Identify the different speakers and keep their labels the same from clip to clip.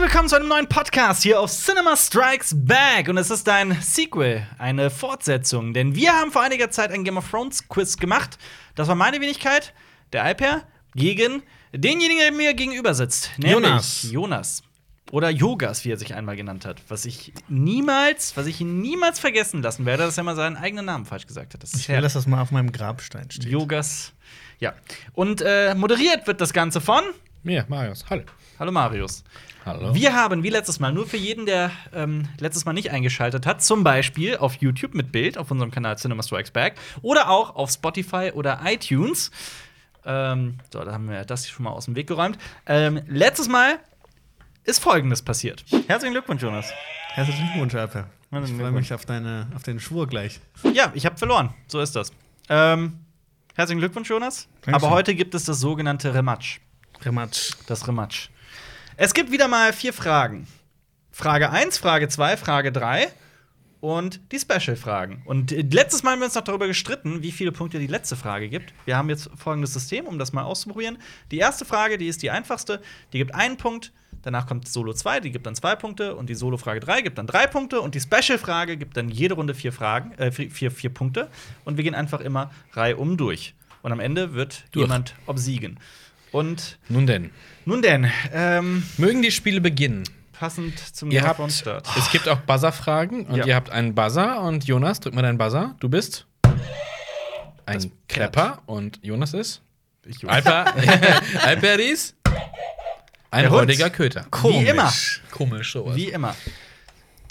Speaker 1: willkommen zu einem neuen Podcast hier auf Cinema Strikes Back. Und es ist ein Sequel, eine Fortsetzung. Denn wir haben vor einiger Zeit ein Game of Thrones Quiz gemacht. Das war meine Wenigkeit, der Alper, gegen denjenigen, der mir gegenüber sitzt. nämlich
Speaker 2: Jonas.
Speaker 1: Jonas. Oder Yogas, wie er sich einmal genannt hat. Was ich niemals, was ich ihn niemals vergessen lassen werde, dass er mal seinen eigenen Namen falsch gesagt hat. Das ist
Speaker 2: Ich will, dass das mal auf meinem Grabstein steht.
Speaker 1: Yogas. Ja. Und äh, moderiert wird das Ganze von.
Speaker 3: Mir, Marius. Hallo.
Speaker 1: Hallo Marius.
Speaker 3: Hallo.
Speaker 1: Wir haben, wie letztes Mal, nur für jeden, der ähm, letztes Mal nicht eingeschaltet hat, zum Beispiel auf YouTube mit Bild auf unserem Kanal Cinema Strikes Back oder auch auf Spotify oder iTunes. Ähm, so, da haben wir das schon mal aus dem Weg geräumt. Ähm, letztes Mal ist Folgendes passiert. Herzlichen Glückwunsch, Jonas.
Speaker 2: Herzlichen Glückwunsch, Alper.
Speaker 1: Meinen
Speaker 2: Ich freue
Speaker 1: Glückwunsch.
Speaker 2: mich auf, deine, auf deinen Schwur gleich.
Speaker 1: Ja, ich habe verloren. So ist das. Ähm, herzlichen Glückwunsch, Jonas.
Speaker 2: Dankeschön.
Speaker 1: Aber heute gibt es das sogenannte Rematch.
Speaker 2: Rematsch.
Speaker 1: Das Rematch. Es gibt wieder mal vier Fragen. Frage 1, Frage 2, Frage 3 und die Special-Fragen. Und äh, letztes Mal haben wir uns noch darüber gestritten, wie viele Punkte die letzte Frage gibt. Wir haben jetzt folgendes System, um das mal auszuprobieren. Die erste Frage, die ist die einfachste, die gibt einen Punkt. Danach kommt Solo 2, die gibt dann zwei Punkte. Und die Solo-Frage 3 gibt dann drei Punkte. Und die Special-Frage gibt dann jede Runde vier, Fragen, äh, vier, vier, vier Punkte. Und wir gehen einfach immer reihum durch. Und am Ende wird
Speaker 3: Durch.
Speaker 1: jemand obsiegen. Und
Speaker 3: Nun denn,
Speaker 1: nun denn, ähm,
Speaker 3: mögen die Spiele beginnen.
Speaker 1: passend zum
Speaker 3: Ihr
Speaker 1: Game of
Speaker 3: habt, Ah,
Speaker 1: Thrones Start.
Speaker 3: es gibt auch Buzzer-Fragen und
Speaker 1: Ja.
Speaker 3: ihr habt einen Buzzer und Jonas, drück mal deinen Buzzer. Du bist ein
Speaker 1: Das Pferd.
Speaker 3: Klepper und Jonas ist
Speaker 1: Ich
Speaker 3: Alper, Alperis, ein
Speaker 1: Der Hund.
Speaker 3: räudiger Köter.
Speaker 1: Wie immer.
Speaker 3: Komisch sowas.
Speaker 1: Wie immer.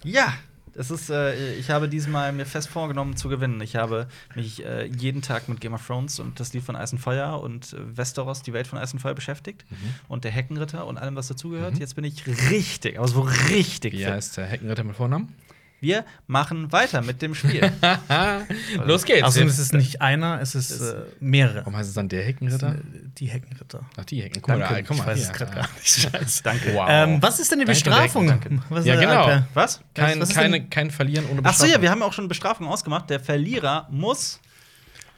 Speaker 1: Ja, es ist, äh, ich habe diesmal mir fest vorgenommen zu gewinnen. Ich habe mich äh, jeden Tag mit Game of Thrones und das Lied von Eis und Feuer und äh, Westeros, die Welt von Eis und Feuer beschäftigt
Speaker 3: Mhm.
Speaker 1: und der Heckenritter und allem, was dazugehört. Jetzt bin ich richtig, aber so richtig
Speaker 3: Wie
Speaker 1: fit.
Speaker 3: heißt der Heckenritter mit Vornamen?
Speaker 1: Wir machen weiter mit dem Spiel.
Speaker 3: Los geht's.
Speaker 2: Außerdem ist es nicht einer, es ist äh, mehrere.
Speaker 3: Warum heißt es dann der
Speaker 2: Es
Speaker 3: Heckenritter?
Speaker 2: sind, äh, Die Heckenritter.
Speaker 3: Ach, die Hecken. Guck
Speaker 2: Danke,
Speaker 3: mal, guck mal.
Speaker 2: ich weiß
Speaker 3: hier.
Speaker 2: es gerade gar nicht. Scheiße.
Speaker 1: Danke.
Speaker 3: Wow.
Speaker 2: Ähm, was ist denn die
Speaker 3: Danke,
Speaker 2: Bestrafung?
Speaker 3: danke,
Speaker 2: Was
Speaker 3: Ja,
Speaker 2: äh,
Speaker 3: genau.
Speaker 2: Alper?
Speaker 1: Was?
Speaker 3: Kein,
Speaker 2: Was ist
Speaker 3: keine,
Speaker 2: denn-
Speaker 3: kein Verlieren ohne
Speaker 1: Ach so,
Speaker 3: Bestrafung.
Speaker 1: ja, wir haben auch schon Bestrafung ausgemacht. Der Verlierer muss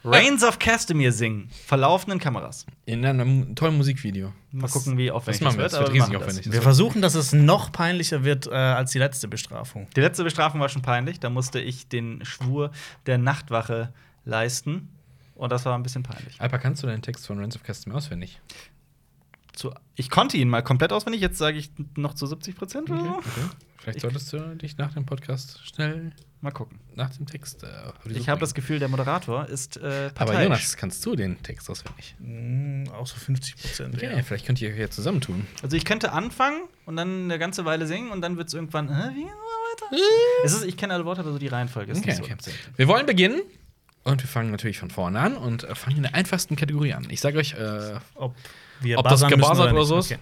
Speaker 1: Reigns of Castamere singen. Vor laufenden Kameras.
Speaker 3: In einem tollen Musikvideo.
Speaker 1: Mal gucken, wie aufwendig
Speaker 3: Das machen wir.
Speaker 1: das
Speaker 3: Das
Speaker 1: wird, aber
Speaker 3: wird
Speaker 1: wir
Speaker 3: riesig
Speaker 1: machen
Speaker 3: aufwendig.
Speaker 2: Wir versuchen, dass es noch peinlicher wird äh, als die letzte Bestrafung.
Speaker 1: Die letzte Bestrafung war schon peinlich. Da musste ich den Schwur der Nachtwache leisten. Und das war ein bisschen peinlich.
Speaker 3: Alper, kannst du deinen Text von Rents of Custom auswendig?
Speaker 1: Zu- Ich konnte ihn mal komplett auswendig. Jetzt sage ich noch zu 70 Prozent oder so.
Speaker 3: Vielleicht
Speaker 1: Mhm. Ich-
Speaker 3: solltest du dich nach dem Podcast schnell
Speaker 1: Mal gucken.
Speaker 3: nach dem Text. Äh, auf die
Speaker 1: Ich
Speaker 3: Suche
Speaker 1: habe das
Speaker 3: bringen.
Speaker 1: Gefühl, der Moderator ist äh, parteiisch.
Speaker 3: Aber Jonas, kannst du den Text auswendig?
Speaker 2: Hm, auch so 50 Prozent.
Speaker 3: Okay,
Speaker 2: Ja.
Speaker 3: vielleicht könnt ihr euch ja zusammentun.
Speaker 1: Also ich könnte anfangen und dann eine ganze Weile singen und dann wird es irgendwann. Hä, wie geht's noch weiter? es ist, ich kenne alle Worte, aber so die Reihenfolge ist
Speaker 3: Okay,
Speaker 1: nicht
Speaker 3: okay.
Speaker 1: so.
Speaker 3: Wir wollen beginnen. Und wir fangen natürlich von vorne an und äh, fangen in der einfachsten Kategorie an. Ich sage euch, äh,
Speaker 2: Ob, wir
Speaker 3: Ob das
Speaker 2: buzzern müssen
Speaker 3: gebuzzert oder
Speaker 2: nicht.
Speaker 3: so ist?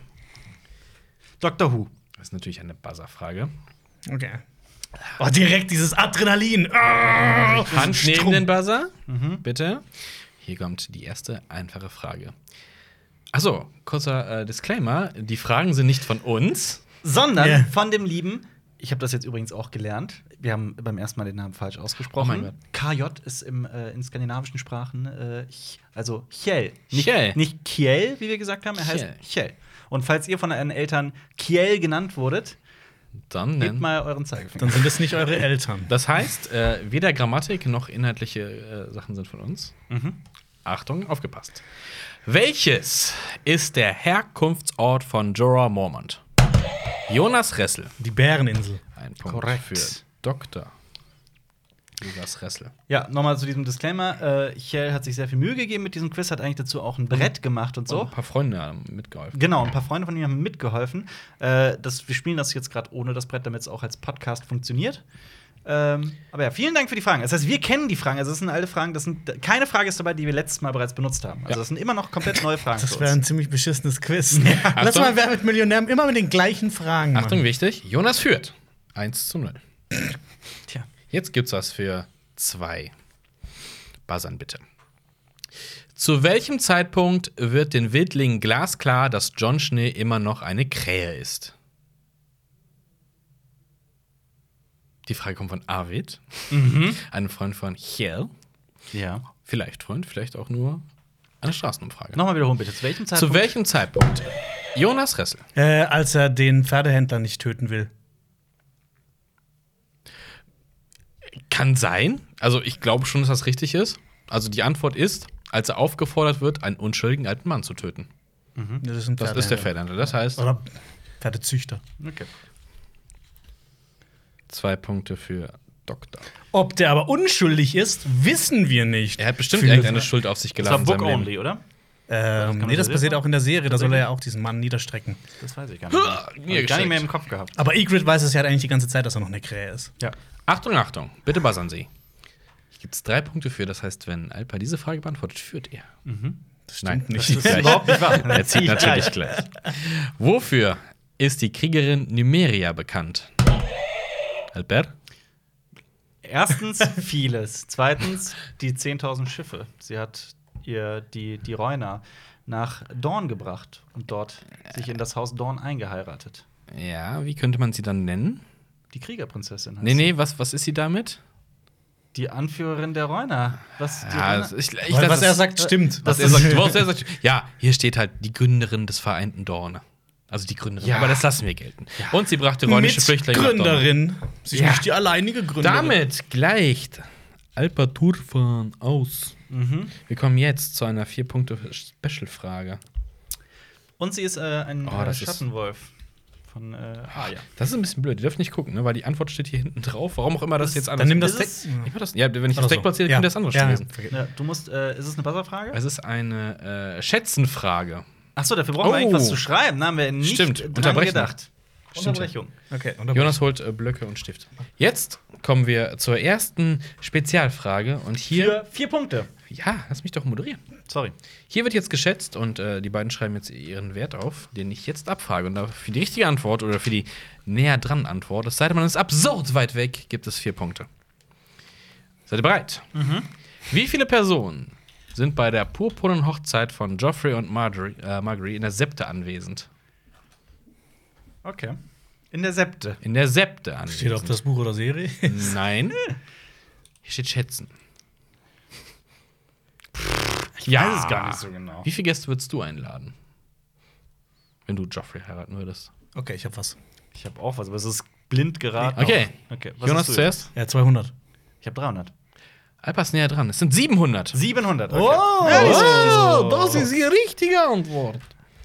Speaker 1: Doctor Who.
Speaker 3: das ist natürlich eine Buzzer-Frage.
Speaker 2: Okay. Oh, direkt dieses Adrenalin. Ah!
Speaker 3: Hand neben
Speaker 2: Strom.
Speaker 3: den Buzzer,
Speaker 1: Mhm.
Speaker 3: bitte. Hier kommt die erste einfache Frage. Achso, kurzer äh, Disclaimer: Die Fragen sind nicht von uns.
Speaker 1: Sondern
Speaker 2: Ja.
Speaker 1: von dem lieben. Ich habe das jetzt übrigens auch gelernt. Wir haben beim ersten Mal den Namen falsch
Speaker 3: Oh
Speaker 1: ausgesprochen.
Speaker 3: mein
Speaker 1: KJ ist im, äh, in skandinavischen Sprachen, äh, Ch- also Kjell. Nicht,
Speaker 3: Kjell.
Speaker 1: nicht Kjell, wie wir gesagt haben, er heißt
Speaker 3: Kjell.
Speaker 1: Kjell. Und falls ihr von euren Eltern Kjell genannt wurdet,
Speaker 3: Dann
Speaker 1: gebt
Speaker 3: nennen.
Speaker 1: mal euren
Speaker 2: Dann
Speaker 1: Zeigefinger.
Speaker 2: sind es nicht eure Eltern.
Speaker 3: Das heißt, äh, weder Grammatik noch inhaltliche äh, Sachen sind von uns.
Speaker 1: Mhm.
Speaker 3: Achtung, aufgepasst. Welches ist der Herkunftsort von Jorah Mormont? Jonas Ressel.
Speaker 2: Die Bäreninsel.
Speaker 3: Ein Punkt
Speaker 1: Korrekt.
Speaker 3: für Dr. Jonas Ressel.
Speaker 1: Ja, nochmal zu diesem Disclaimer. Äh, Kjell hat sich sehr viel Mühe gegeben mit diesem Quiz, hat eigentlich dazu auch ein Brett gemacht und so.
Speaker 3: Und ein paar Freunde haben mitgeholfen.
Speaker 1: Genau, ein paar Freunde von ihm haben mitgeholfen. Äh, das, wir spielen das jetzt gerade ohne das Brett, damit es auch als Podcast funktioniert. Ähm, aber ja, vielen Dank für die Fragen. Das heißt, wir kennen die Fragen. Also, das sind alle Fragen. Das sind, keine Frage ist dabei, die wir letztes Mal bereits benutzt haben. Also,
Speaker 3: Ja.
Speaker 1: das sind immer noch komplett neue Fragen.
Speaker 2: Das
Speaker 1: für
Speaker 2: wäre
Speaker 1: uns.
Speaker 2: ein ziemlich beschissenes Quiz. Lass
Speaker 3: Achtung.
Speaker 2: mal Wer mit Millionären immer mit den gleichen Fragen. machen.
Speaker 3: Achtung, wichtig. Jonas führt. 1 zu 0.
Speaker 1: Tja.
Speaker 3: Jetzt gibt's was für zwei. Buzzern bitte. Zu welchem Zeitpunkt wird den Wildlingen glasklar, dass John Schnee immer noch eine Krähe ist? Die Frage kommt von Arvid, einem Freund von Hiel.
Speaker 1: Ja.
Speaker 3: Vielleicht Freund, vielleicht auch nur eine Straßenumfrage.
Speaker 1: Nochmal wiederholen, bitte. Zu welchem
Speaker 3: Zu
Speaker 1: Zeitpunkt?
Speaker 3: welchem Zeitpunkt Jonas Ressel.
Speaker 2: Äh, als er den Pferdehändler nicht töten will.
Speaker 3: Kann sein. Also ich glaube schon, dass das richtig ist. Also die Antwort ist, als er aufgefordert wird, einen unschuldigen alten Mann zu töten.
Speaker 2: Das ist, ein
Speaker 3: Mhm. Das ist der Ferdinand. Das heißt,
Speaker 2: Oder Pferdezüchter.
Speaker 1: Okay.
Speaker 3: zwei Punkte für Doktor.
Speaker 2: Ob der aber unschuldig ist, wissen wir nicht.
Speaker 3: Er hat bestimmt
Speaker 2: Viele-
Speaker 3: irgendeine Schuld auf sich
Speaker 1: Das war
Speaker 3: geladen. in
Speaker 1: Book
Speaker 3: seinem
Speaker 1: Only,
Speaker 3: Leben.
Speaker 1: oder?
Speaker 2: Ähm,
Speaker 1: man
Speaker 2: nee, das
Speaker 1: so
Speaker 2: passiert
Speaker 3: ne?
Speaker 1: sehen.
Speaker 2: auch in der Serie. Da soll er ja auch diesen Mann niederstrecken.
Speaker 1: Das weiß ich gar nicht. mehr.
Speaker 3: Ah,
Speaker 1: Hab ich gar nicht mehr im Kopf gehabt.
Speaker 2: Aber Egrid weiß es ja eigentlich die ganze Zeit, dass er noch eine Krähe ist.
Speaker 1: Ja.
Speaker 3: Achtung, Achtung. Bitte buzzern Sie. Hier gibt es drei Punkte für. Das heißt, wenn Alpa diese Frage beantwortet, führt er.
Speaker 2: Das
Speaker 3: Nein,
Speaker 2: stimmt nicht.
Speaker 3: das ist gleich.
Speaker 1: überhaupt Mhm. nicht wahr.
Speaker 3: Er zieht
Speaker 1: Zieh ich
Speaker 3: natürlich gleich. Wofür ist die Kriegerin Numeria bekannt? Albert?
Speaker 1: Erstens vieles. Zweitens die 10.000 Schiffe. Sie hat ihr die, die Reuner nach Dorn gebracht und dort sich in das Haus Dorn eingeheiratet.
Speaker 3: Ja, wie könnte man sie dann nennen?
Speaker 1: Die Kriegerprinzessin heißt
Speaker 3: Nee,
Speaker 1: sie.
Speaker 3: nee, was, was ist sie damit?
Speaker 1: Die Anführerin der Reuner. Was, die
Speaker 3: Ja,
Speaker 1: Reuner-
Speaker 3: also- das- ich, ich,
Speaker 2: Weil
Speaker 3: lass
Speaker 2: was
Speaker 3: es- äh,
Speaker 2: er sagt, stimmt.
Speaker 3: Was
Speaker 1: Das
Speaker 3: er
Speaker 1: ist-
Speaker 3: sagt, was er sagt, ja, hier steht halt die Gründerin des Vereinten Dorne. Also die Gründerin.
Speaker 1: Ja.
Speaker 3: Aber das lassen wir gelten. Und sie brachte reunische Flüchtlinge. nach Dorne.
Speaker 2: Gründerin. Sie ist
Speaker 3: Ja.
Speaker 2: nicht die alleinige Gründerin.
Speaker 3: Damit gleicht Alpaturfan aus.
Speaker 2: Mhm.
Speaker 3: Wir kommen jetzt zu einer vier punkte special frage
Speaker 1: Und sie ist äh, ein
Speaker 3: Oh,
Speaker 1: äh,
Speaker 3: das ist- Ah,
Speaker 1: Schattenwolf von äh, Arya.
Speaker 3: Das ist ein bisschen blöd. Ihr dürft nicht gucken, ne? weil die Antwort steht hier hinten drauf. Warum auch immer das,
Speaker 1: Das-
Speaker 3: jetzt
Speaker 1: dann
Speaker 3: anders
Speaker 2: nimm das
Speaker 3: ist.
Speaker 2: Text-
Speaker 3: Ich mach das, ja, wenn ich
Speaker 2: Oder
Speaker 3: das Deck
Speaker 2: so.
Speaker 3: platziere,
Speaker 2: Ja.
Speaker 3: könnte das anders
Speaker 2: Ja,
Speaker 3: lesen.
Speaker 2: ja.
Speaker 1: Ja, du musst, äh, ist es eine Buzzerfrage?
Speaker 3: Es ist eine äh, Schätzenfrage.
Speaker 1: Achso, dafür brauchen wir
Speaker 3: Oh.
Speaker 1: eigentlich was zu schreiben. Da haben wir nicht
Speaker 3: Stimmt,
Speaker 1: dran
Speaker 3: unterbrechen.
Speaker 1: gedacht.
Speaker 3: Stimmt.
Speaker 1: Unterbrechung.
Speaker 2: Okay,
Speaker 3: Jonas holt äh, Blöcke und Stift. Jetzt kommen wir zur ersten Spezialfrage. Und hier.
Speaker 1: Für vier Punkte.
Speaker 3: Ja, lass mich doch moderieren.
Speaker 1: Sorry.
Speaker 3: Hier wird jetzt geschätzt und äh, die beiden schreiben jetzt ihren Wert auf, den ich jetzt abfrage. Und da für die richtige Antwort oder für die näher dran Antwort, es sei denn, man ist absurd weit weg, gibt es vier Punkte. Seid ihr bereit?
Speaker 2: Mhm.
Speaker 3: Wie viele Personen sind bei der purpurnen Hochzeit von Joffrey und Marjorie, äh, Marjorie in der Septe anwesend?
Speaker 1: Okay. In der Septe.
Speaker 3: In der Septe anwesend.
Speaker 2: Steht auf das Buch oder Serie?
Speaker 3: Nein. Hier steht Schätzen. Ich
Speaker 1: weiß es gar nicht so genau.
Speaker 3: Wie viele Gäste würdest du einladen? Wenn du Joffrey heiraten würdest.
Speaker 2: Okay, ich hab was.
Speaker 1: Ich habe auch was, aber es ist blind geraten.
Speaker 3: Okay.
Speaker 1: okay. was
Speaker 3: Jonas
Speaker 1: hast du?
Speaker 3: zuerst.
Speaker 2: Ja, 200.
Speaker 1: Ich habe 300.
Speaker 3: Alpa ist näher dran. Es sind 700.
Speaker 1: 700. Okay.
Speaker 3: Oh, das ist die richtige Antwort.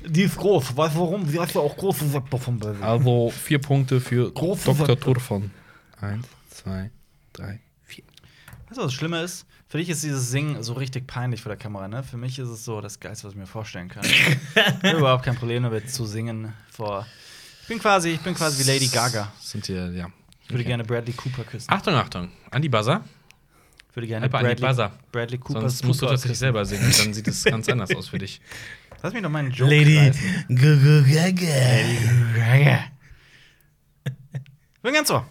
Speaker 1: Die ist groß. Weißt du warum? Sie hat ja auch große Septe vom Böse.
Speaker 3: Also vier Punkte für
Speaker 1: Große
Speaker 3: Dr.
Speaker 1: Sache.
Speaker 3: Turfon. Eins, zwei, drei, vier.
Speaker 1: Weißt du, was das Schlimme ist? Für dich ist dieses Singen so richtig peinlich vor der Kamera, ne? Für mich ist es so das Geilste, was ich mir vorstellen kann. ich habe überhaupt kein Problem damit zu singen vor. Ich bin quasi, ich bin quasi wie Lady Gaga.
Speaker 3: Das Sind hier, ja.
Speaker 1: Ich würde
Speaker 3: Okay.
Speaker 1: gerne Bradley Cooper küssen.
Speaker 3: Achtung, Achtung. An die Buzzer.
Speaker 1: Ich würde gerne
Speaker 3: Alper, an die
Speaker 1: Bradley,
Speaker 3: Buzzer.
Speaker 1: Bradley Cooper
Speaker 3: Sonst musst du
Speaker 1: Cooper
Speaker 3: tatsächlich selber singen. Dann sieht es ganz anders aus für dich.
Speaker 1: küssen. Lass mich doch meinen Joke
Speaker 2: Lady.
Speaker 1: reißen.
Speaker 2: Gaga.
Speaker 1: Ich bin ganz so.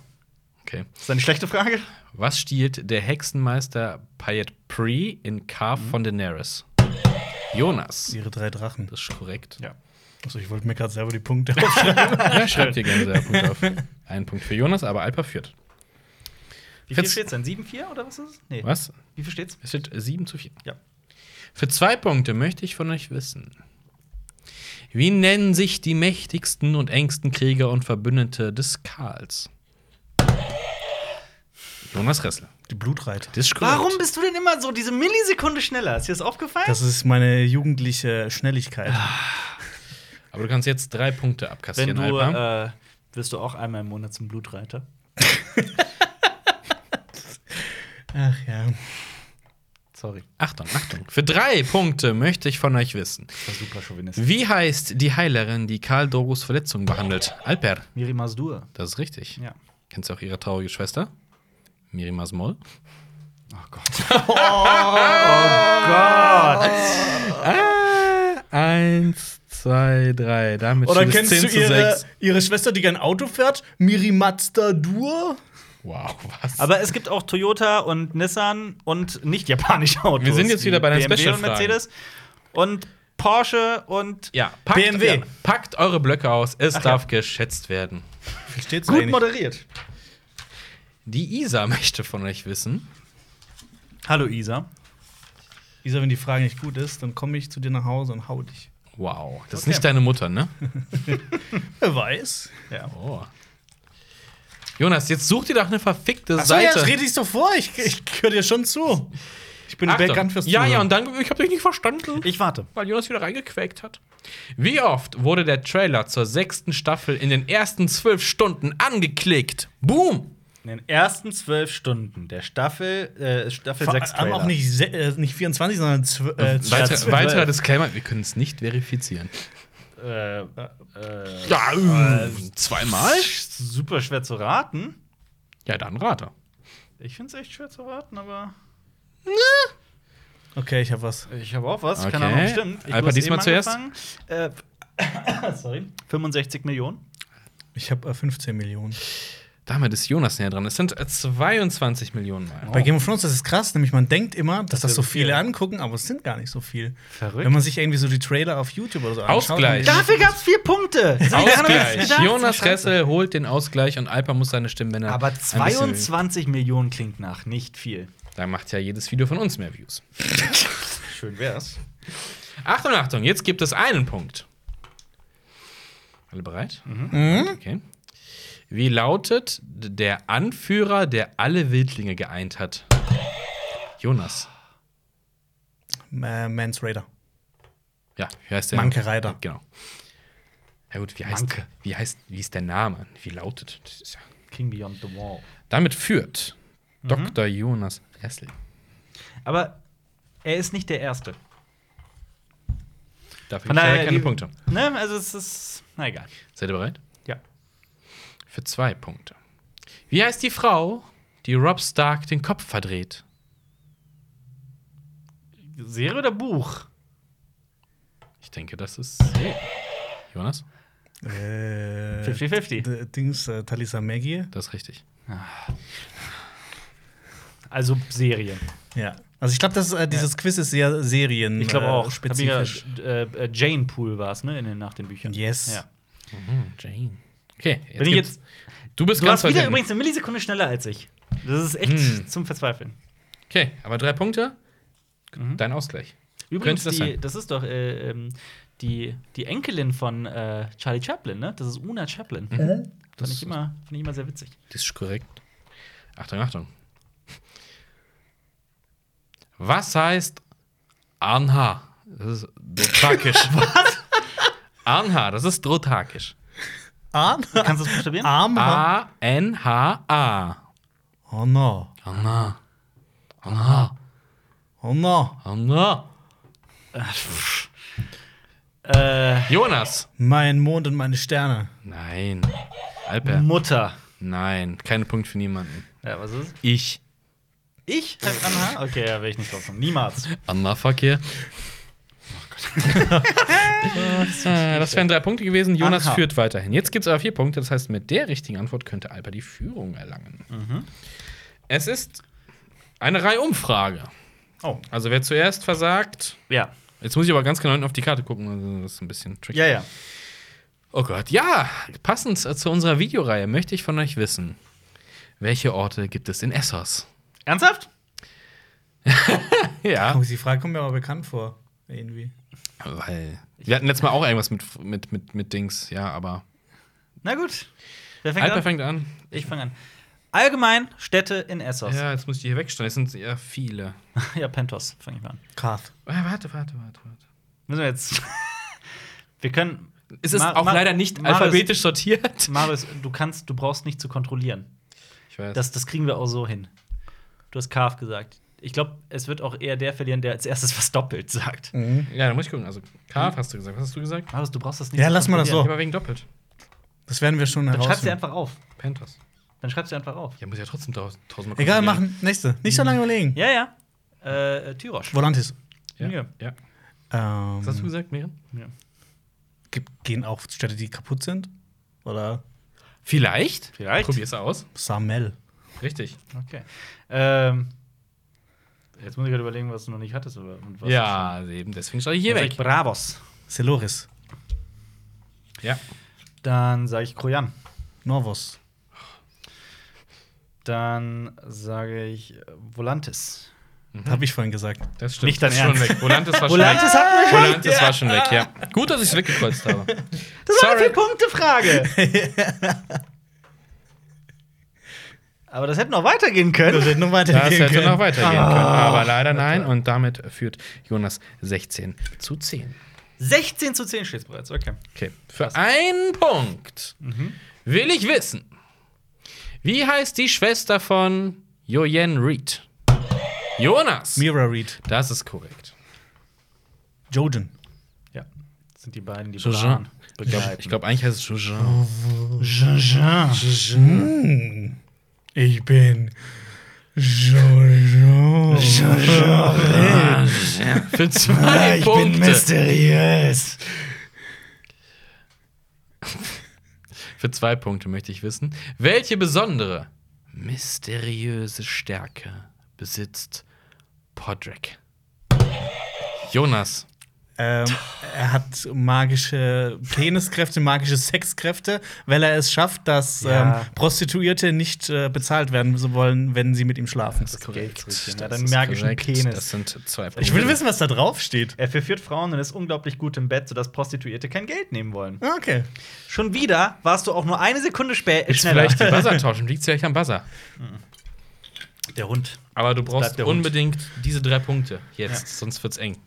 Speaker 3: Okay.
Speaker 1: Ist das eine schlechte Frage?
Speaker 3: Was stiehlt der Hexenmeister Payet Pri in Carve
Speaker 1: Mhm.
Speaker 3: von Daenerys? Jonas.
Speaker 2: Ihre drei Drachen.
Speaker 3: Das ist korrekt.
Speaker 1: Ja.
Speaker 2: Also, ich wollte mir gerade selber die Punkte aufschreiben.
Speaker 3: Ja, schreibt ihr gerne selber Punkt auf. Ein Punkt für Jonas, aber Alpa führt.
Speaker 1: Wie viel
Speaker 3: Fitz-
Speaker 1: steht's denn? 7-4 oder was ist es? Nee.
Speaker 3: Was?
Speaker 1: Wie viel steht's?
Speaker 3: Es steht 7 zu 4.
Speaker 1: Ja.
Speaker 3: Für zwei Punkte möchte ich von euch wissen. Wie nennen sich die mächtigsten und engsten Krieger und Verbündete des Karls? Jonas Ressel.
Speaker 2: Die Blutreiter.
Speaker 3: Das ist korrekt.
Speaker 1: Warum bist du denn immer so diese Millisekunde schneller? Ist dir das aufgefallen?
Speaker 2: Das ist meine jugendliche Schnelligkeit.
Speaker 3: Aber du kannst jetzt drei Punkte abkassieren,
Speaker 1: Wenn du,
Speaker 3: Alpa.
Speaker 1: äh, wirst du auch einmal im Monat zum Blutreiter.
Speaker 2: Ach ja.
Speaker 1: Sorry,
Speaker 3: Achtung, Achtung. Für drei Punkte möchte ich von euch wissen.
Speaker 1: das war super chauvinistisch.
Speaker 3: Wie heißt die Heilerin, die Karl Dorus Verletzung behandelt? Alper.
Speaker 1: Miri Masdur.
Speaker 3: Das ist richtig.
Speaker 1: Ja.
Speaker 3: Kennst du auch ihre traurige Schwester? Miri Masmol.
Speaker 1: Oh Gott. oh, Gott.
Speaker 3: Ah, eins, zwei, drei. Damit
Speaker 2: Oder
Speaker 3: steht es
Speaker 2: kennst du
Speaker 3: 10 zu
Speaker 2: ihre,
Speaker 3: 6.
Speaker 2: ihre Schwester, die gern Auto fährt? Miri Mazda Dur?
Speaker 3: Wow, was?
Speaker 1: Aber es gibt auch Toyota und Nissan und nicht japanische Autos.
Speaker 3: Wir sind jetzt wieder bei den
Speaker 1: wie BMW und
Speaker 3: Special-Fragen.
Speaker 1: Mercedes und Porsche und
Speaker 3: ja, packt,
Speaker 2: BMW.
Speaker 3: Ja, packt eure Blöcke aus. Es
Speaker 1: Ach ja.
Speaker 3: darf geschätzt werden.
Speaker 2: Versteht's
Speaker 1: gut moderiert.
Speaker 3: Die Isa möchte von euch wissen.
Speaker 1: Hallo Isa.
Speaker 2: Isa, wenn die Frage nicht gut ist, dann komme ich zu dir nach Hause und hau dich.
Speaker 3: Wow. Das ist
Speaker 1: Okay.
Speaker 3: nicht deine Mutter, ne?
Speaker 2: Wer weiß.
Speaker 1: Ja.
Speaker 3: Oh. Jonas, jetzt such dir doch eine verfickte
Speaker 2: Achso, ja,
Speaker 3: Seite.
Speaker 2: jetzt rede ich doch vor. Ich, ich höre dir schon zu. Ich bin
Speaker 3: Achtung.
Speaker 2: bekannt fürs
Speaker 3: Ja, ja,
Speaker 2: Zuhören.
Speaker 3: und dann, ich habe dich nicht verstanden.
Speaker 1: Ich warte.
Speaker 3: weil Jonas wieder reingequäkt hat. Wie oft wurde der Trailer zur sechsten Staffel in den ersten zwölf Stunden angeklickt? Boom!
Speaker 1: In den ersten zwölf Stunden der Staffel, äh, Staffel
Speaker 2: Vor
Speaker 1: 6
Speaker 2: allem auch nicht, se- äh, nicht 24, sondern zwö- äh,
Speaker 3: Weiter,
Speaker 2: zwölf.
Speaker 3: weiterer Disclaimer: Wir können es nicht verifizieren.
Speaker 1: Äh, äh,
Speaker 3: Ja, äh, zweimal?
Speaker 1: super schwer zu raten.
Speaker 3: Ja, dann rate.
Speaker 1: Ich finde es echt schwer zu raten, aber
Speaker 2: Okay, ich habe was.
Speaker 1: ich habe auch was.
Speaker 3: Okay.
Speaker 1: Keine Ahnung, stimmt. Ich
Speaker 3: Alper,
Speaker 1: muss
Speaker 3: diesmal
Speaker 1: eben
Speaker 3: zuerst.
Speaker 1: angefangen. Äh, sorry. 65 Millionen.
Speaker 2: Ich habe äh, 15 Millionen.
Speaker 3: Damit ist Jonas näher dran. Es sind äh, 22 Millionen Mal.
Speaker 2: Bei Game of Thrones das ist krass, nämlich man denkt immer, dass
Speaker 1: Oh.
Speaker 2: das
Speaker 1: ist
Speaker 2: so
Speaker 1: ja
Speaker 2: viele
Speaker 1: viel.
Speaker 2: angucken, aber es sind gar nicht so viel.
Speaker 1: Verrückt.
Speaker 2: Wenn man sich irgendwie so die Trailer auf YouTube oder so
Speaker 3: Ausgleich.
Speaker 2: anschaut.
Speaker 1: Dafür gab es vier Punkte.
Speaker 3: Ausgleich.
Speaker 1: Ja,
Speaker 3: Jonas
Speaker 1: Scheiße.
Speaker 3: Ressel holt den Ausgleich und Alper muss seine Stimmbänder.
Speaker 1: Aber
Speaker 3: ein bisschen erhöhen.
Speaker 1: 22 Millionen klingt nach nicht viel.
Speaker 3: Da macht ja jedes Video von uns mehr Views.
Speaker 1: Schön wär's.
Speaker 3: Achtung, Achtung, jetzt gibt es einen Punkt. Alle bereit?
Speaker 2: Mhm.
Speaker 3: Okay. Wie lautet d- der Anführer, der alle Wildlinge geeint hat? Jonas.
Speaker 2: Äh, Mans Raider.
Speaker 3: Ja, wie heißt der?
Speaker 2: Manke Rider.
Speaker 3: Genau. Ja gut, wie heißt,
Speaker 1: Manke.
Speaker 3: wie heißt, wie ist der Name? Wie lautet? Das ist ja
Speaker 1: King Beyond the Wall.
Speaker 3: Damit führt
Speaker 1: Mhm.
Speaker 3: Dr. Jonas Ressel.
Speaker 1: Aber er ist nicht der Erste. Von
Speaker 3: Dafür gibt es leider
Speaker 1: daher,
Speaker 3: keine
Speaker 1: die-
Speaker 3: Punkte.
Speaker 1: Ne? Also es ist. Na egal.
Speaker 3: Seid ihr bereit?
Speaker 1: Ja.
Speaker 3: Für zwei Punkte. Wie heißt die Frau, die Rob Stark den Kopf verdreht?
Speaker 1: Serie oder Buch?
Speaker 3: Ich denke, das ist. Jonas,
Speaker 2: Äh,
Speaker 1: 50-50.
Speaker 2: D- Dings, äh, Talisa Maggie.
Speaker 3: das ist richtig.
Speaker 1: Also Serie.
Speaker 2: Ja. Also ich glaube, äh, dieses Quiz ist sehr Serien.
Speaker 1: Ich glaube auch.
Speaker 2: Äh, spezifisch.
Speaker 1: Hab ich ja, äh, äh, Jane Pool war es, ne? In den, nach den Büchern.
Speaker 2: Yes.
Speaker 1: Ja.
Speaker 3: Mhm, Jane. Okay, jetzt
Speaker 1: Wenn ich
Speaker 3: gibt's-
Speaker 1: jetzt,
Speaker 3: Du bist
Speaker 1: du
Speaker 3: ganz
Speaker 1: warst
Speaker 3: weit
Speaker 1: wieder
Speaker 3: hinten.
Speaker 1: übrigens eine Millisekunde schneller als ich. Das ist echt
Speaker 3: Hm.
Speaker 1: zum Verzweifeln.
Speaker 3: Okay, aber drei Punkte.
Speaker 1: Mhm.
Speaker 3: Dein Ausgleich.
Speaker 1: Übrigens,
Speaker 3: das
Speaker 1: das, die,
Speaker 3: sein?
Speaker 1: das ist doch äh, ähm, die, die Enkelin von äh, Charlie Chaplin, ne? Das ist Una Chaplin.
Speaker 2: Äh?
Speaker 1: Fand,
Speaker 3: Mhm. Das
Speaker 1: ich immer, fand ich immer sehr witzig.
Speaker 3: Das ist korrekt. Achtung, Achtung. Was heißt Anha? Das ist Dotakisch. Was? Anha, das ist Dotakisch.
Speaker 2: Arm.
Speaker 1: Kannst du das buchstabieren?
Speaker 3: Ah.
Speaker 2: Arm.
Speaker 3: A-N-H-A.
Speaker 2: Oh no.
Speaker 3: Anha. Anha.
Speaker 2: Oh no.
Speaker 3: Anha.
Speaker 1: Äh,
Speaker 3: Jonas.
Speaker 2: Mein Mond und meine Sterne.
Speaker 3: Nein. Alper.
Speaker 1: Mutter.
Speaker 3: Nein. Keine Punkt für niemanden.
Speaker 1: Ja, was ist?
Speaker 3: Ich.
Speaker 1: Ich? Anna? Okay, ja, will ich nicht drauf kommen. Niemals.
Speaker 3: Anna-Verkehr.
Speaker 1: Oh
Speaker 3: Äh, das wären drei Punkte gewesen. Jonas
Speaker 1: Aha.
Speaker 3: führt weiterhin. Jetzt gibt es aber vier Punkte. Das heißt, mit der richtigen Antwort könnte Alper die Führung erlangen.
Speaker 1: Mhm.
Speaker 3: Es ist eine Reihe Umfrage.
Speaker 1: Oh.
Speaker 3: Also wer zuerst versagt.
Speaker 1: Ja.
Speaker 3: Jetzt muss ich aber ganz genau hinten auf die Karte gucken. also Das ist ein bisschen tricky.
Speaker 1: Ja, ja.
Speaker 3: Oh Gott, ja! Passend zu unserer Videoreihe möchte ich von euch wissen, welche Orte gibt es in Essos?
Speaker 1: Ernsthaft?
Speaker 3: Ja, Ah.
Speaker 2: Oh, die Frage kommt mir aber bekannt vor. Irgendwie.
Speaker 3: weil wir hatten letztes Mal auch irgendwas mit, mit, mit, mit Dings, ja, aber
Speaker 1: Na gut. Wer fängt
Speaker 3: Alper
Speaker 1: an?
Speaker 3: fängt an.
Speaker 1: Ich fange an. Allgemein Städte in Essos. Ja,
Speaker 3: Ja, jetzt muss ich die hier wegstellen. Es sind ja viele.
Speaker 1: Pentos fange ich mal an.
Speaker 2: Kath.
Speaker 3: Ah, warte, warte, warte, warte.
Speaker 1: Müssen wir jetzt. wir können.
Speaker 3: Es ist
Speaker 1: Ma-
Speaker 3: auch
Speaker 1: Ma-
Speaker 3: leider nicht
Speaker 1: Marius-
Speaker 3: alphabetisch sortiert.
Speaker 1: Marius, du kannst, du brauchst nicht zu kontrollieren.
Speaker 3: Ich weiß.
Speaker 1: Das, das kriegen wir auch so hin. Du hast Kaf gesagt. Ich glaube, es wird auch eher der verlieren, der als erstes was doppelt sagt.
Speaker 2: Mhm.
Speaker 3: ja, da muss ich gucken. Also,
Speaker 1: Hm?
Speaker 3: Kaf hast du gesagt. Was hast du gesagt?
Speaker 1: Marius, du brauchst das nicht.
Speaker 2: Ja,
Speaker 1: zu
Speaker 2: lass mal das
Speaker 3: Ja,
Speaker 1: kontrollieren.
Speaker 3: aber wegen doppelt.
Speaker 2: Das werden wir schon
Speaker 1: Dann schreibst du
Speaker 2: herausfinden.
Speaker 1: einfach auf.
Speaker 3: Panthers.
Speaker 1: Dann schreibst du einfach auf.
Speaker 3: Ja, muss ja trotzdem taus- tausendmal
Speaker 2: Egal,
Speaker 3: kontrollieren.
Speaker 2: machen. Nächste. Nicht so
Speaker 3: Mhm.
Speaker 2: lange überlegen.
Speaker 1: Ja, ja. Äh, äh, Tyrosch.
Speaker 2: Volantis.
Speaker 1: Ja.
Speaker 3: Ja. ja.
Speaker 2: Ähm,
Speaker 3: Was hast du gesagt, Miriam?
Speaker 1: Ja.
Speaker 2: gibt- gehen auch Städte, die kaputt sind? Oder
Speaker 3: Vielleicht.
Speaker 1: Vielleicht.
Speaker 3: Probier's aus.
Speaker 2: Samel.
Speaker 3: Richtig.
Speaker 1: Okay. Ähm, jetzt muss ich gerade überlegen, was du noch nicht hattest. Aber, und was
Speaker 3: Ja, eben. Deswegen schreibe Also ich hier
Speaker 1: Dann sag
Speaker 3: weg.
Speaker 1: ich Bravos.
Speaker 2: Seloris.
Speaker 3: Ja.
Speaker 1: Dann sage ich Krojan.
Speaker 2: Norvos.
Speaker 1: Dann sage ich äh, Volantis.
Speaker 3: Mhm.
Speaker 2: Hab ich vorhin gesagt.
Speaker 3: Das stimmt.
Speaker 1: Nicht dein
Speaker 3: Ist schon
Speaker 1: Ernst.
Speaker 3: weg. Volantis war schon weg.
Speaker 1: Volantis hat mich.
Speaker 3: Volantis war schon weg, ja. Gut, dass ich es weggekreuzt habe.
Speaker 1: Das war eine
Speaker 3: Sorry.
Speaker 1: Vier-Punkte-Frage. Aber das hätte noch weitergehen können.
Speaker 2: Das hätte noch
Speaker 3: Das
Speaker 2: weitergehen
Speaker 3: hätte
Speaker 2: können.
Speaker 3: noch weitergehen können. Aber leider nein. Und damit führt Jonas 16 zu 10.
Speaker 1: 16 zu 10 steht bereits, okay.
Speaker 3: Okay. Für einen Punkt will ich wissen, wie heißt die Schwester von Jojen Reed? Jonas.
Speaker 2: Mira Reed,
Speaker 3: Das ist korrekt.
Speaker 2: Jojen.
Speaker 1: Ja. Das sind die beiden, die
Speaker 3: Jean.
Speaker 1: Bran
Speaker 3: Ich glaube,
Speaker 1: begleiten.
Speaker 3: glaub, eigentlich heißt es Jean.
Speaker 2: Ich bin Jojo.
Speaker 3: Für zwei Punkte.
Speaker 2: mysteriös.
Speaker 3: Für zwei Punkte möchte ich wissen, welche besondere mysteriöse Stärke besitzt Podrick? Jonas.
Speaker 2: Ähm, er hat magische Peniskräfte, magische Sexkräfte, weil er es schafft, dass
Speaker 1: Ja.
Speaker 2: ähm, Prostituierte nicht äh, bezahlt werden so wollen, wenn sie mit ihm schlafen.
Speaker 1: Geldkrötchen, ja,
Speaker 3: Das
Speaker 1: deinen
Speaker 3: ist
Speaker 1: magischen
Speaker 3: korrekt.
Speaker 1: Penis.
Speaker 3: Das sind zwei Punkte.
Speaker 2: Ich will wissen, was da drauf steht.
Speaker 1: er verführt Frauen und ist unglaublich gut im Bett, sodass Prostituierte kein Geld nehmen wollen.
Speaker 2: Okay.
Speaker 1: Schon wieder warst du auch nur eine Sekunde spä-
Speaker 3: Willst du
Speaker 1: schneller.
Speaker 3: vielleicht den Buzzer tauschen? Liegt vielleicht am Buzzer.
Speaker 1: Der Hund.
Speaker 3: Aber du brauchst
Speaker 1: bleibt der Hund.
Speaker 3: unbedingt diese drei Punkte jetzt, sonst wird's eng.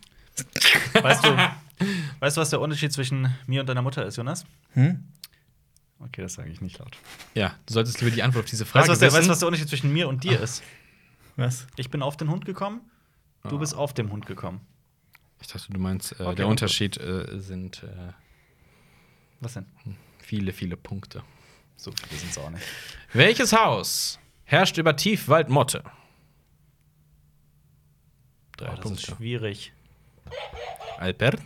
Speaker 1: Weißt du, weißt du, was der Unterschied zwischen mir und deiner Mutter ist, Jonas?
Speaker 2: Hm?
Speaker 1: Okay, das sage ich nicht laut.
Speaker 3: Ja, du solltest lieber die Antwort auf diese Frage
Speaker 1: Weißt du, was der,
Speaker 3: wissen.
Speaker 1: weißt, du, was der Unterschied zwischen mir und
Speaker 3: Ah.
Speaker 1: dir ist?
Speaker 2: Was?
Speaker 1: Ich bin auf den Hund gekommen, du
Speaker 3: Ah.
Speaker 1: bist auf dem Hund gekommen.
Speaker 3: ich dachte, du meinst, äh,
Speaker 1: Okay.
Speaker 3: der Unterschied äh, sind äh,
Speaker 1: Was denn?
Speaker 3: viele, viele Punkte.
Speaker 1: So viele sind es auch nicht.
Speaker 3: Welches Haus herrscht über Tiefwaldmotte? Drei
Speaker 1: Oh, das ist
Speaker 3: Punkte.
Speaker 1: schwierig.
Speaker 3: Albert?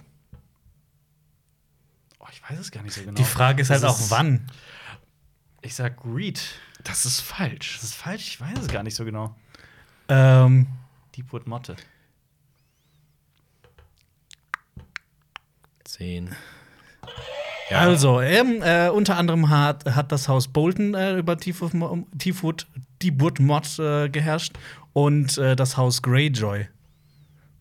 Speaker 1: Oh, ich weiß es gar nicht so genau.
Speaker 2: Die Frage ist halt
Speaker 1: Das
Speaker 2: auch, wann.
Speaker 1: Ich sag Reed.
Speaker 3: Das ist falsch.
Speaker 1: Das ist falsch, ich weiß es gar nicht so genau.
Speaker 2: Ähm,
Speaker 1: Deepwood Motte.
Speaker 3: Zehn.
Speaker 2: Also, ähm, äh, unter anderem hat, hat das Haus Bolton äh, über Tiefwood, Mo- Tiefwood die Burg Mott äh, geherrscht und äh, das Haus Greyjoy.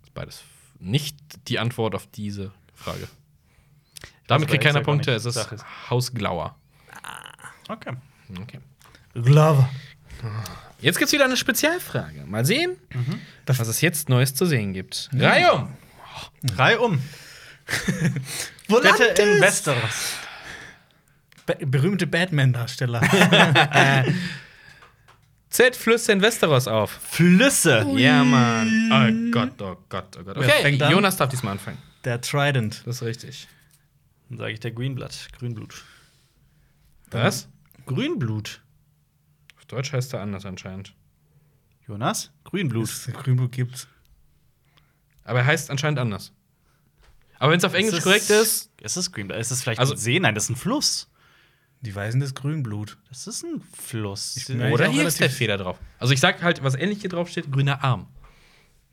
Speaker 3: Ist Beides f- nicht die Antwort auf diese Frage. Damit
Speaker 1: aber
Speaker 3: kriegt keiner
Speaker 1: jetzt auch
Speaker 3: Punkte,
Speaker 1: nicht.
Speaker 3: es ist
Speaker 1: Sache ist-
Speaker 3: Haus Glauer.
Speaker 1: Okay.
Speaker 3: Hm. Okay.
Speaker 2: Glove.
Speaker 3: Jetzt gibt's wieder eine Spezialfrage. Mal sehen, was es jetzt Neues zu sehen gibt. Reihum!
Speaker 1: Drei um. Städte in Westeros.
Speaker 2: Be berühmte Batman-Darsteller.
Speaker 3: Zählt Flüsse in Westeros auf.
Speaker 1: Flüsse.
Speaker 3: Ja, Mann. Oh Gott, oh Gott, oh Gott.
Speaker 2: Wer
Speaker 3: Okay,
Speaker 2: fängt an?
Speaker 3: Jonas darf diesmal anfangen.
Speaker 2: der Trident.
Speaker 3: Das ist richtig.
Speaker 1: Dann sage ich der Greenblatt. Grünblut.
Speaker 3: Was?
Speaker 1: Grünblut.
Speaker 3: Auf Deutsch heißt er anders anscheinend.
Speaker 1: Jonas? Grünblut.
Speaker 2: Das Grünbuch gibt.
Speaker 3: Aber er heißt anscheinend anders. Aber wenn es auf Englisch korrekt ist.
Speaker 1: Es ist Greenblatt. Ist es vielleicht
Speaker 3: Also-
Speaker 1: ein See? Nein, das ist ein Fluss.
Speaker 2: Die Weisen des Grünblut.
Speaker 1: Das ist ein Fluss.
Speaker 2: Ich bin eigentlich
Speaker 3: Oder
Speaker 2: auch
Speaker 3: hier ist der
Speaker 2: relativ-
Speaker 3: Fehler drauf. Also ich sag halt, was ähnlich hier drauf steht, grüner Arm.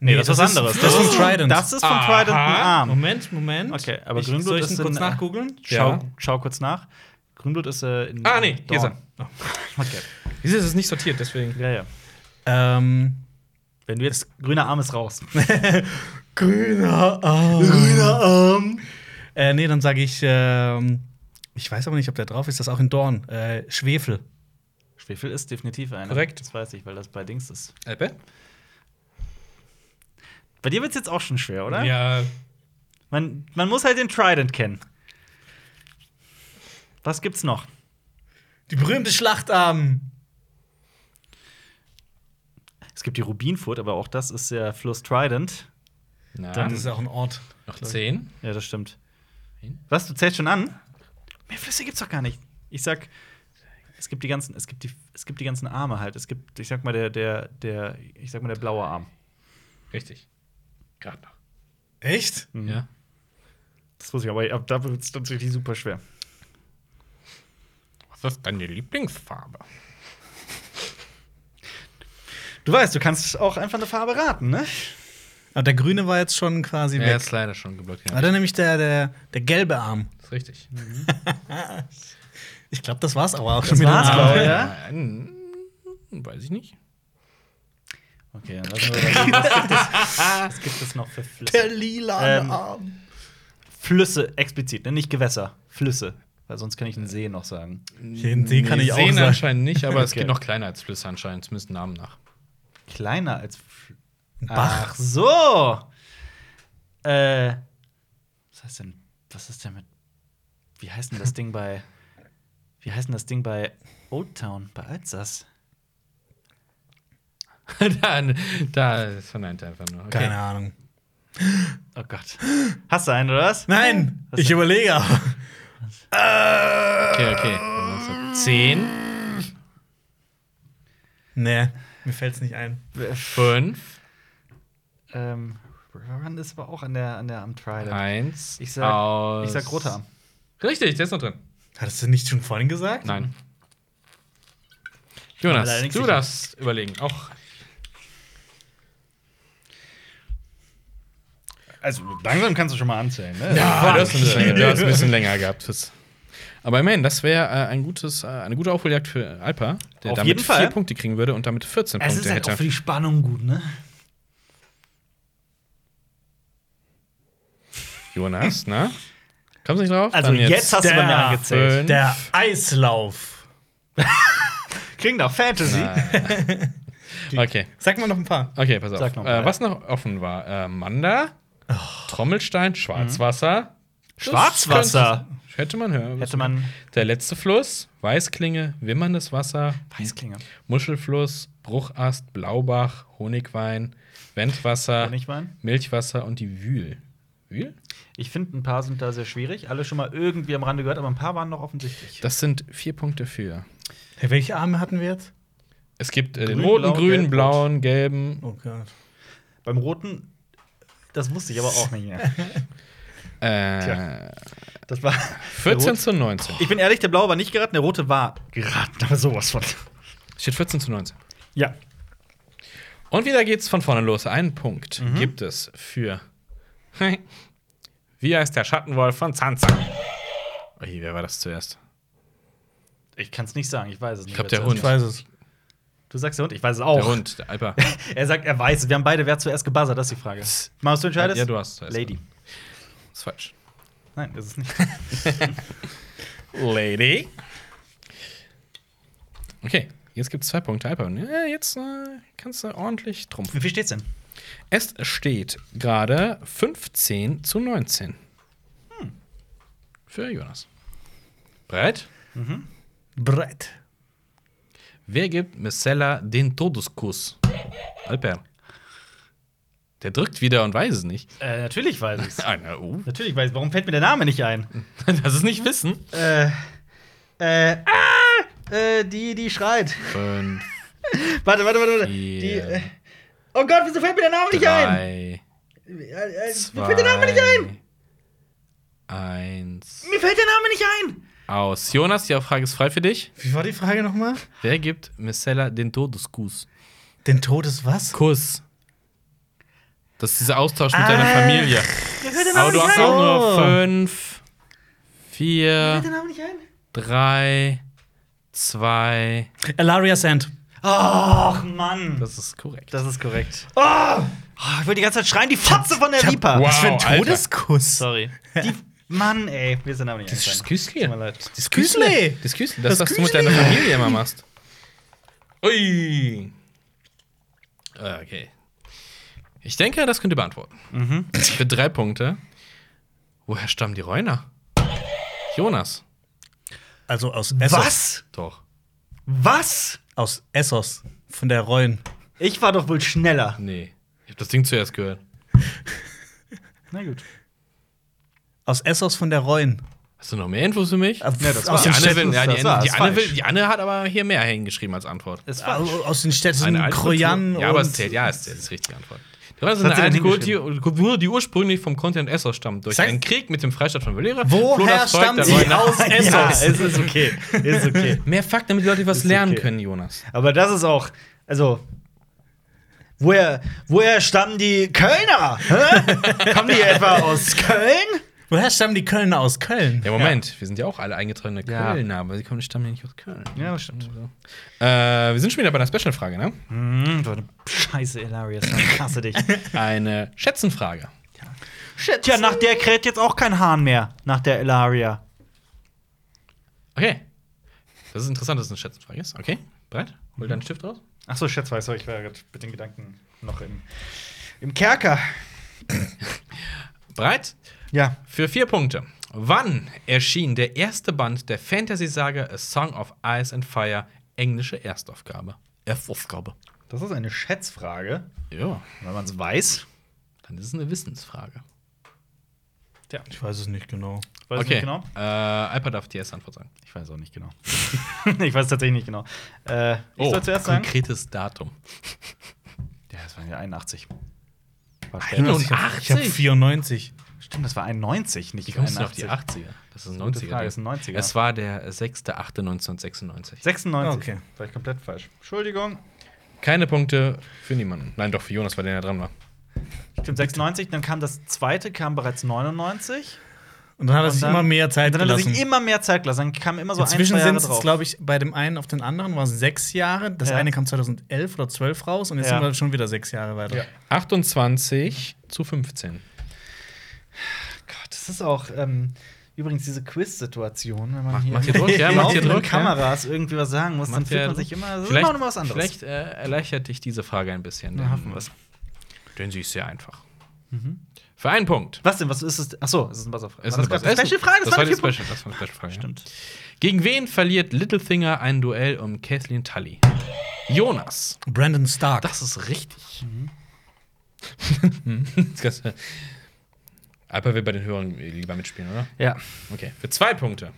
Speaker 1: nee, das, ist was
Speaker 2: ist-
Speaker 1: anderes.
Speaker 2: Das ist von Trident. Um,
Speaker 1: Das ist von Trident ein
Speaker 3: Aha.
Speaker 1: Arm.
Speaker 2: Moment, Moment.
Speaker 1: Okay, aber
Speaker 2: ich,
Speaker 1: Grünblut
Speaker 2: soll ich
Speaker 1: ist
Speaker 2: den kurz
Speaker 1: in-
Speaker 2: nachgoogeln?
Speaker 1: Schau,
Speaker 3: Ja.
Speaker 1: schau kurz nach. Grünblut ist äh, in.
Speaker 3: Ah, nee, hier ist er. Oh.
Speaker 1: Dorn. Okay.
Speaker 3: Wieso ist es nicht sortiert, deswegen.
Speaker 1: Ja, ja.
Speaker 2: Ähm,
Speaker 1: Wenn du jetzt grüner Arm ist raus.
Speaker 2: Grüner Arm. Grüner Arm. Äh, nee, dann sage ich, ähm, ich weiß aber nicht, ob der drauf ist, das ist auch in Dorn. Äh, Schwefel.
Speaker 1: Schwefel ist definitiv einer.
Speaker 3: Korrekt.
Speaker 1: Das weiß ich, weil das bei Dings ist.
Speaker 3: Alpe?
Speaker 1: Bei dir wird es jetzt auch schon schwer, oder?
Speaker 3: Ja.
Speaker 1: Man, man muss halt den Trident kennen. Was gibt's noch?
Speaker 2: Die berühmte Schlachtarm.
Speaker 1: Es gibt die Rubinfurt, aber auch das ist der Fluss Trident.
Speaker 3: Na,
Speaker 1: Dann-
Speaker 2: Ah, Das ist auch ein Ort.
Speaker 3: noch zehn.
Speaker 1: Ja, das stimmt.
Speaker 3: Wen?
Speaker 1: Was? Du zählst schon an? Mehr Flüsse gibt's doch gar nicht. Ich sag, es gibt die ganzen, es gibt die, es gibt die ganzen Arme halt. Es gibt, ich sag mal, der, der, der, ich sag mal, der blaue Arm.
Speaker 3: Richtig. Gerade noch.
Speaker 2: Echt?
Speaker 1: Mhm.
Speaker 3: Ja.
Speaker 1: Das wusste ich, aber ab da wird's natürlich super schwer.
Speaker 3: Was ist deine Lieblingsfarbe?
Speaker 1: Du weißt, du kannst auch einfach eine Farbe raten, ne?
Speaker 2: Aber Ah, der Grüne war jetzt schon quasi
Speaker 3: Er
Speaker 2: weg.
Speaker 3: ist leider schon geblockt.
Speaker 2: War dann nämlich der, der, der gelbe Arm.
Speaker 3: ist richtig.
Speaker 2: Ich glaube, das war's aber auch
Speaker 1: Das war's,
Speaker 3: Hm,
Speaker 2: dem
Speaker 1: glaub
Speaker 2: Arm.
Speaker 1: ich.
Speaker 3: Äh, n- weiß ich nicht.
Speaker 1: Okay, dann lassen wir das. Was gibt es, was gibt es noch für Flüsse?
Speaker 2: lila
Speaker 1: Ähm,
Speaker 2: Arm.
Speaker 1: Flüsse explizit, ne? nicht Gewässer, Flüsse. Weil sonst kann ich einen See noch sagen.
Speaker 2: Den See kann ich auch
Speaker 3: Seen
Speaker 2: sagen.
Speaker 3: anscheinend nicht, aber es
Speaker 1: Okay.
Speaker 3: geht noch kleiner als Flüsse anscheinend, zumindest Namen nach.
Speaker 1: Kleiner als Fl
Speaker 2: Bach.
Speaker 1: Ach so. Äh, was heißt denn, was ist denn mit, wie heißt denn das Ding bei, wie heißt denn das Ding bei Old Town, bei Alsace?
Speaker 3: da, da ist verneint er einfach nur. Okay.
Speaker 2: Keine Ahnung.
Speaker 1: Oh Gott. Hast du einen, oder was?
Speaker 2: Nein,
Speaker 1: Was
Speaker 2: ich
Speaker 1: denn?
Speaker 2: überlege. aber.
Speaker 3: Okay, okay. Also, Zehn,
Speaker 2: nee, mir fällt's nicht ein.
Speaker 3: fünf,
Speaker 1: Ähm, Run ist aber auch an der, an der am
Speaker 3: Äh,
Speaker 1: Trident.
Speaker 3: eins.
Speaker 1: Ich sag,
Speaker 3: aus-
Speaker 1: ich sag roter Arm.
Speaker 3: Richtig, der ist noch drin.
Speaker 2: Hattest du nicht schon vorhin gesagt?
Speaker 3: Nein.
Speaker 1: Ich bin mir
Speaker 3: Jonas,
Speaker 1: leider
Speaker 3: du
Speaker 1: nicht
Speaker 3: darfst überlegen. Auch
Speaker 1: Also langsam kannst du schon mal anzählen, ne?
Speaker 3: Ja, Ah, du hast ein bisschen, du hast ein bisschen länger gehabt. Für's. Aber immerhin, das wäre äh, ein gutes, äh, eine gute Aufholjagd für Alpa, der
Speaker 1: Auf
Speaker 3: damit
Speaker 1: jeden Fall.
Speaker 3: vier Punkte kriegen würde und damit 14
Speaker 1: Es ist
Speaker 3: Punkte
Speaker 1: halt auch für
Speaker 3: hätte.
Speaker 1: die Spannung gut, ne?
Speaker 3: Jonas, ne? Kommst du nicht drauf?
Speaker 1: Also
Speaker 3: Dann
Speaker 1: jetzt, hast du bei mir
Speaker 2: der-
Speaker 1: angezählt.
Speaker 3: Fünf.
Speaker 2: Der Eislauf.
Speaker 1: Kriegen doch Fantasy.
Speaker 3: Okay,
Speaker 2: Sag mal noch ein paar.
Speaker 3: okay, pass auf.
Speaker 1: Sag noch mal, Oh.
Speaker 3: äh, was noch offen war: äh, Manda, Trommelstein, Schwarzwasser. Das
Speaker 1: Mhm. Schwarzwasser?
Speaker 3: könnte- Hätte man hören.
Speaker 1: Hätte man
Speaker 3: Der letzte Fluss, Weißklinge, wimmerndes Wasser,
Speaker 1: Weißklinge.
Speaker 3: Muschelfluss, Bruchast, Blaubach, Honigwein, Wendwasser,
Speaker 1: Honigwein?
Speaker 3: Milchwasser und die Wühl. Wühl?
Speaker 1: Ich finde, ein paar sind da sehr schwierig. Alle schon mal irgendwie am Rande gehört, aber ein paar waren noch offensichtlich.
Speaker 3: Das sind vier Punkte für.
Speaker 2: Hey, welche Arme hatten wir jetzt?
Speaker 3: Es gibt äh, den
Speaker 1: Grün,
Speaker 3: roten,
Speaker 1: blau,
Speaker 3: grünen,
Speaker 1: gelb,
Speaker 3: blauen, gelben.
Speaker 2: Oh Gott.
Speaker 1: Beim roten, das wusste ich aber auch nicht mehr.
Speaker 3: Äh,
Speaker 1: Das war
Speaker 3: 14
Speaker 1: Der rote-
Speaker 3: zu 19.
Speaker 1: Ich bin ehrlich, der blaue war nicht geraten, der rote war geraten, aber sowas von.
Speaker 3: Steht 14 zu 19.
Speaker 1: Ja.
Speaker 3: Und wieder geht's von vorne los. Einen Punkt
Speaker 1: Mhm.
Speaker 3: gibt es für. Wie heißt der Schattenwolf von Zanza? Ui, wer war das zuerst?
Speaker 1: Ich kann es nicht sagen, ich weiß es nicht.
Speaker 3: Ich glaub,
Speaker 1: wer
Speaker 3: der
Speaker 1: zuerst-
Speaker 3: Hund.
Speaker 2: weiß es.
Speaker 1: Du sagst der Hund, ich weiß es auch.
Speaker 3: Der Hund, der Alper.
Speaker 1: Er sagt, er weiß es. Wir haben beide, wer zuerst gebuzzert, das ist die Frage. Machst du entscheidest?
Speaker 3: Ja, du hast zuerst.
Speaker 1: Lady.
Speaker 3: ist falsch.
Speaker 1: Nein, das ist nicht.
Speaker 3: Lady. Okay, jetzt gibt's zwei Punkte. Alper. Ja, jetzt äh, kannst du ordentlich trumpfen.
Speaker 1: Wie viel steht's denn?
Speaker 3: Es steht gerade 15 zu 19. Für Jonas. Bereit? Mhm.
Speaker 2: Brett.
Speaker 3: Wer gibt Messella den Todeskuss? Alper. Der drückt wieder und weiß es nicht.
Speaker 1: Äh, natürlich weiß ich's.
Speaker 3: Ah, na, uh.
Speaker 1: natürlich weiß ich. Warum fällt mir der Name nicht ein?
Speaker 3: Das ist nicht Wissen.
Speaker 1: Äh, äh, ah, äh, die, die schreit.
Speaker 3: Fünf,
Speaker 1: Warte, warte, warte, warte. Die, äh,
Speaker 3: vier,
Speaker 1: oh Gott, wieso fällt mir der Name nicht ein?
Speaker 3: drei,
Speaker 1: Äh, äh,
Speaker 3: zwei,
Speaker 1: mir fällt der Name nicht ein.
Speaker 3: Eins.
Speaker 1: Mir fällt der Name nicht ein.
Speaker 3: Aus. Jonas, die Frage ist frei für dich.
Speaker 2: Wie war die Frage nochmal?
Speaker 3: Wer gibt Messella den Todeskuss?
Speaker 2: Den Todes was?
Speaker 3: Kuss. Das ist dieser Austausch mit
Speaker 1: Äh,
Speaker 3: deiner Familie.
Speaker 1: Mir fällt der Name
Speaker 3: Aber du
Speaker 1: nicht
Speaker 3: hast
Speaker 1: ein.
Speaker 2: Oh.
Speaker 3: auch nur fünf,
Speaker 1: Mir fällt der
Speaker 3: vier,
Speaker 1: Name nicht ein.
Speaker 3: drei, zwei.
Speaker 2: Alaria Sand.
Speaker 1: Och, Mann.
Speaker 3: Das ist korrekt.
Speaker 1: Das ist korrekt. Oh! ich wollte die ganze Zeit schreien, die Fotze von der Viper.
Speaker 3: Wow,
Speaker 2: Was für ein
Speaker 3: Alter.
Speaker 2: Todeskuss.
Speaker 1: Sorry. Die, Mann, ey. Mir ist der Name nicht eingefallen. Tut mir
Speaker 3: Küsle.
Speaker 1: leid.
Speaker 3: Das
Speaker 2: Küsle.
Speaker 3: Küsle. Das Küsle. Das,
Speaker 2: Das
Speaker 3: was du mit deiner Familie immer machst. Ui. Ah, Okay. Ich denke, das könnt ihr beantworten.
Speaker 1: Mhm.
Speaker 3: Für drei Punkte. Woher stammen die Reuner? Jonas.
Speaker 2: Also aus
Speaker 1: Was?
Speaker 3: Doch.
Speaker 1: Was?
Speaker 2: Aus Essos. Von der Reuen.
Speaker 1: Ich war doch wohl schneller.
Speaker 3: Nee. Ich hab das Ding zuerst gehört.
Speaker 1: Na gut.
Speaker 2: Aus Essos von der Reuen.
Speaker 3: Hast du noch mehr Infos für mich?
Speaker 2: Äh,
Speaker 1: Also, Ja, das war's.
Speaker 2: aus,
Speaker 3: Die
Speaker 2: den
Speaker 3: Anne,
Speaker 2: Städten,
Speaker 3: will, ja, die,
Speaker 1: das war-
Speaker 3: Anne, die,
Speaker 1: ist
Speaker 3: Anne will,
Speaker 1: falsch.
Speaker 3: die Anne hat aber hier mehr hingeschrieben als Antwort.
Speaker 1: Es war.
Speaker 2: Au- aus den Städten Krojan
Speaker 3: Ja, aber es
Speaker 2: und-
Speaker 3: zählt, ja, es zählt, das ist die richtige Antwort. Die Römer
Speaker 1: Was
Speaker 3: sind eine
Speaker 1: hat sie
Speaker 3: alte
Speaker 1: denn
Speaker 3: Kultur, die, Kultur, die ursprünglich vom Kontinent Essos stammt. Durch
Speaker 2: Sag-
Speaker 3: einen Krieg mit dem Freistaat von Valera floh
Speaker 2: Woher
Speaker 3: das Volk
Speaker 2: stammt
Speaker 3: der
Speaker 2: sie
Speaker 3: Rhone-
Speaker 2: aus Essos?
Speaker 1: Ja, es ist okay. ist okay.
Speaker 3: Mehr Fakten, damit die Leute was
Speaker 1: Ist
Speaker 3: lernen
Speaker 1: okay.
Speaker 3: können, Jonas.
Speaker 1: Aber das ist auch. Also. Woher, woher stammen die Kölner? Hä? Kommen die etwa aus Köln?
Speaker 2: Woher stammen die Kölner aus Köln?
Speaker 3: Ja, Moment, wir sind ja auch alle eingetragene
Speaker 1: Ja.
Speaker 3: Kölner, aber sie kommen, die stammen ja nicht aus Köln.
Speaker 1: Ja, das stimmt.
Speaker 3: Äh, wir sind schon wieder bei einer Special-Frage, ne?
Speaker 1: Mhm, so eine Scheiße, Hilarious, ich hasse dich.
Speaker 3: Eine Schätzenfrage.
Speaker 2: Shit.
Speaker 1: Tja, nach der kräht jetzt auch kein Hahn mehr, nach der Elaria.
Speaker 3: Okay. Das ist interessant, dass es eine Schätzenfrage ist. Okay, bereit? Hol deinen Stift raus.
Speaker 1: Achso, Schätz, weiß ich war jetzt mit den Gedanken noch im, im Kerker.
Speaker 3: Bereit?
Speaker 1: Ja.
Speaker 3: Für vier Punkte. Wann erschien der erste Band der Fantasy-Sage A Song of Ice and Fire, englische Erstaufgabe? Erstaufgabe.
Speaker 1: Das ist eine Schätzfrage.
Speaker 3: Ja,
Speaker 1: Wenn man es weiß.
Speaker 3: dann ist es eine Wissensfrage.
Speaker 2: Ich weiß es nicht genau.
Speaker 1: Weiß
Speaker 3: okay. Äh, Alper darf die erste Antwort sagen.
Speaker 1: Ich weiß auch nicht genau. ich weiß tatsächlich nicht genau. Äh, ich soll zuerst sagen.
Speaker 3: Oh, konkretes Datum.
Speaker 1: Ja, das war ja 81. War später.
Speaker 3: 81?
Speaker 2: Ich habe 94.
Speaker 1: Stimmt, das war 91, nicht
Speaker 3: Wie kommst du auf die 80er? Das ist ein 90er.
Speaker 1: Frage, ist ein 90er.
Speaker 3: Es war der 6.8.1996.
Speaker 1: 96.
Speaker 2: Okay.
Speaker 1: War ich komplett falsch. Entschuldigung.
Speaker 3: Keine Punkte für niemanden. Nein, doch für Jonas, weil der ja dran war.
Speaker 1: Stimmt, 96, dann kam das zweite, kam bereits 99.
Speaker 2: Und dann hat er
Speaker 1: Und
Speaker 2: sich
Speaker 1: dann-
Speaker 2: immer mehr Zeit
Speaker 1: Dann hat er
Speaker 2: gelassen.
Speaker 1: sich immer mehr Zeit gelassen. Dann kam immer so ein,
Speaker 2: Inzwischen
Speaker 1: zwei
Speaker 2: sind
Speaker 1: Jahre
Speaker 2: es,
Speaker 1: drauf.
Speaker 2: glaube ich, bei dem einen auf den anderen waren es sechs Jahre. Das
Speaker 1: Ja.
Speaker 2: eine kam 2011 oder 12 raus und jetzt
Speaker 1: Ja.
Speaker 2: sind wir halt schon wieder sechs Jahre weiter.
Speaker 1: Ja.
Speaker 3: 28 zu 15.
Speaker 1: Gott, das ist auch ähm, übrigens diese Quiz-Situation, wenn man
Speaker 3: Mach-
Speaker 1: hier
Speaker 3: macht ihr Druck,
Speaker 1: mit
Speaker 3: ja, macht ihr
Speaker 1: laufenden
Speaker 3: Druck, ja.
Speaker 1: Kameras irgendwie was sagen muss, dann
Speaker 3: Macht
Speaker 1: fühlt
Speaker 3: ja-
Speaker 1: man sich immer, das ist
Speaker 3: vielleicht-
Speaker 1: immer noch was anderes.
Speaker 3: Vielleicht äh, erleichtert dich diese Frage ein bisschen.
Speaker 1: Ja,
Speaker 3: denn-
Speaker 1: hoffen wir's.
Speaker 3: Denn sie ist sehr einfach. Für einen Punkt.
Speaker 1: Was denn, was ist es? Achso, es ist ein Buzzer-Frage.
Speaker 3: Es
Speaker 1: War
Speaker 3: ist
Speaker 1: Das
Speaker 3: eine-
Speaker 1: eine Special-Frage,
Speaker 3: das war die
Speaker 1: vier Punkte.
Speaker 3: Special, das war eine Special-Frage. ja.
Speaker 1: Stimmt.
Speaker 3: Gegen wen verliert Littlefinger ein Duell um Kathleen Tully? Jonas.
Speaker 2: Brandon Stark.
Speaker 3: Das ist richtig. Das kannst du- Alper will bei den Hörern lieber mitspielen, oder?
Speaker 1: Ja.
Speaker 3: Okay. Für zwei Punkte.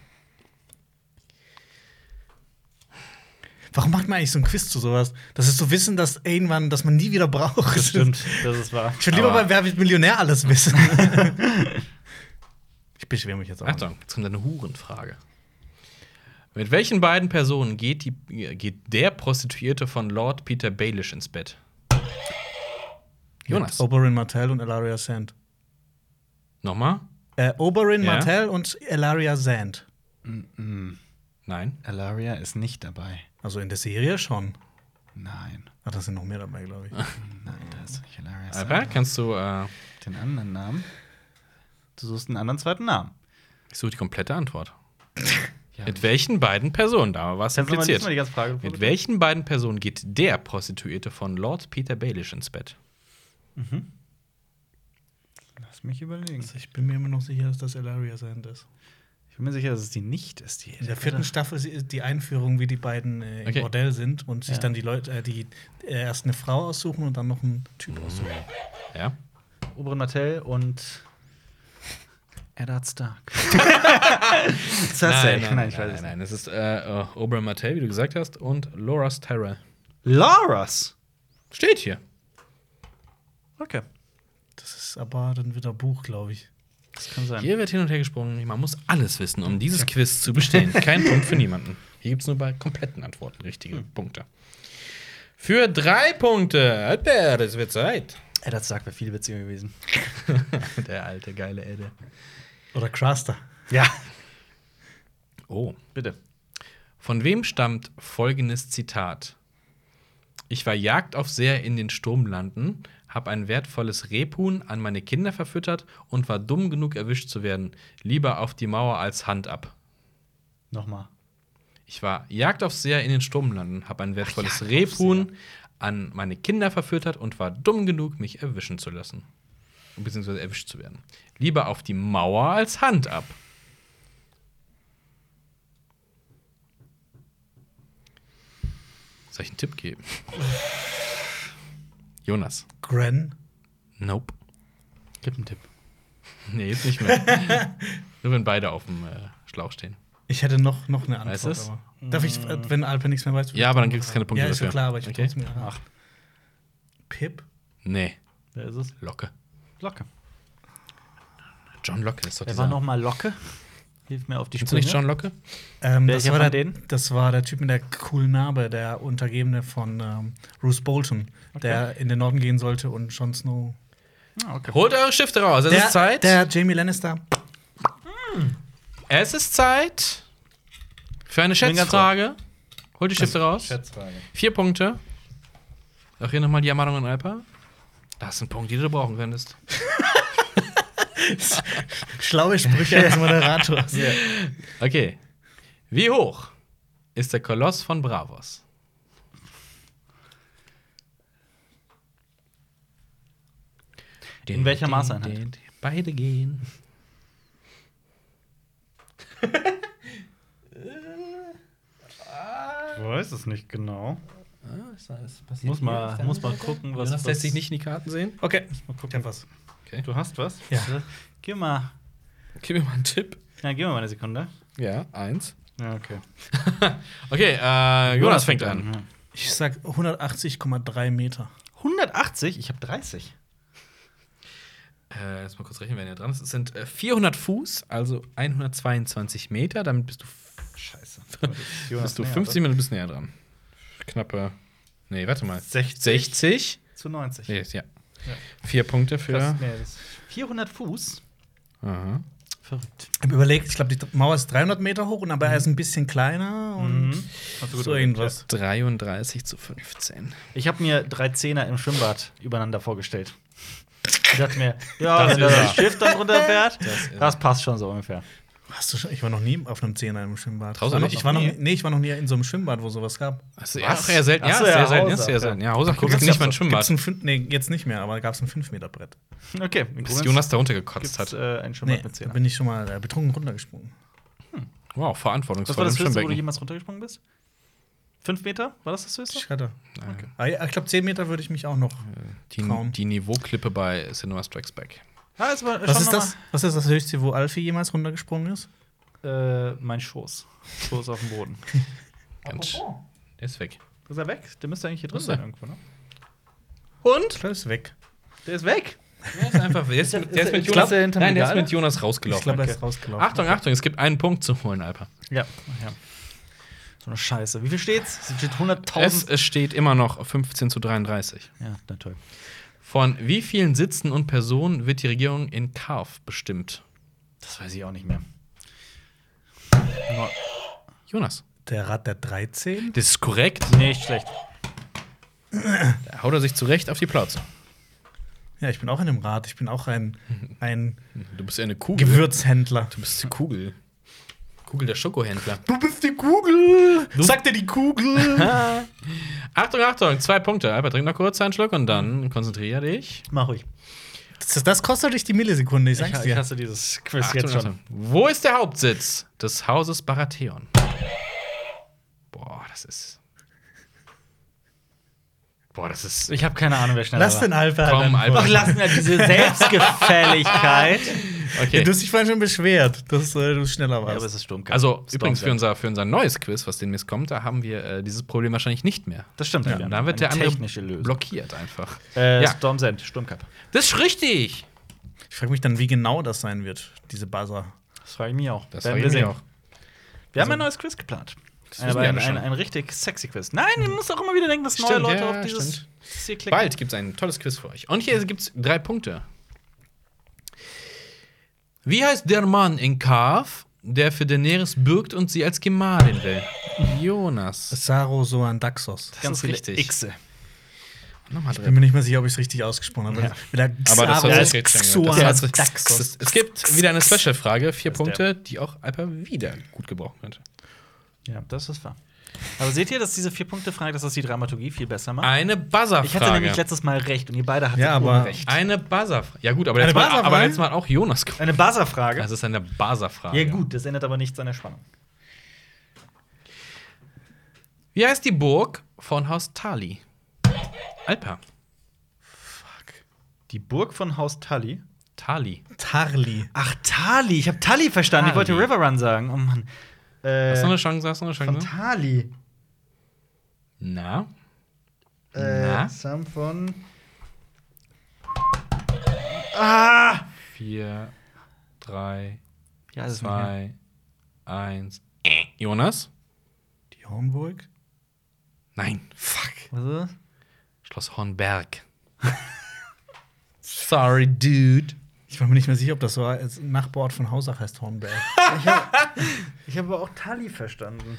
Speaker 2: Warum macht man eigentlich so ein Quiz zu sowas? Das ist so Wissen, dass irgendwann, dass man nie wieder braucht.
Speaker 1: Das stimmt, das ist wahr.
Speaker 2: Ich würde lieber
Speaker 3: Aber-
Speaker 2: bei Wer wird Millionär alles wissen. ich beschwere mich jetzt auch.
Speaker 3: Achtung, jetzt kommt eine Hurenfrage. Mit welchen beiden Personen geht, die, geht der Prostituierte von Lord Peter Baelish ins Bett?
Speaker 2: nicht.
Speaker 3: Jonas.
Speaker 1: Oh.
Speaker 2: Mit Oberyn Martell und Elaria Sand.
Speaker 3: Nochmal?
Speaker 2: Äh, Oberyn
Speaker 3: Ja.
Speaker 2: Martell und Elaria Sand.
Speaker 3: Nein.
Speaker 1: Alaria ist nicht dabei.
Speaker 2: Also in der Serie schon.
Speaker 1: Nein.
Speaker 2: Ah, da sind noch mehr dabei, glaube ich. Also
Speaker 1: Nein, da ist nicht Alaria.
Speaker 3: Alper, kannst du. Äh,
Speaker 1: Den anderen Namen? Du suchst einen anderen zweiten Namen.
Speaker 3: ich suche die komplette Antwort.
Speaker 1: Ja.
Speaker 3: Mit welchen beiden Personen? Da war es
Speaker 1: Kannst du mal- lies
Speaker 3: impliziert.
Speaker 1: mal die ganze Frage.
Speaker 3: Mit welchen beiden Personen geht der Prostituierte von Lord Peter Baelish ins Bett?
Speaker 1: Lass mich überlegen.
Speaker 2: Also ich bin mir immer noch sicher, dass das Elaria Sand ist.
Speaker 1: Ich bin mir sicher, dass es die nicht ist. Die
Speaker 2: In der vierten Staffel ist die Einführung, wie die beiden äh, im
Speaker 3: Okay.
Speaker 2: Bordell sind und sich
Speaker 1: Ja.
Speaker 2: dann die Leute, äh, die äh, erst eine Frau aussuchen und dann noch einen Typ aussuchen.
Speaker 3: Ja?
Speaker 1: Oberon Martell und Eddard Stark. Cersei.
Speaker 3: nein, nein,
Speaker 1: ich
Speaker 3: nein,
Speaker 1: weiß es
Speaker 3: nein, Es ist äh, äh, Oberyn Martell, wie du gesagt hast, und Loras Tyrell.
Speaker 1: nicht. Loras.
Speaker 3: Steht hier.
Speaker 1: Okay,
Speaker 2: Das ist aber dann wieder Buch, glaube ich.
Speaker 1: das kann sein.
Speaker 3: Hier wird hin und her gesprungen. Man muss alles wissen, um dieses Quiz zu bestehen. Kein Punkt für niemanden. Hier gibt es nur bei kompletten Antworten richtige Punkte. Für drei Punkte. Alter, es wird Zeit.
Speaker 1: Eddard Stark wäre viel witziger gewesen.
Speaker 3: Der alte, geile Edde.
Speaker 2: Oder Craster.
Speaker 1: Ja,
Speaker 3: Oh.
Speaker 1: bitte.
Speaker 3: Von wem stammt folgendes Zitat? Ich war Jagdaufseher in den Sturmlanden, habe ein wertvolles Rebhuhn an meine Kinder verfüttert und war dumm genug erwischt zu werden. Lieber auf die Mauer als Hand ab.
Speaker 1: Nochmal.
Speaker 3: Ich war Jagdaufseher in den Sturmlanden, habe ein wertvolles Rebhuhn an meine Kinder verfüttert und war dumm genug, mich erwischen zu lassen. Beziehungsweise erwischt zu werden. Lieber auf die Mauer als Hand ab. Soll ich einen Tipp geben? Jonas.
Speaker 2: Gren.
Speaker 3: Nope.
Speaker 1: Gib einen Tipp.
Speaker 3: Nee, jetzt nicht mehr. Nur wenn beide auf dem äh, Schlauch stehen.
Speaker 2: Ich hätte noch, noch eine Antwort.
Speaker 3: Weißt du's?
Speaker 2: aber. Darf ich, äh, wenn Alper nichts mehr weiß?
Speaker 3: Ja, aber dann kriegst du keine Punkte
Speaker 2: Ja, ist ja
Speaker 3: dafür.
Speaker 2: klar, aber ich will
Speaker 3: Okay.
Speaker 2: trotzdem acht. Pip?
Speaker 3: Nee,
Speaker 1: Wer ist es?
Speaker 3: Locke.
Speaker 1: Locke.
Speaker 3: John Locke ist doch
Speaker 1: Wer
Speaker 3: dieser.
Speaker 1: war nochmal Locke? Hilf mir auf die
Speaker 3: Kennst du
Speaker 1: Sprünge.
Speaker 3: nicht John Locke?
Speaker 2: Ähm,
Speaker 1: Wer
Speaker 2: das,
Speaker 1: ist ja
Speaker 2: war
Speaker 1: von
Speaker 2: der,
Speaker 1: denen?
Speaker 2: das war der Typ mit der coolen Narbe, der Untergebene von ähm, Bruce Bolton, der in den Norden gehen sollte und Jon Snow.
Speaker 1: Ah, okay.
Speaker 3: Holt eure Stifte raus, es
Speaker 2: Der,
Speaker 3: ist Zeit.
Speaker 2: der Jamie Lannister.
Speaker 3: Es ist Zeit für eine
Speaker 1: bin ganz
Speaker 3: Schätzfrage. Hol die Stifte raus.
Speaker 1: Schätzfrage.
Speaker 3: Vier Punkte. Auch hier nochmal die Ermahnung an Alpa. Das sind Punkte, die du brauchen könntest.
Speaker 2: Schlaue Sprüche als Moderator.
Speaker 3: Okay. Wie hoch ist der Koloss von Bravos?
Speaker 1: In welcher Maßeinheit?
Speaker 3: Beide gehen.
Speaker 1: Ich weiß es nicht genau.
Speaker 3: Muss mal, muss mal.
Speaker 1: gucken,
Speaker 3: Was, das lässt sich nicht in die Karten sehen.
Speaker 2: Okay, ich hab was.
Speaker 1: Du hast was?
Speaker 2: Ja.
Speaker 1: Gib mal,
Speaker 3: Gib mir mal einen Tipp.
Speaker 1: ja, gib mal eine Sekunde.
Speaker 3: Ja, eins.
Speaker 1: Ja, okay. Mhm.
Speaker 3: Okay, äh, Jonas fängt an.
Speaker 2: Ich sag 180,3 Meter.
Speaker 1: 180? Ich habe 30.
Speaker 3: Äh, lass mal kurz rechnen, wenn er dran ist. Es sind äh, 400 Fuß, also 122 Meter. Damit bist du,
Speaker 1: Scheiße.
Speaker 3: bist du 50 Minuten bist näher dran. Knappe. Nee, warte mal.
Speaker 1: 60.
Speaker 3: 60.
Speaker 1: also zu 90.
Speaker 3: Nee, ja. Vier Punkte für.
Speaker 1: Das, nee, das 400 Fuß.
Speaker 3: Aha.
Speaker 1: Verrückt.
Speaker 2: Ich hab überlegt, ich glaube, die Mauer ist 300 Meter hoch und aber er ist ein bisschen kleiner und
Speaker 1: Mhm. Hast du gut
Speaker 2: so irgendwas.
Speaker 3: 33 zu 15.
Speaker 1: Ich habe mir drei Zehner im Schwimmbad übereinander vorgestellt. Ich dachte mir, ja,
Speaker 3: Das
Speaker 1: wenn da
Speaker 3: ist
Speaker 1: so ein
Speaker 3: er.
Speaker 1: Schiff dann runterfährt,
Speaker 3: Das ist
Speaker 1: das,
Speaker 3: er.
Speaker 1: passt schon so ungefähr.
Speaker 2: Hast du schon, ich war noch nie auf einem Zehner im Schwimmbad.
Speaker 3: Traust du
Speaker 2: ich war
Speaker 3: dich?
Speaker 2: noch, ich war noch,
Speaker 1: Nee.
Speaker 2: nee, ich war noch nie in so einem Schwimmbad, wo sowas gab.
Speaker 3: Also,
Speaker 1: Was?
Speaker 3: Ja, eher selten. Ja,
Speaker 1: Ach so,
Speaker 3: sehr
Speaker 1: ja,
Speaker 3: selten. Ja,
Speaker 1: Hausach,
Speaker 3: sehr
Speaker 1: ja.
Speaker 3: selten. Ja, Hauser guckt
Speaker 2: Gibt's
Speaker 3: nicht
Speaker 2: ja
Speaker 3: mal ein
Speaker 2: so- gibt's
Speaker 3: Schwimmbad.
Speaker 2: ein fünf, nee, jetzt nicht mehr, aber da gab es ein 5-Meter-Brett.
Speaker 1: Okay, in
Speaker 3: Bis
Speaker 1: Koblenz
Speaker 3: Jonas da runtergekotzt
Speaker 1: gibt's,
Speaker 3: hat.
Speaker 1: äh, ein Schwimmbad
Speaker 2: Nee,
Speaker 1: mit
Speaker 2: da
Speaker 1: Zehner.
Speaker 2: bin ich schon mal äh, betrunken runtergesprungen.
Speaker 3: Wow,
Speaker 1: Was war
Speaker 3: verantwortungsvoll im
Speaker 1: das höchste, wo du
Speaker 3: Schwimmbecken.
Speaker 1: jemals runtergesprungen bist? Fünf Meter? War das das höchste?
Speaker 2: Ich hatte.
Speaker 3: Okay.
Speaker 2: Ah, ja, Ich glaube, 10 Meter würde ich mich auch noch.
Speaker 3: Die,
Speaker 2: Traum.
Speaker 3: die Niveauklippe bei Cinema Strikes Back.
Speaker 1: Ja, jetzt mal,
Speaker 2: Was
Speaker 1: schauen
Speaker 2: ist
Speaker 1: wir
Speaker 2: das? Was ist das höchste, wo Alfie jemals runtergesprungen ist?
Speaker 1: Mal. Äh, mein Schoß. Schoß auf dem Boden.
Speaker 3: Ganz der ist weg.
Speaker 1: Ist er weg? Der müsste eigentlich hier drin
Speaker 3: Ist er.
Speaker 1: sein irgendwo, ne?
Speaker 3: Und?
Speaker 2: Klar ist weg.
Speaker 1: Der ist weg!
Speaker 3: Der ist einfach Der ist, mit- der ist mit
Speaker 1: Ich glaub,
Speaker 3: Jonas,
Speaker 1: der hinterm
Speaker 3: nein, der ist
Speaker 1: Regal.
Speaker 3: mit Jonas
Speaker 2: Ich
Speaker 3: rausgelaufen.
Speaker 2: glaube, er
Speaker 1: okay.
Speaker 2: ist rausgelaufen.
Speaker 3: Achtung, Achtung, es gibt einen Punkt zu holen, Alper.
Speaker 1: Ja. Ach ja. So eine Scheiße. Wie viel steht's? Es steht 100.000.
Speaker 3: Es, es steht immer noch 15 zu 33.
Speaker 1: ja, na toll.
Speaker 3: Von wie vielen Sitzen und Personen wird die Regierung in Karf bestimmt?
Speaker 1: Das weiß ich auch nicht mehr.
Speaker 3: Jonas.
Speaker 2: Der Rat der 13?
Speaker 3: Das ist korrekt.
Speaker 1: Nicht schlecht.
Speaker 3: Da haut er sich zurecht auf die Plauze.
Speaker 2: Ja, ich bin auch in dem Rat. Ich bin auch ein, ein
Speaker 3: Du bist ja eine Kugel.
Speaker 2: Gewürzhändler.
Speaker 3: du bist die Kugel. Kugel der Schokohändler.
Speaker 2: Du bist die Kugel! Sag dir die Kugel!
Speaker 3: Achtung, Achtung, zwei Punkte. Albert, trink noch kurz einen Schluck und dann konzentrier dich.
Speaker 1: Mach ruhig.
Speaker 2: das, das kostet dich die Millisekunde, ich
Speaker 1: Ich,
Speaker 2: sag's
Speaker 1: ich
Speaker 2: dir.
Speaker 1: hasse dieses Quiz
Speaker 3: Achtung,
Speaker 1: jetzt schon.
Speaker 3: Achtung. Wo ist der Hauptsitz des Hauses Baratheon? Boah, das ist. Boah, das ist.
Speaker 1: Ich habe keine Ahnung, wer schneller
Speaker 2: Lass den Alpha
Speaker 3: Komm,
Speaker 2: dann
Speaker 3: Alpha.
Speaker 2: vor.
Speaker 1: Doch, lassen wir diese Selbstgefälligkeit.
Speaker 3: Okay.
Speaker 2: Du hast dich vorhin schon beschwert, dass äh, du schneller warst.
Speaker 1: ist Sturmkampf.
Speaker 3: Also, übrigens, für unser, für unser neues Quiz, was demnächst kommt, da haben wir äh, dieses Problem wahrscheinlich nicht mehr.
Speaker 1: Das stimmt, ja.
Speaker 3: Da wird der andere
Speaker 1: technische Lösung.
Speaker 3: blockiert einfach.
Speaker 1: Äh,
Speaker 3: Ja.
Speaker 1: Storm Sand, Sturmcup.
Speaker 3: Das ist richtig!
Speaker 2: ich frage mich dann, wie genau das sein wird, diese Buzzer.
Speaker 1: Das frage ich mich auch.
Speaker 3: Das
Speaker 1: Werden
Speaker 3: frage
Speaker 1: wir
Speaker 3: ich mich
Speaker 1: sehen.
Speaker 3: auch.
Speaker 1: Wir haben ein neues Quiz geplant.
Speaker 3: Also
Speaker 1: Ein,
Speaker 3: Das wissen wir
Speaker 1: ein,
Speaker 3: alle schon. Mhm.
Speaker 1: ein, ein richtig sexy Quiz. Nein, ihr müsst auch immer wieder denken, dass neue
Speaker 3: Stimmt,
Speaker 1: Leute
Speaker 3: ja,
Speaker 1: auf dieses
Speaker 3: stimmt.
Speaker 1: hier klicken.
Speaker 3: Bald gibt es ein tolles Quiz für euch. Und hier gibt es drei Punkte. Wie heißt der Mann in Kaf, der für Daenerys bürgt und sie als Gemahlin will? Jonas.
Speaker 2: Saro Soandaxos.
Speaker 3: Das
Speaker 1: Ganz
Speaker 3: ist
Speaker 1: viele
Speaker 3: richtig.
Speaker 1: Xe.
Speaker 3: Nochmal
Speaker 2: Ich bin mir nicht mehr sicher, ob ich es richtig ausgesprochen habe.
Speaker 1: Ja.
Speaker 2: Vielleicht
Speaker 3: Aber das
Speaker 2: Xaro
Speaker 3: hat sich richtig angehört. Das hat sich-
Speaker 2: Xandaxos.
Speaker 3: Es- Es gibt wieder eine Special-Frage, vier
Speaker 1: Das ist
Speaker 3: Punkte, die auch Alper wieder gut gebrauchen könnte.
Speaker 1: Ja, das ist wahr. Aber seht ihr, dass diese Vier-Punkte-Frage, dass das die Dramaturgie viel besser macht?
Speaker 3: Eine Buzzer-Frage.
Speaker 1: Ah. Ich hatte nämlich letztes Mal recht und ihr beide hattet
Speaker 2: Ja, aber-
Speaker 1: recht.
Speaker 3: Eine Buzzer-Frage. Ja, gut, aber
Speaker 2: Eine
Speaker 3: letztes, Mal, aber
Speaker 2: Buzzer-Frage?
Speaker 3: letztes Mal auch Jonas. gewonnen.
Speaker 1: Eine Buzzer-Frage.
Speaker 3: Das ist eine Buzzer-Frage.
Speaker 1: ja, gut, das ändert aber nichts an der Spannung.
Speaker 3: Wie heißt die Burg von Haus Tali? Alper.
Speaker 1: Die Burg von Haus Tully.
Speaker 3: Tali.
Speaker 2: Tarli.
Speaker 1: Ach, Tali. Ich habe Tali verstanden. Ich wollte
Speaker 3: Tully.
Speaker 1: Riverrun sagen. Oh Mann. Äh,
Speaker 3: Hast du noch eine Chance? Hast du noch eine
Speaker 1: von
Speaker 3: Chance?
Speaker 1: Tali.
Speaker 3: Na? Na?
Speaker 1: Äh, Sam von. Ah!
Speaker 3: Vier, drei,
Speaker 1: Ja, das war
Speaker 3: zwei, eins. Äh, Jonas?
Speaker 2: Die Hornburg?
Speaker 3: Nein. Fuck.
Speaker 1: Was ist
Speaker 3: Schloss Hornberg. Sorry, dude.
Speaker 2: Ich war mir nicht mehr sicher, ob das so ein Nachbarort von Hausach heißt Hornberg.
Speaker 1: Ich habe aber auch Tali verstanden.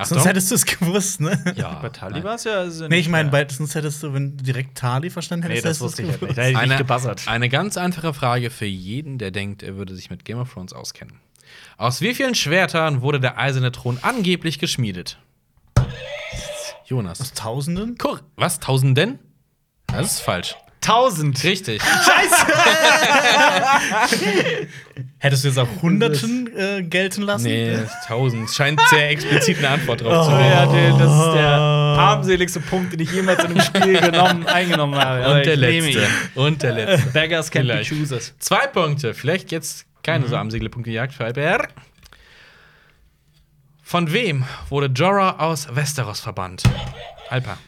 Speaker 2: sonst hättest du es gewusst, ne?
Speaker 3: ja.
Speaker 1: Bei Tali war es ja. Also
Speaker 2: Nee, ich meine,
Speaker 1: bei.
Speaker 2: bei- sonst hättest du, wenn du direkt Tali verstanden
Speaker 1: Nee,
Speaker 2: hättest,
Speaker 1: das
Speaker 2: hättest
Speaker 1: wusste ich
Speaker 2: du's
Speaker 1: halt nicht. Da
Speaker 2: gewusst.
Speaker 1: hätte ich
Speaker 3: Eine,
Speaker 1: nicht gebuzzert.
Speaker 3: eine ganz einfache Frage für jeden, der denkt, er würde sich mit Game of Thrones auskennen. Aus wie vielen Schwertern wurde der eiserne Thron angeblich geschmiedet? Jonas.
Speaker 2: Aus Tausenden?
Speaker 3: Kur Was? Tausenden? Das ist falsch.
Speaker 1: Tausend.
Speaker 3: Richtig.
Speaker 2: Hättest du jetzt auch Hunderten äh, gelten lassen?
Speaker 3: Nee, tausend. Scheint sehr explizit eine Antwort drauf zu
Speaker 1: Oh,
Speaker 3: sein.
Speaker 1: ja, der, das ist der
Speaker 3: Oh.
Speaker 1: armseligste Punkt, den ich jemals in einem Spiel genommen, eingenommen habe. Aber
Speaker 3: Und der
Speaker 1: ich nehme
Speaker 3: letzte. Und der letzte.
Speaker 1: ihn. Beggars can't
Speaker 3: Vielleicht.
Speaker 1: be choosers.
Speaker 3: Zwei Punkte. Vielleicht jetzt keine so armselige Punkte jagt für Albert. Von wem wurde Jorah aus Westeros verbannt? Alpa.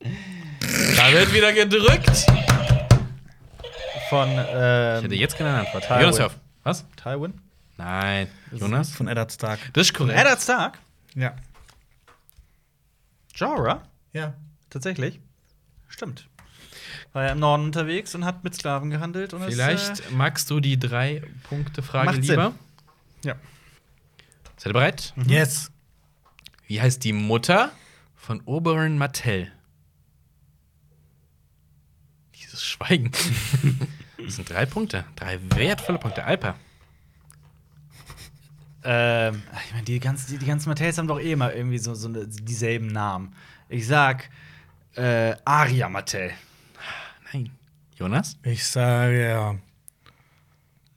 Speaker 3: Da wird wieder gedrückt.
Speaker 1: Von
Speaker 3: Ich
Speaker 1: ähm,
Speaker 3: hätte jetzt keine Antwort.
Speaker 1: Tywin.
Speaker 3: Jonas, hör auf. Was?
Speaker 1: Tywin.
Speaker 3: Nein. Jonas?
Speaker 2: Von Eddard Stark.
Speaker 3: Das ist korrekt.
Speaker 1: Eddard Stark.
Speaker 2: Ja.
Speaker 1: Jorah.
Speaker 2: Ja.
Speaker 1: Tatsächlich. Stimmt. War ja im Norden unterwegs und hat mit Sklaven gehandelt. Und Ist,
Speaker 3: Vielleicht magst du die drei Punkte Frage
Speaker 1: Macht Sinn.
Speaker 3: lieber.
Speaker 1: Ja.
Speaker 3: Seid ihr bereit?
Speaker 1: Mhm.
Speaker 2: Yes.
Speaker 3: Wie heißt die Mutter von Oberon Martell? Dieses Schweigen. das sind drei Punkte. Drei wertvolle Punkte. Alper.
Speaker 1: äh, ähm, ach, ich meine, die, ganzen- die, die ganzen Mattels haben doch eh immer irgendwie so, so ne, dieselben Namen. Ich sag äh, Aria Mattel.
Speaker 3: Nein. Jonas?
Speaker 2: Ich sage ja.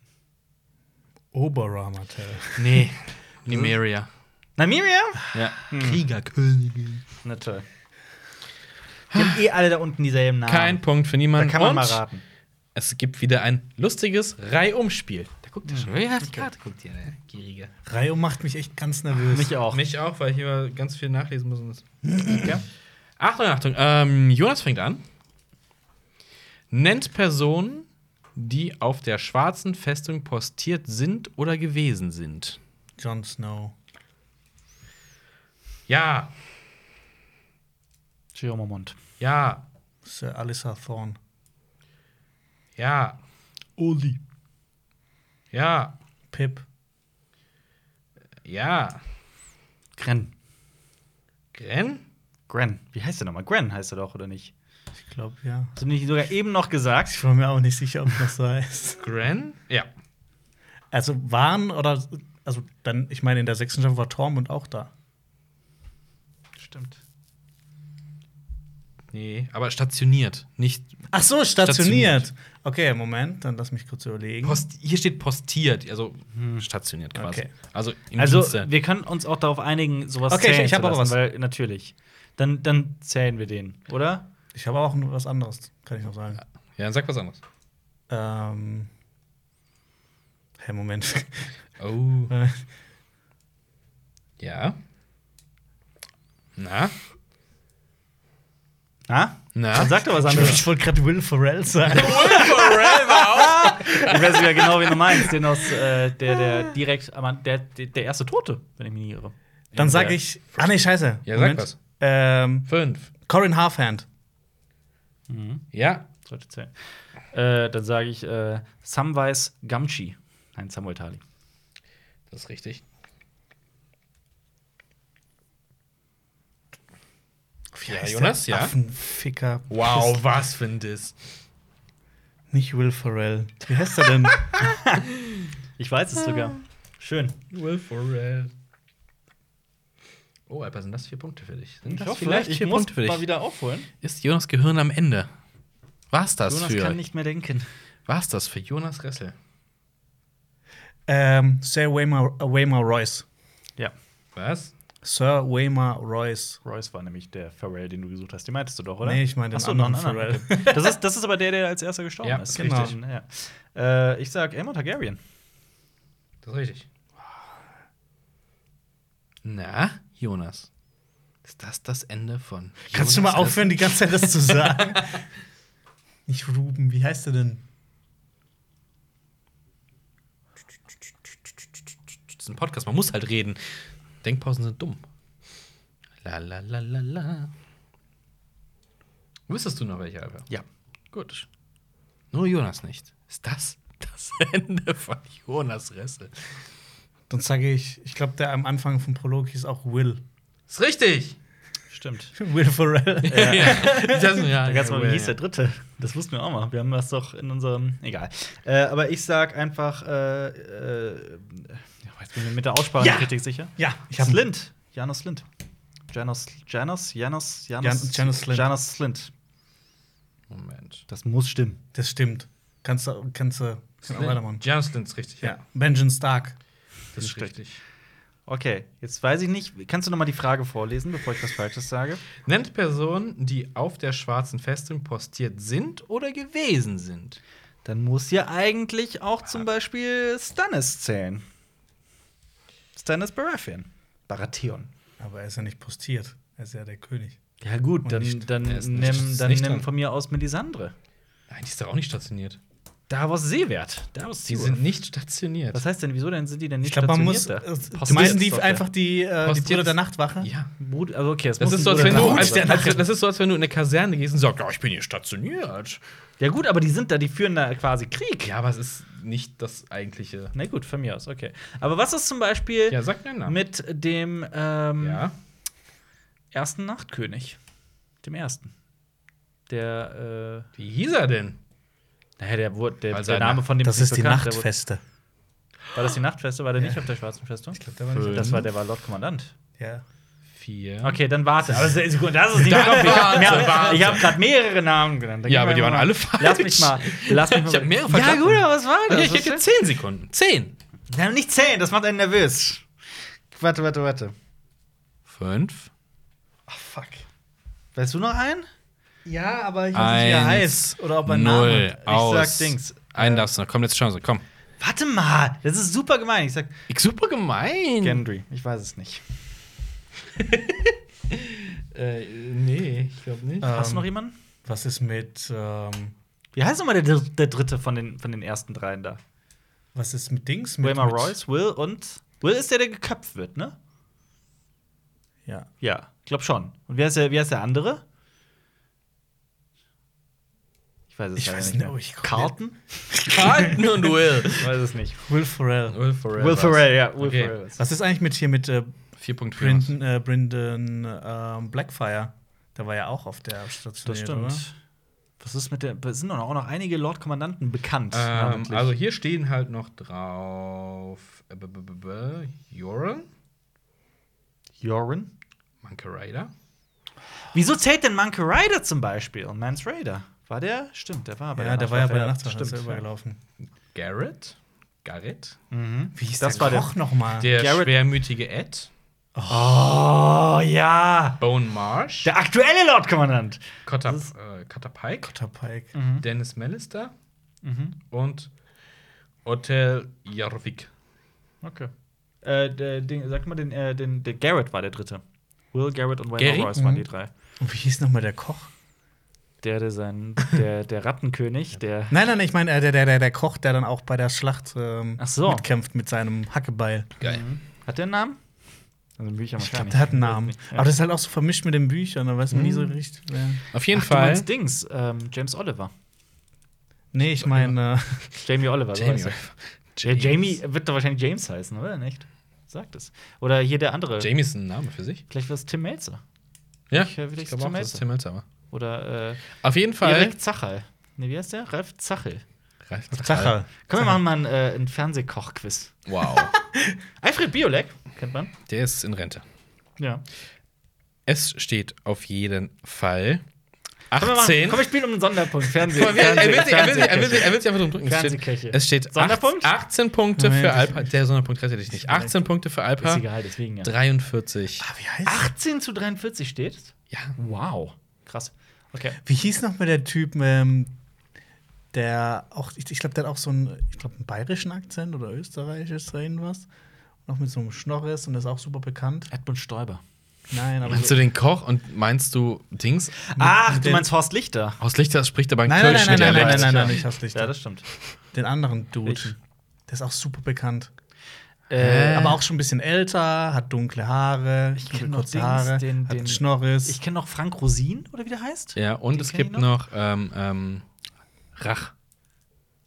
Speaker 2: Oberramatel.
Speaker 3: Nee. Nymeria.
Speaker 1: Namiria?
Speaker 3: Ja. Kriegerkönigin.
Speaker 1: Na toll. Die haben eh alle da unten dieselben Namen.
Speaker 3: Kein Punkt für
Speaker 1: Da
Speaker 3: niemanden.
Speaker 1: kann man
Speaker 3: Und
Speaker 1: mal raten.
Speaker 3: Es gibt wieder ein lustiges Reihumspiel. Da guckt er schon. Ja, die Karte guckt ihr, ne? Gieriger.
Speaker 2: Rayo macht mich echt ganz nervös.
Speaker 1: Mich auch.
Speaker 3: Mich auch, weil ich immer ganz viel nachlesen muss. ja. Achtung, Achtung. Ähm, Jonas fängt an. Nennt Personen, die auf der schwarzen Festung postiert sind oder gewesen sind.
Speaker 2: Jon Snow.
Speaker 3: Ja,
Speaker 1: Jerome Mond.
Speaker 3: ja,
Speaker 2: Sir Alyssa Thorne.
Speaker 3: ja. Oli. Ja,
Speaker 2: Pip.
Speaker 3: ja.
Speaker 1: Gren.
Speaker 3: Gren?
Speaker 1: Gren. Wie heißt der nochmal? Gren heißt er doch, oder nicht?
Speaker 2: Ich glaube, ja.
Speaker 1: Hast du nicht sogar eben noch gesagt?
Speaker 2: Ich war mir auch nicht sicher, ob das so heißt.
Speaker 3: Gren? Ja.
Speaker 2: Also waren oder. Also dann, ich meine, in der sechsten Staffel war Tormund auch da.
Speaker 1: Stimmt.
Speaker 3: Nee, aber stationiert. Nicht
Speaker 2: Ach so, stationiert. Okay, Moment, dann lass mich kurz überlegen.
Speaker 3: post hier steht postiert, also stationiert quasi.
Speaker 2: Okay.
Speaker 3: Also im
Speaker 1: Hm. Also,
Speaker 3: Dienste.
Speaker 1: wir können uns auch darauf einigen, sowas
Speaker 2: Okay, ich-
Speaker 1: zählen
Speaker 2: ich hab
Speaker 1: zu
Speaker 2: auch
Speaker 1: lassen,
Speaker 2: was.
Speaker 1: Weil, natürlich. Dann, dann zählen wir den, oder?
Speaker 2: Ich habe auch noch was anderes, kann ich noch sagen.
Speaker 3: Ja, dann sag was anderes.
Speaker 2: Ähm. Hey, Moment.
Speaker 3: Oh. Ja. Na?
Speaker 1: Na?
Speaker 3: Na?
Speaker 1: Dann sag doch was anderes.
Speaker 2: Ich wollte gerade Will Ferrell sagen.
Speaker 1: ich weiß ja genau, wen du meinst. Den aus, äh, der, der direkt, am An- der, der, der erste Tote, wenn ich mich nicht irre.
Speaker 2: Dann sage
Speaker 3: Ja.
Speaker 2: ich. Ah, nee, scheiße.
Speaker 3: Ja, sag
Speaker 2: Moment.
Speaker 3: was.
Speaker 2: Ähm,
Speaker 3: Fünf.
Speaker 2: Corin Halfhand.
Speaker 3: Ja.
Speaker 1: Sollte zählen. Äh, dann sage ich äh, Samwise Gamchi. Nein, Samuel Tali.
Speaker 3: Das ist richtig.
Speaker 2: Wie
Speaker 3: Ja,
Speaker 2: heißt
Speaker 3: Jonas,
Speaker 2: der
Speaker 3: ja.
Speaker 2: Affenficker.
Speaker 3: Wow, was für ein Diss.
Speaker 2: Pist- Nicht Will Ferrell. Wie heißt er denn?
Speaker 1: Ich weiß
Speaker 3: Ah.
Speaker 1: es sogar. Schön.
Speaker 3: Will Ferrell. Oh, Alper, sind das vier Punkte für dich? Sind das
Speaker 1: hoffe,
Speaker 3: vielleicht vier Punkte für dich?
Speaker 1: wieder aufholen.
Speaker 3: Ist Jonas Gehirn am Ende? War's das
Speaker 1: Jonas
Speaker 3: für?
Speaker 1: kann nicht mehr denken.
Speaker 3: War's das für Jonas Ressel?
Speaker 2: ähm, Sir Waymar, Waymar Royce.
Speaker 1: Ja,
Speaker 3: Was?
Speaker 2: Sir Waymar Royce.
Speaker 1: Royce war nämlich der Farrell, den du gesucht hast. Den meintest du doch, oder?
Speaker 2: Nee, ich meine den
Speaker 1: Ach so,
Speaker 2: anderen
Speaker 1: noch einen anderen.
Speaker 2: Farrell.
Speaker 1: Das ist, das ist aber der, der als erster gestorben
Speaker 3: Ja,
Speaker 1: ist.
Speaker 2: genau.
Speaker 1: Richtig. Ja. Äh, ich sag Aemon Targaryen.
Speaker 3: Das ist richtig. Na, Jonas. Ist das das Ende von.
Speaker 2: Kannst du mal
Speaker 3: Jonas
Speaker 2: aufhören, die ganze Zeit das zu sagen? Nicht Ruben, wie heißt er denn?
Speaker 3: Das ist ein Podcast, man muss halt reden. Denkpausen sind dumm. La la la la la. Wüsstest du noch welche, Alper?
Speaker 1: Ja.
Speaker 3: Gut. Nur Jonas nicht. Ist das das Ende von Jonas Resse?
Speaker 2: Dann sage ich, ich glaube, der am Anfang vom Prolog hieß auch Will.
Speaker 3: Ist richtig!
Speaker 1: Stimmt.
Speaker 2: Will Ferrell.
Speaker 3: Ja, das, ja,
Speaker 1: Da ganz mal, wie
Speaker 3: ja,
Speaker 1: hieß
Speaker 3: ja.
Speaker 1: der dritte? Das wussten wir auch mal. Wir haben das doch in unserem. Egal. Äh, aber ich sag einfach. Äh, äh, ja, jetzt bin ich mir mit der Aussprache
Speaker 2: Ja.
Speaker 1: nicht richtig sicher.
Speaker 2: Ja, ich
Speaker 1: Ich hab
Speaker 2: habe
Speaker 1: Slint. Janos Slint. Janos, Janos, Janos, Janos,
Speaker 2: Jan- Janos Slint.
Speaker 1: Janos Slint.
Speaker 3: Moment.
Speaker 1: Das muss stimmen.
Speaker 2: Das stimmt. Kannst du kannst, du- kannst du weitermachen.
Speaker 3: Janus Lintz, richtig.
Speaker 2: Ja. Benjamin Stark.
Speaker 3: das ist
Speaker 1: Richtig.
Speaker 3: richtig.
Speaker 1: Okay, jetzt weiß ich nicht. Kannst du noch mal die Frage vorlesen, bevor ich was Falsches sage?
Speaker 3: Nennt Personen, die auf der schwarzen Festung postiert sind oder gewesen sind.
Speaker 1: Dann muss ja eigentlich auch zum Beispiel Stannis zählen. Stannis Baratheon. Baratheon.
Speaker 2: Aber er ist ja nicht postiert. Er ist ja der König.
Speaker 1: Ja, gut,
Speaker 2: Und
Speaker 1: dann,
Speaker 2: nicht-
Speaker 1: dann
Speaker 3: er ist nicht-
Speaker 1: nimm,
Speaker 3: ist
Speaker 1: dann
Speaker 3: nicht
Speaker 1: nimm
Speaker 3: dran.
Speaker 1: von mir aus Melisandre.
Speaker 3: Nein, die ist doch auch nicht stationiert.
Speaker 1: Davos Seewert. Davos
Speaker 3: Die sind nicht stationiert.
Speaker 1: Was heißt denn, wieso denn sind die denn nicht
Speaker 2: Ich glaube, man muss. äh,
Speaker 1: stationiert da?
Speaker 2: Du meinst die
Speaker 1: Postiert-
Speaker 2: einfach die, äh, die
Speaker 3: Postiert
Speaker 2: Brüder
Speaker 3: ist-
Speaker 2: der Nachtwache?
Speaker 3: ja.
Speaker 1: Brut- Also, okay, das,
Speaker 3: Das
Speaker 1: muss
Speaker 3: ist, so,
Speaker 1: ein
Speaker 3: als
Speaker 1: Bruder
Speaker 3: wenn du,
Speaker 1: sein.
Speaker 3: als,
Speaker 2: der
Speaker 3: als, das ist so, als wenn du in der Kaserne gehst und sagst, ja, ich bin hier stationiert.
Speaker 1: Ja, gut, aber die sind da, die führen da quasi Krieg.
Speaker 3: Ja, aber es ist nicht das eigentliche.
Speaker 1: Na gut, von mir aus, okay. Aber was ist zum Beispiel
Speaker 3: Ja, sag mir einen Namen.
Speaker 1: mit dem ähm,
Speaker 3: ja.
Speaker 1: ersten Nachtkönig? Dem ersten. Der, äh,
Speaker 3: Wie hieß er denn?
Speaker 1: naja, der, wurde- der,
Speaker 3: Also
Speaker 1: der Name
Speaker 3: eine-
Speaker 1: von dem
Speaker 2: Das
Speaker 1: nicht
Speaker 2: ist die
Speaker 1: bekannt. Der wurde-
Speaker 2: Nachtfeste.
Speaker 1: War das die Nachtfeste? War der nicht auf der Schwarzen Festung?
Speaker 2: Ich glaube, der war nicht.
Speaker 1: Das war, der war Lord Kommandant.
Speaker 2: Ja.
Speaker 3: Vier.
Speaker 1: Okay, dann warte. Aber das ist gut, das ist nicht
Speaker 3: Dann
Speaker 1: mehr Ich habe
Speaker 3: warte,
Speaker 1: mehr,
Speaker 3: warte.
Speaker 1: ich hab grad mehrere Namen genannt. Dann gib
Speaker 3: Ja, aber
Speaker 1: mir
Speaker 3: die
Speaker 1: mal-
Speaker 3: waren alle falsch.
Speaker 1: Lass mich mal. Lass mich mal
Speaker 3: Ich hab mehrere
Speaker 1: ja,
Speaker 3: verstanden.
Speaker 1: gut, aber was war das?
Speaker 3: Okay, ich hätte
Speaker 1: Was
Speaker 3: zehn Sekunden. Zehn.
Speaker 1: ist- Ja, nicht zehn, das macht einen nervös. Warte, warte, warte.
Speaker 3: Fünf.
Speaker 2: Ach, Ah, fuck.
Speaker 1: Weißt du noch einen?
Speaker 2: Ja, aber ich weiß nicht, wie er
Speaker 3: Eins.
Speaker 2: heißt. Oder ob er
Speaker 3: null.
Speaker 2: Name.
Speaker 3: aus.
Speaker 1: sag Dings.
Speaker 3: Einen darfst du noch. Komm, letzte Chance. Komm.
Speaker 1: Warte mal, das ist super gemein. Ich sag
Speaker 3: Ich, super gemein.
Speaker 1: Gendry, ich weiß es nicht.
Speaker 3: Äh, nee, ich glaube nicht.
Speaker 1: Hast du
Speaker 2: Ähm,
Speaker 1: noch jemanden?
Speaker 2: Was ist mit. Ähm,
Speaker 1: Wie heißt nochmal der, der dritte von den, von den ersten dreien da?
Speaker 2: was ist mit Dings? Mit,
Speaker 1: Wilmer
Speaker 2: mit-
Speaker 1: Royce, Will und. Will ist der, der geköpft wird, ne?
Speaker 2: Ja.
Speaker 1: Ja, ich glaube schon. Und wer ist, der, wer ist der andere? Ich weiß es
Speaker 2: Ich
Speaker 1: leider
Speaker 2: weiß
Speaker 1: nicht. mehr.
Speaker 2: nicht, Oh, ich komm
Speaker 1: Carlton?
Speaker 3: Carlton und Will.
Speaker 1: Ich weiß es nicht.
Speaker 2: Will Ferrell.
Speaker 3: Will Ferrell.
Speaker 1: Will Ferrell, ja. Will
Speaker 3: Okay.
Speaker 1: Ferrell. ist-
Speaker 2: Was ist eigentlich mit hier mit äh,
Speaker 3: 4.4.
Speaker 2: Brendan, äh, Brendan ähm, Blackfire? Der war ja auch auf der Station.
Speaker 1: Das stimmt.
Speaker 2: Oder?
Speaker 1: Was ist mit der. es Sind doch auch noch einige Lordkommandanten bekannt?
Speaker 3: Ähm,
Speaker 1: namentlich.
Speaker 3: also hier stehen halt noch drauf äh, b- b- b- b- Joran,
Speaker 1: Joran?
Speaker 3: Monkey Rider.
Speaker 1: Wieso zählt denn Monkey Rider zum Beispiel und Mans Raider? War der? Stimmt, der war bei
Speaker 2: Ja, der war ja bei der Nachtwache.
Speaker 1: Stimmt.
Speaker 2: Stimmt, ist übergelaufen.
Speaker 3: Garrett. Garrett.
Speaker 1: Mhm.
Speaker 2: Wie hieß
Speaker 1: Das
Speaker 2: das
Speaker 1: war
Speaker 2: der
Speaker 1: der-
Speaker 2: Koch nochmal?
Speaker 3: Der
Speaker 1: Garrett-
Speaker 3: schwermütige Ed.
Speaker 1: Oh, ja.
Speaker 3: Bone Marsh.
Speaker 1: Der aktuelle Lordkommandant.
Speaker 3: Cotter,
Speaker 1: das ist-
Speaker 3: äh, Cotter Pike.
Speaker 2: Potter Pike.
Speaker 3: Dennis Mellister.
Speaker 1: Mhm.
Speaker 3: Und Otel Jarvik.
Speaker 1: Okay. Äh, der, Ding, sag mal, den, äh, den, der Garrett war der dritte. Will Garrett und
Speaker 3: Gary?
Speaker 1: Wayne Royce waren
Speaker 2: Mhm.
Speaker 1: die drei.
Speaker 2: Und wie hieß nochmal der Koch?
Speaker 1: Der, der sein, der, der Rattenkönig, der.
Speaker 2: Nein, nein, nein, ich meine, äh, der, der, der, der Koch, der dann auch bei der Schlacht ähm,
Speaker 1: Ach so.
Speaker 2: mitkämpft mit seinem Hackebeil.
Speaker 3: Geil.
Speaker 1: Hat der einen Namen? Also Bücher
Speaker 2: Ich glaube, der hat einen Namen. Aber das ist halt auch so vermischt mit den Büchern, da weiß man nie so richtig. Wer.
Speaker 3: Auf jeden
Speaker 1: Ach, du
Speaker 3: Fall.
Speaker 1: meinst Dings, ähm, James Oliver.
Speaker 2: Nee, ich meine, äh,
Speaker 1: Jamie Oliver. so
Speaker 3: Jamie.
Speaker 1: heißt er. Ja, Jamie wird doch wahrscheinlich James heißen, oder nicht? Sagt es. Oder hier der andere.
Speaker 3: Jamie ist ein Name für sich.
Speaker 1: Vielleicht war es Tim Melzer.
Speaker 3: Ja,
Speaker 1: Ich, äh, will ich
Speaker 3: glaube
Speaker 1: Tim
Speaker 3: auch, das ist
Speaker 1: Melzer.
Speaker 3: Tim Melzer. war.
Speaker 1: Oder äh,
Speaker 3: Auf jeden Fall.
Speaker 1: Erik Zachal. Ne, wie heißt der? Ralf Zachel.
Speaker 3: Ralf
Speaker 2: äh, Zacher.
Speaker 1: Komm, wir machen mal ein, äh, ein Fernsehkoch-Quiz.
Speaker 3: Wow.
Speaker 1: Alfred Biolek, kennt man.
Speaker 3: Der ist in Rente.
Speaker 1: Ja.
Speaker 3: Es steht auf jeden Fall
Speaker 1: Komm, wir, machen,
Speaker 3: 18.
Speaker 1: komm wir spielen um einen Sonderpunkt. Fernseh.
Speaker 3: Komm, er will sich- er will sich- er
Speaker 1: Fernsehküche.
Speaker 3: will sich- er will sich einfach drum drücken. Es
Speaker 1: Fernsehküche.
Speaker 3: steht, es steht
Speaker 1: Sonderpunkt?
Speaker 3: 18 Punkte
Speaker 2: Moment,
Speaker 3: für
Speaker 2: ich-
Speaker 3: Alpa. Der Sonderpunkt rettet dich nicht. 18 Punkte für
Speaker 1: Ist
Speaker 3: Alpa.
Speaker 1: egal, deswegen ja.
Speaker 3: 43.
Speaker 2: Ah, wie heißt Ach.
Speaker 1: 18 zu 43 steht.
Speaker 3: Ja.
Speaker 1: Wow. Krass. Okay.
Speaker 2: Wie hieß nochmal der Typ, ähm, der auch, ich, ich glaube, der hat auch so einen, ich glaube, einen bayerischen Akzent oder österreichisch oder irgendwas. Noch mit so einem Schnorres und ist auch super bekannt.
Speaker 1: Edmund Stoiber.
Speaker 2: Nein, aber.
Speaker 3: Meinst
Speaker 2: So,
Speaker 3: du den Koch und meinst du Dings?
Speaker 1: Ach,
Speaker 2: mit
Speaker 1: du
Speaker 2: dem-
Speaker 1: meinst Horst Lichter.
Speaker 3: Aus Lichter spricht aber ein
Speaker 2: nein, nein, nein,
Speaker 3: Kölsch
Speaker 2: nein, nein, nein,
Speaker 3: Dialekt.
Speaker 2: nein, nein, nein, ich hab's nicht.
Speaker 1: Ja, das stimmt.
Speaker 2: Den anderen Dude.
Speaker 1: Ich.
Speaker 2: Der ist auch super bekannt.
Speaker 1: Äh,
Speaker 2: Aber auch schon ein bisschen älter, hat dunkle Haare, ich
Speaker 1: kenn noch Dings, den-
Speaker 2: hat
Speaker 1: den-
Speaker 2: einen Schnorres.
Speaker 1: Ich kenne noch Frank Rosin, oder wie der heißt?
Speaker 3: Ja, und
Speaker 1: Den
Speaker 3: es
Speaker 1: kenn ich
Speaker 3: gibt noch ähm, ähm, Rach.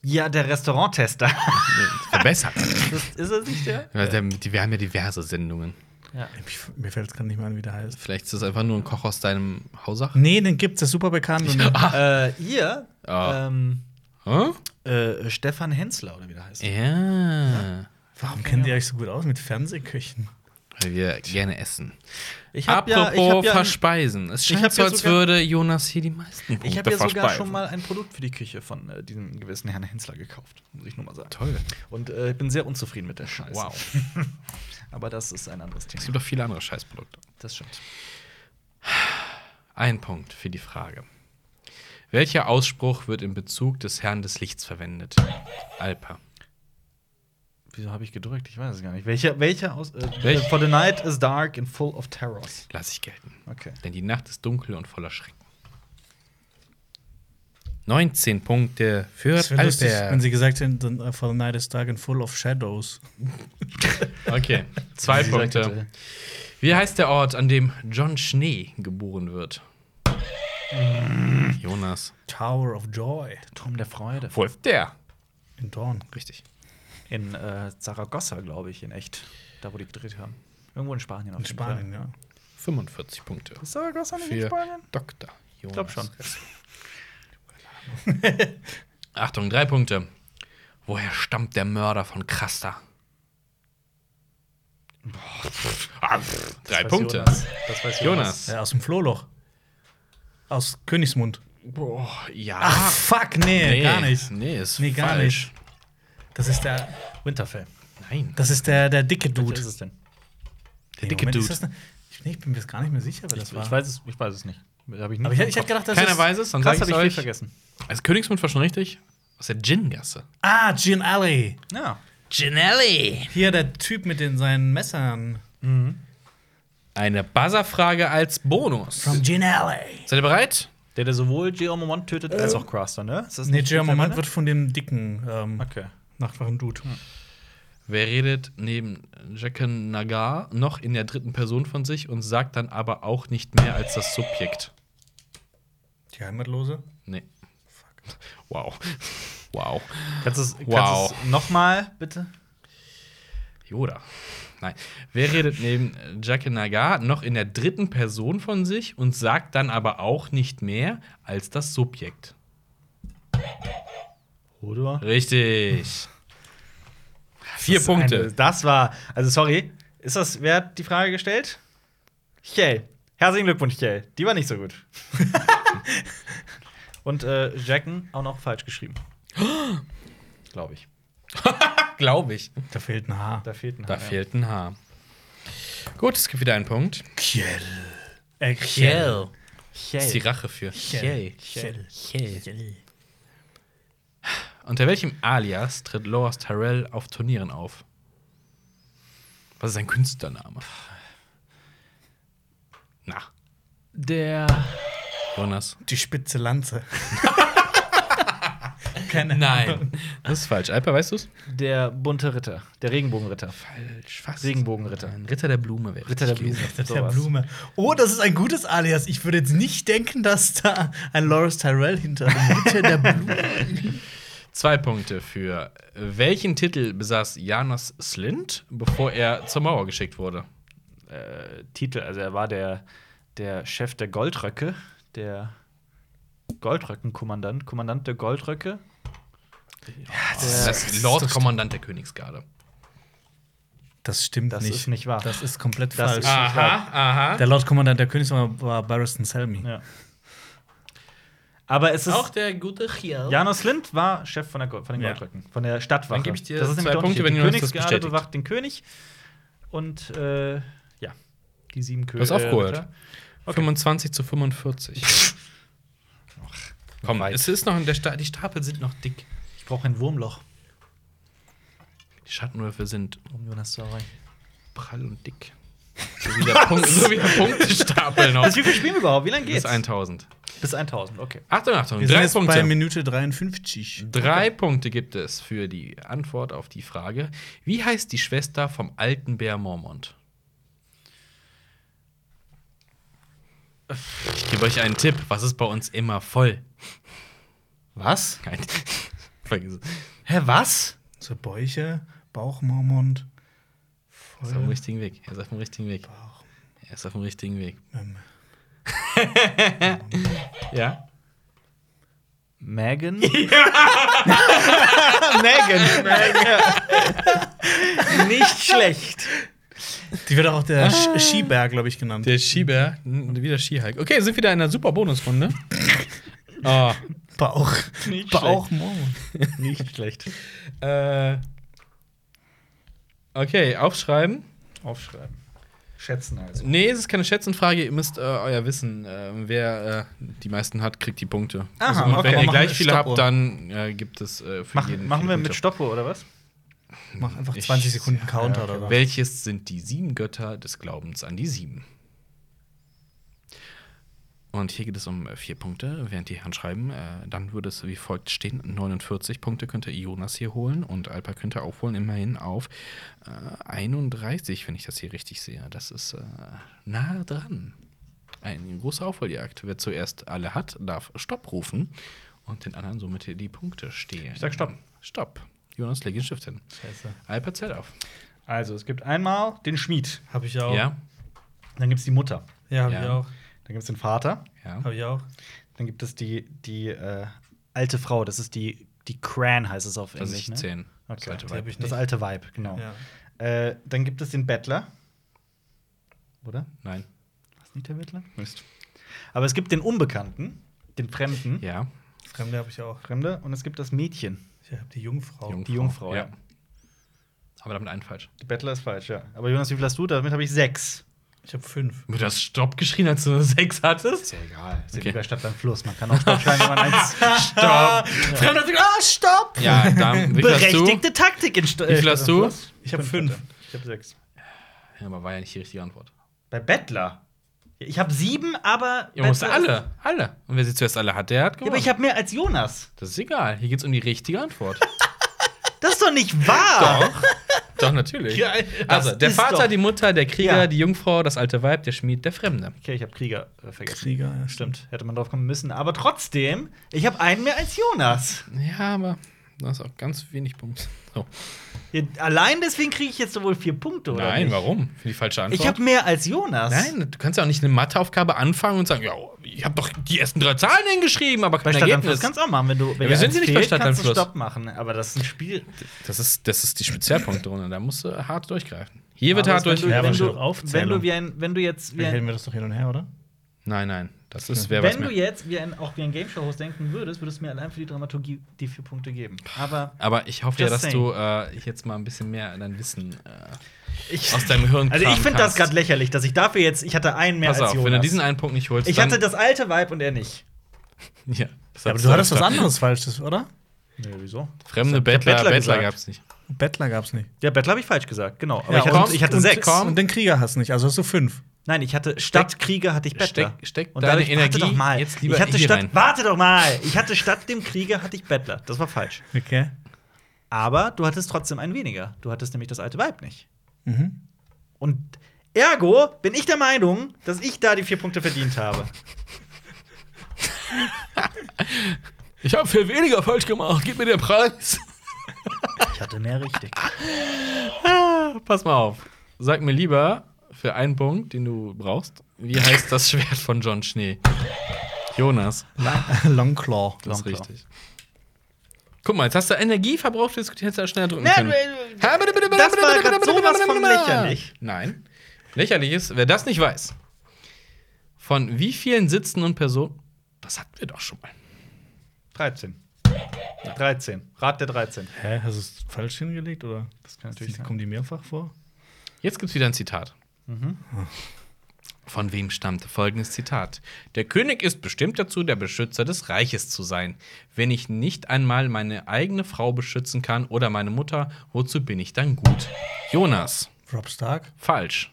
Speaker 1: Ja, der Restauranttester.
Speaker 3: Verbessert.
Speaker 1: ist, ist er nicht der?
Speaker 3: Weil der- die- Wir haben ja diverse Sendungen.
Speaker 1: Ja.
Speaker 2: Ich- Mir fällt es gerade nicht mehr an, wie der heißt.
Speaker 3: Vielleicht ist das einfach nur ein Koch aus deinem Hausach.
Speaker 2: Nee, den gibt's, der ist super bekannt. Und
Speaker 1: Äh, ihr,
Speaker 3: Ah.
Speaker 1: ähm,
Speaker 3: Hä?
Speaker 1: äh, Stefan Hensler, oder wie der heißt.
Speaker 3: Ja.
Speaker 1: ah,
Speaker 2: warum kennt ihr euch so gut aus mit Fernsehküchen?
Speaker 3: Weil wir gerne essen.
Speaker 1: Ich hab
Speaker 3: Apropos
Speaker 1: ich hab
Speaker 3: Verspeisen. Es
Speaker 1: ich
Speaker 3: scheint
Speaker 1: hab
Speaker 3: so,
Speaker 1: ja
Speaker 3: als
Speaker 1: sogar-
Speaker 3: würde Jonas hier die meisten Punkte
Speaker 1: Ich habe ja sogar
Speaker 3: verspeisen.
Speaker 1: schon mal ein Produkt für die Küche von äh, diesem gewissen Herrn Hensler gekauft, muss ich nur mal sagen.
Speaker 3: Toll.
Speaker 1: Und äh, ich bin sehr unzufrieden mit der Scheiße.
Speaker 3: Wow.
Speaker 1: Aber das ist ein anderes Thema.
Speaker 3: Es gibt auch viele andere Scheißprodukte.
Speaker 1: Das stimmt.
Speaker 3: Ein Punkt für die Frage. Welcher Ausspruch wird in Bezug des Herrn des Lichts verwendet? Alpa.
Speaker 1: Wieso habe ich gedrückt? Ich weiß es gar nicht. Welcher, welcher aus. Äh,
Speaker 3: Welch-
Speaker 1: For the night is dark and full of terrors.
Speaker 3: Lass ich gelten.
Speaker 1: Okay.
Speaker 3: Denn die Nacht ist dunkel und voller Schrecken. 19 Punkte für
Speaker 2: Das wäre lustig, wenn sie gesagt hätten, dann, äh, For the Night is Dark and Full of Shadows.
Speaker 3: Okay, zwei
Speaker 1: Sie sagt, äh,
Speaker 3: Punkte. Wie heißt der Ort, an dem John Schnee geboren wird? Jonas.
Speaker 2: Tower of Joy
Speaker 1: äh, Turm der Freude.
Speaker 3: Wolf der.
Speaker 2: in Dawn.
Speaker 3: Richtig.
Speaker 1: In äh, Zaragoza, glaube ich, in echt. Da, wo die gedreht haben. Irgendwo in Spanien.
Speaker 2: In Spanien, ja.
Speaker 3: 45 Punkte.
Speaker 1: Ist Zaragoza nicht in
Speaker 3: Für
Speaker 1: Spanien?
Speaker 3: Dr. Jonas. Ich
Speaker 1: glaub schon.
Speaker 3: Achtung, drei Punkte. Woher stammt der Mörder von Krasta? Ah, pff, drei
Speaker 1: weiß
Speaker 3: Punkte.
Speaker 1: Jonas. Das weiß Jonas.
Speaker 3: Jonas.
Speaker 2: Äh, aus dem Flohloch. Aus Königsmund.
Speaker 3: Boah, ja.
Speaker 2: Ach, Ah, fuck, nee, gar nicht.
Speaker 3: Nee, ist
Speaker 2: Nee, gar
Speaker 3: falsch.
Speaker 2: Das ist der,
Speaker 1: Winterfell.
Speaker 3: Nein.
Speaker 2: das ist der, der dicke
Speaker 1: Wo
Speaker 2: Dude.
Speaker 1: ist es denn?
Speaker 2: Der
Speaker 3: dicke Dude.
Speaker 2: Ist das ne? ich, nee, ich bin mir jetzt gar nicht mehr sicher, wer das
Speaker 1: Ich,
Speaker 2: war.
Speaker 1: ich, weiß es, ich weiß es nicht. Hab ich nicht
Speaker 2: Aber ich, ich hätte gedacht, das
Speaker 3: Keiner
Speaker 2: ist.
Speaker 3: weiß es, dann sag
Speaker 1: Krass,
Speaker 3: ich
Speaker 1: habe ich viel
Speaker 3: euch.
Speaker 1: vergessen.
Speaker 3: Also Königsmund war schon richtig. Aus der Gin-Gasse.
Speaker 2: Ah, Gin Alley.
Speaker 1: Ja.
Speaker 3: Ginelli.
Speaker 2: Hier der Typ mit den, seinen Messern.
Speaker 3: Eine Buzzer-Frage als Bonus.
Speaker 2: From Gin Alley.
Speaker 3: Seid ihr bereit?
Speaker 1: Der, der sowohl Geomon Mond tötet als auch Craster, ne? Ist das
Speaker 2: Nee,
Speaker 1: nicht
Speaker 2: Jim Moment wird
Speaker 1: mittlerweile?
Speaker 2: von dem dicken ähm,
Speaker 1: Okay.
Speaker 2: Nachbarn Dude.
Speaker 3: Wer redet neben Jacken Nagar noch in der dritten Person von sich und sagt dann aber auch nicht mehr als das Subjekt?
Speaker 2: Die Heimatlose?
Speaker 3: Nee. Wow. Wow.
Speaker 1: Kannst du es
Speaker 3: Wow.
Speaker 1: wow. nochmal, bitte?
Speaker 3: Yoda. Nein. Wer redet neben Jacken Nagar noch in der dritten Person von sich und sagt dann aber auch nicht mehr als das Subjekt?
Speaker 1: Hodor.
Speaker 3: Richtig. Vier Punkte.
Speaker 1: das war, also sorry, ist das, wer hat die Frage gestellt? Chell. Herzlichen Glückwunsch, Chell. Die war nicht so gut. Und äh, Jacken auch noch falsch geschrieben. Glaube ich.
Speaker 3: Glaube ich.
Speaker 2: Da fehlt ein Haar.
Speaker 1: Da fehlt ein
Speaker 3: Da
Speaker 1: Haar, ja.
Speaker 3: fehlt ein Haar. Gut, es gibt wieder einen Punkt.
Speaker 2: Kiel. Äh,
Speaker 3: Das ist die
Speaker 1: Chell.
Speaker 3: Rache für
Speaker 2: Kiel.
Speaker 3: Kiel.
Speaker 2: Kiel.
Speaker 3: Kiel.
Speaker 2: Kiel.
Speaker 3: Unter welchem Alias tritt Loras Tyrell auf Turnieren auf? Was ist sein Künstlername? Na,
Speaker 1: Der.
Speaker 3: Jonas.
Speaker 2: Die spitze Lanze. Keine Ahnung.
Speaker 3: Nein, das ist falsch. Alper, weißt du's?
Speaker 1: Der bunte Ritter. Der Regenbogenritter.
Speaker 3: Falsch, fast.
Speaker 1: Regenbogenritter.
Speaker 3: Ein Ritter der Blume wäre
Speaker 1: Ritter der
Speaker 3: richtig
Speaker 1: Blume.
Speaker 3: gewesen.
Speaker 2: Der
Speaker 1: Sowas.
Speaker 2: Blume. Oh, das ist ein gutes Alias. Ich würde jetzt nicht denken, dass da ein Loris Tyrell hinter dem Ritter der Blume.
Speaker 3: Zwei Punkte für welchen Titel besaß Janos Slint, bevor er zur Mauer geschickt wurde?
Speaker 1: äh, Titel. Also er war der, der Chef der Goldröcke, der Goldröckenkommandant, Kommandant der Goldröcke.
Speaker 3: Das ist Lord Kommandant der Königsgarde.
Speaker 2: Das stimmt
Speaker 1: Das
Speaker 2: nicht.
Speaker 1: ist nicht wahr.
Speaker 2: Das ist komplett
Speaker 1: Das
Speaker 2: falsch.
Speaker 1: ist- Ah.
Speaker 3: aha.
Speaker 2: Der Lord Kommandant der Königs war, war Barristan Selmy.
Speaker 1: Ja. Aber es ist.
Speaker 3: Auch der gute Chiel.
Speaker 1: Janos Lind war Chef von, der, Go- von den
Speaker 2: Ja.
Speaker 1: Goldröcken, von der Stadtwache.
Speaker 3: Dann geb ich dir
Speaker 1: das ist nämlich
Speaker 3: zwei
Speaker 1: doch nicht
Speaker 3: Punkte, wenn
Speaker 1: die
Speaker 3: Jonas das
Speaker 1: Königsgarde
Speaker 3: bestätigt.
Speaker 1: bewacht den König. Und äh, ja, die sieben Äh, Könige.
Speaker 3: hast aufgeholt.
Speaker 1: Ritter.
Speaker 3: 25 zu 45. Komm, es ist noch in der Sta die Stapel sind noch dick.
Speaker 1: Ich brauche ein Wurmloch,
Speaker 3: Die Schattenwürfe sind
Speaker 1: um Jonas zu erreichen.
Speaker 3: prall und dick. So wie der, Punkt, so wie der Punktestapel noch.
Speaker 1: Also, wie viel spielen wir überhaupt? Wie lange
Speaker 3: Bis
Speaker 1: geht's?
Speaker 3: 1000.
Speaker 1: Bis 1000, okay.
Speaker 3: Achtung, Achtung,
Speaker 2: Wir sind
Speaker 3: drei
Speaker 2: jetzt bei
Speaker 3: Punkte.
Speaker 2: Minute 53.
Speaker 3: Drei Punkte gibt es für die Antwort auf die Frage: Wie heißt die Schwester vom alten Bär Mormont? Ich gebe euch einen Tipp: Was ist bei uns immer voll?
Speaker 1: Was?
Speaker 3: Nein. Vergiss es.
Speaker 2: Hä, was? So Bäuche, Bauchmormond,
Speaker 3: Er ist auf dem richtigen Weg. Er ist auf dem richtigen Weg. Er ist auf dem richtigen Weg. Ja?
Speaker 1: Megan? Megan. Nicht schlecht.
Speaker 2: Die wird auch der Sch- Skibär, glaube ich, genannt.
Speaker 3: Der Schieber, wieder Skihike. Okay, sind wieder in einer super Bonusrunde. oh.
Speaker 2: Bauch.
Speaker 1: Nicht
Speaker 2: Bauchmormond.
Speaker 1: Nicht schlecht.
Speaker 3: Äh. Okay, aufschreiben.
Speaker 1: Aufschreiben. Schätzen also.
Speaker 3: Nee, es ist keine Schätzenfrage. Ihr müsst äh, euer Wissen. Äh, wer äh, die meisten hat, kriegt die Punkte.
Speaker 1: Aha,
Speaker 3: und
Speaker 1: okay.
Speaker 3: wenn ihr
Speaker 1: Machen
Speaker 3: gleich
Speaker 2: wir
Speaker 3: viele
Speaker 2: Stoppuhr.
Speaker 3: habt, dann äh, gibt es äh, für
Speaker 1: Machen,
Speaker 3: jeden.
Speaker 1: machen
Speaker 3: viele
Speaker 1: wir
Speaker 3: Punkte.
Speaker 1: mit Stoppuhr oder was?
Speaker 2: Mach einfach
Speaker 3: Ich-
Speaker 2: 20 Sekunden Counter
Speaker 1: Genau.
Speaker 2: oder so.
Speaker 3: Welches sind die sieben Götter des Glaubens an die sieben? Und hier geht es um äh, vier Punkte, während die Herren schreiben. Äh, dann würde es wie folgt stehen: 49 Punkte könnte Jonas hier holen und Alpa könnte aufholen, immerhin auf äh, 31, wenn ich das hier richtig sehe. Das ist äh, nah dran. Eine große Aufholjagd. Wer zuerst alle hat, darf Stopp rufen und den anderen somit die Punkte stehen.
Speaker 1: Ich sag Stopp.
Speaker 3: Stopp. Jonas, leg den Stift hin.
Speaker 1: Scheiße.
Speaker 3: Alpa zählt auf.
Speaker 1: Also, es gibt einmal den Schmied,
Speaker 2: Hab ich auch.
Speaker 3: Ja?
Speaker 1: dann gibt es die Mutter,
Speaker 2: ja hab
Speaker 3: Ja.
Speaker 2: ich auch.
Speaker 1: dann gibt es den Vater,
Speaker 3: Ja.
Speaker 2: Hab ich auch.
Speaker 1: dann gibt es die, die äh, alte Frau, das ist die, die Cran heißt es auf
Speaker 3: Das
Speaker 1: Englisch.
Speaker 3: ist
Speaker 1: ne?
Speaker 3: 10. Das
Speaker 1: Okay.
Speaker 3: alte
Speaker 2: Die
Speaker 3: Weib.
Speaker 2: hab ich
Speaker 1: Das
Speaker 2: nicht.
Speaker 1: alte Weib, genau.
Speaker 2: Ja.
Speaker 1: Äh, dann gibt es den Bettler. Oder?
Speaker 3: Nein.
Speaker 1: War es nicht der Bettler? Mist. Aber es gibt den Unbekannten, den Fremden,
Speaker 3: Ja.
Speaker 2: Fremde hab ich auch.
Speaker 1: Fremde, und es gibt das Mädchen.
Speaker 2: Ich hab die Jungfrau.
Speaker 1: Die Jungfrau,
Speaker 3: ja.
Speaker 1: ja.
Speaker 3: Aber damit einen falsch.
Speaker 1: Der Bettler ist falsch, ja. Aber Jonas, wie viel hast du? Damit habe ich sechs.
Speaker 2: Ich hab fünf.
Speaker 3: Du hast Stopp geschrien, als du eine 6 hattest?
Speaker 1: Ist ja egal. Sind okay.
Speaker 3: Okay.
Speaker 1: über Stadt beim Fluss. Man kann auch Stopp schreiben, wenn man eins.
Speaker 3: Stopp!
Speaker 1: Fremder ah, Stopp!
Speaker 3: ja, dann, wie viel hast du?
Speaker 1: Berechtigte Taktik in St äh,
Speaker 3: Wie viel hast du?
Speaker 2: Ich hab fünf.
Speaker 1: Ich habe sechs.
Speaker 3: Ja, aber war ja nicht die richtige Antwort.
Speaker 1: Bei Bettler? Ja, Ich habe sieben, aber.
Speaker 3: Ihr musst
Speaker 1: Bettler-
Speaker 3: alle, alle. Und wer sie zuerst alle hat, der hat
Speaker 1: Ja,
Speaker 3: gewonnen.
Speaker 1: aber ich habe mehr als Jonas.
Speaker 3: das ist egal. Hier geht's um die richtige Antwort.
Speaker 1: Das ist doch nicht wahr!
Speaker 3: doch, natürlich.
Speaker 1: Geil.
Speaker 3: Also,
Speaker 1: Das
Speaker 3: der
Speaker 1: ist
Speaker 3: Vater,
Speaker 1: doch-
Speaker 3: die Mutter, der Krieger,
Speaker 1: Ja.
Speaker 3: die Jungfrau, das alte Weib, der Schmied, der Fremde.
Speaker 1: Okay, ich habe Krieger äh, vergessen.
Speaker 2: Krieger, ja.
Speaker 1: Stimmt, hätte man drauf kommen müssen. Aber trotzdem, ich habe einen mehr als Jonas.
Speaker 3: Ja, aber du hast auch ganz wenig Punkte. So.
Speaker 1: Hier, allein deswegen kriege ich jetzt sowohl vier Punkte, oder?
Speaker 3: Nein,
Speaker 1: nicht?
Speaker 3: warum? Für die falsche Antwort.
Speaker 1: Ich habe mehr als Jonas.
Speaker 3: Nein, du kannst ja auch nicht eine Matheaufgabe anfangen und sagen, ja, ich habe doch die ersten drei Zahlen hingeschrieben, aber
Speaker 1: Bei
Speaker 3: kein
Speaker 1: Stadt am
Speaker 3: Ergebnis.
Speaker 1: Fluss kannst du auch machen, wenn du. Wenn
Speaker 3: wir
Speaker 1: dir
Speaker 3: sind
Speaker 1: eins
Speaker 3: hier nicht bei
Speaker 1: fehlt,
Speaker 3: Stadt am
Speaker 1: kannst du
Speaker 3: Fluss.
Speaker 1: Stopp machen, aber das ist ein Spiel.
Speaker 3: Das ist, das ist die Spezialpunktrunde, da musst du hart durchgreifen. Hier wird
Speaker 1: Aber
Speaker 3: hart
Speaker 1: wenn du, wenn,
Speaker 3: durchgreifen.
Speaker 2: Ja,
Speaker 1: du, wenn
Speaker 2: Aufzählung.
Speaker 1: du wie ein, wenn du jetzt wie
Speaker 2: Wir
Speaker 1: ein,
Speaker 2: hätten wir das doch hin und her, oder?
Speaker 3: Nein, nein, das ist wer weiß
Speaker 1: wenn du
Speaker 3: mehr.
Speaker 1: jetzt wie ein, auch wie ein Game Show Host denken würdest, würdest du mir allein für die Dramaturgie die vier Punkte geben. Aber
Speaker 3: Aber ich hoffe ja, dass
Speaker 1: Just
Speaker 3: du äh, jetzt mal ein bisschen mehr dein Wissen äh,
Speaker 1: ich,
Speaker 3: aus deinem Hirn
Speaker 1: also ich
Speaker 3: kramen
Speaker 1: finde das
Speaker 3: kannst.
Speaker 1: gerade lächerlich, dass ich dafür jetzt, ich hatte einen mehr
Speaker 3: Pass
Speaker 1: als
Speaker 3: auf,
Speaker 1: Jonas.
Speaker 3: wenn du diesen einen Punkt nicht holst,
Speaker 1: ich hatte das alte Weib und er nicht.
Speaker 3: dann, ja, das
Speaker 2: Ja, aber
Speaker 3: hat's
Speaker 2: du hattest was
Speaker 3: dann-
Speaker 2: anderes Falsches, oder?
Speaker 1: Nee, wieso?
Speaker 3: Fremde
Speaker 1: Ich hab
Speaker 3: Bettler,
Speaker 1: Bettler
Speaker 3: Bettler,
Speaker 1: gesagt.
Speaker 3: gab's nicht.
Speaker 2: Bettler gab's nicht.
Speaker 1: Ja, Bettler habe ich falsch gesagt, genau. Aber
Speaker 3: Ja,
Speaker 1: ich hatte,
Speaker 3: komm,
Speaker 1: ich hatte
Speaker 2: und,
Speaker 1: sechs.
Speaker 2: Und den Krieger hast du nicht, also hast du fünf.
Speaker 1: Nein, ich hatte statt Krieger hatte ich Bettler.
Speaker 3: steck- steck
Speaker 1: und
Speaker 3: deine
Speaker 1: dadurch, warte
Speaker 3: Energie
Speaker 1: doch mal.
Speaker 3: jetzt lieber
Speaker 1: ich hatte
Speaker 3: hier
Speaker 1: statt,
Speaker 3: rein.
Speaker 1: Warte doch mal. Ich hatte statt dem Krieger hatte ich Bettler. Das war falsch.
Speaker 2: Okay.
Speaker 1: Aber du hattest trotzdem einen weniger. Du hattest nämlich das alte Weib nicht.
Speaker 2: Mhm.
Speaker 1: Und ergo bin ich der Meinung, dass ich da die vier Punkte verdient habe.
Speaker 3: Ich habe viel weniger falsch gemacht, gib mir den Preis.
Speaker 1: Ich hatte mehr richtig.
Speaker 3: Pass mal auf. Sag mir lieber für einen Punkt, den du brauchst, wie heißt das Schwert von John Schnee? Jonas,
Speaker 2: Longclaw.
Speaker 3: das ist
Speaker 1: Longclaw.
Speaker 3: richtig. Guck mal, jetzt hast du Energie verbraucht, jetzt hättest du ja schneller drücken können.
Speaker 1: Das war grad sowas von lächerlich.
Speaker 3: Nein. Lächerlich ist, wer das nicht weiß, von wie vielen Sitzen und Personen, das hatten wir doch schon mal.
Speaker 1: 13. 13. Rat der 13.
Speaker 2: Hä, hast du es falsch hingelegt, oder?
Speaker 1: Das kann natürlich sein.
Speaker 2: Kommen die mehrfach vor?
Speaker 3: Jetzt gibt's wieder ein Zitat. Von wem stammt folgendes Zitat? Der König ist bestimmt dazu, der Beschützer des Reiches zu sein. Wenn ich nicht einmal meine eigene Frau beschützen kann oder meine Mutter, wozu bin ich dann gut? Jonas,
Speaker 2: Rob Stark?
Speaker 3: falsch.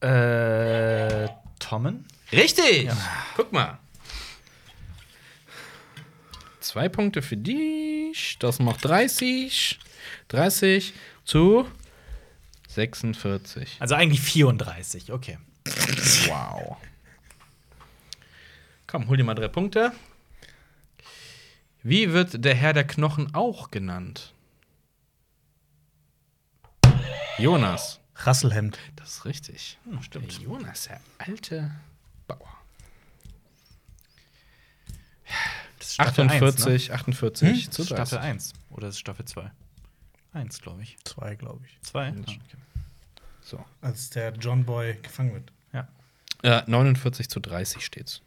Speaker 1: Äh, Tommen?
Speaker 3: Richtig! Guck mal. Zwei Punkte für dich. Das macht 30. 30 zu 46.
Speaker 1: Also eigentlich 34, okay.
Speaker 3: Wow. Komm, hol dir mal drei Punkte. Wie wird der Herr der Knochen auch genannt? Jonas.
Speaker 2: Rasselhemd.
Speaker 3: Das ist richtig.
Speaker 1: Hm,
Speaker 3: stimmt. Der Jonas, der alte Bauer.
Speaker 1: Das ist Staffel
Speaker 3: ne?
Speaker 1: 1,
Speaker 3: 48, 48
Speaker 1: ne?
Speaker 3: zu
Speaker 1: zu Staffel
Speaker 3: 30.
Speaker 1: 1. Oder ist es Staffel 2? 1, glaube ich.
Speaker 2: Zwei, glaube ich.
Speaker 1: 2?
Speaker 3: So.
Speaker 2: Als der John Boy gefangen wird.
Speaker 1: Ja.
Speaker 3: Äh, 49 zu 30 steht's.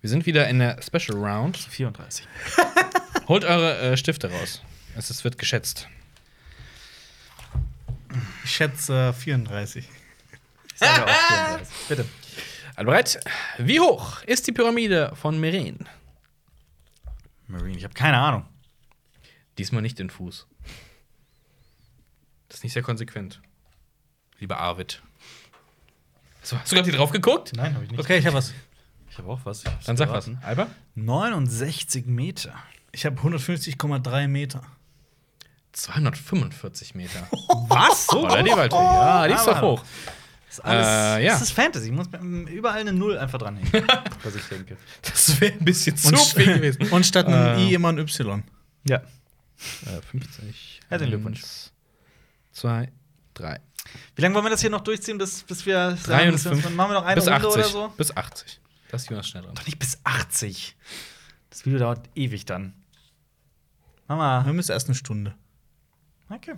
Speaker 3: Wir sind wieder in der Special Round.
Speaker 1: 34.
Speaker 3: Holt eure äh, Stifte raus. Es ist, wird geschätzt.
Speaker 2: Ich schätze äh, 34.
Speaker 1: Ich sage auch 34. Bitte.
Speaker 3: Alle bereit? Wie hoch ist die Pyramide von Meren?
Speaker 1: Marine, ich habe keine Ahnung.
Speaker 3: Diesmal nicht in Fuß. Das ist nicht sehr konsequent. Lieber Arvid. So, hast du gerade hier drauf geguckt?
Speaker 1: Nein, habe ich nicht.
Speaker 2: Okay, ich habe was.
Speaker 1: Ich habe auch was. Ich hab's
Speaker 3: Dann sag was.
Speaker 1: geraten.
Speaker 3: Alba?
Speaker 1: 69 Meter.
Speaker 2: Ich habe 150,3 Meter.
Speaker 3: 245 Meter.
Speaker 1: Was? So
Speaker 3: Oder die Waldfee. Ja, die ist doch
Speaker 1: Aber-
Speaker 3: hoch.
Speaker 1: Das ist alles.
Speaker 3: Äh, ja.
Speaker 1: Das ist Fantasy. Ich muss ähm, überall eine Null einfach dranhängen, was ich denke.
Speaker 3: Das wäre ein bisschen zu
Speaker 2: Und
Speaker 3: viel
Speaker 2: st-
Speaker 3: gewesen.
Speaker 2: Und statt einem
Speaker 3: Ähm.
Speaker 2: I immer ein Y.
Speaker 1: Ja.
Speaker 3: Äh, 50.
Speaker 1: Herzlichen Glückwunsch.
Speaker 3: 2, 3.
Speaker 1: Wie lange wollen wir das hier noch durchziehen, bis, bis wir. sagen, dass wir uns-
Speaker 3: 53.
Speaker 1: Machen wir noch eine
Speaker 3: Bis
Speaker 1: Runde
Speaker 3: 80.
Speaker 1: oder so?
Speaker 3: Bis 80. Lass Jonas schnell dran.
Speaker 1: Doch nicht bis 80. Das Video dauert ewig dann.
Speaker 2: Wir
Speaker 1: Mama.
Speaker 2: haben jetzt erst eine Stunde.
Speaker 1: Okay,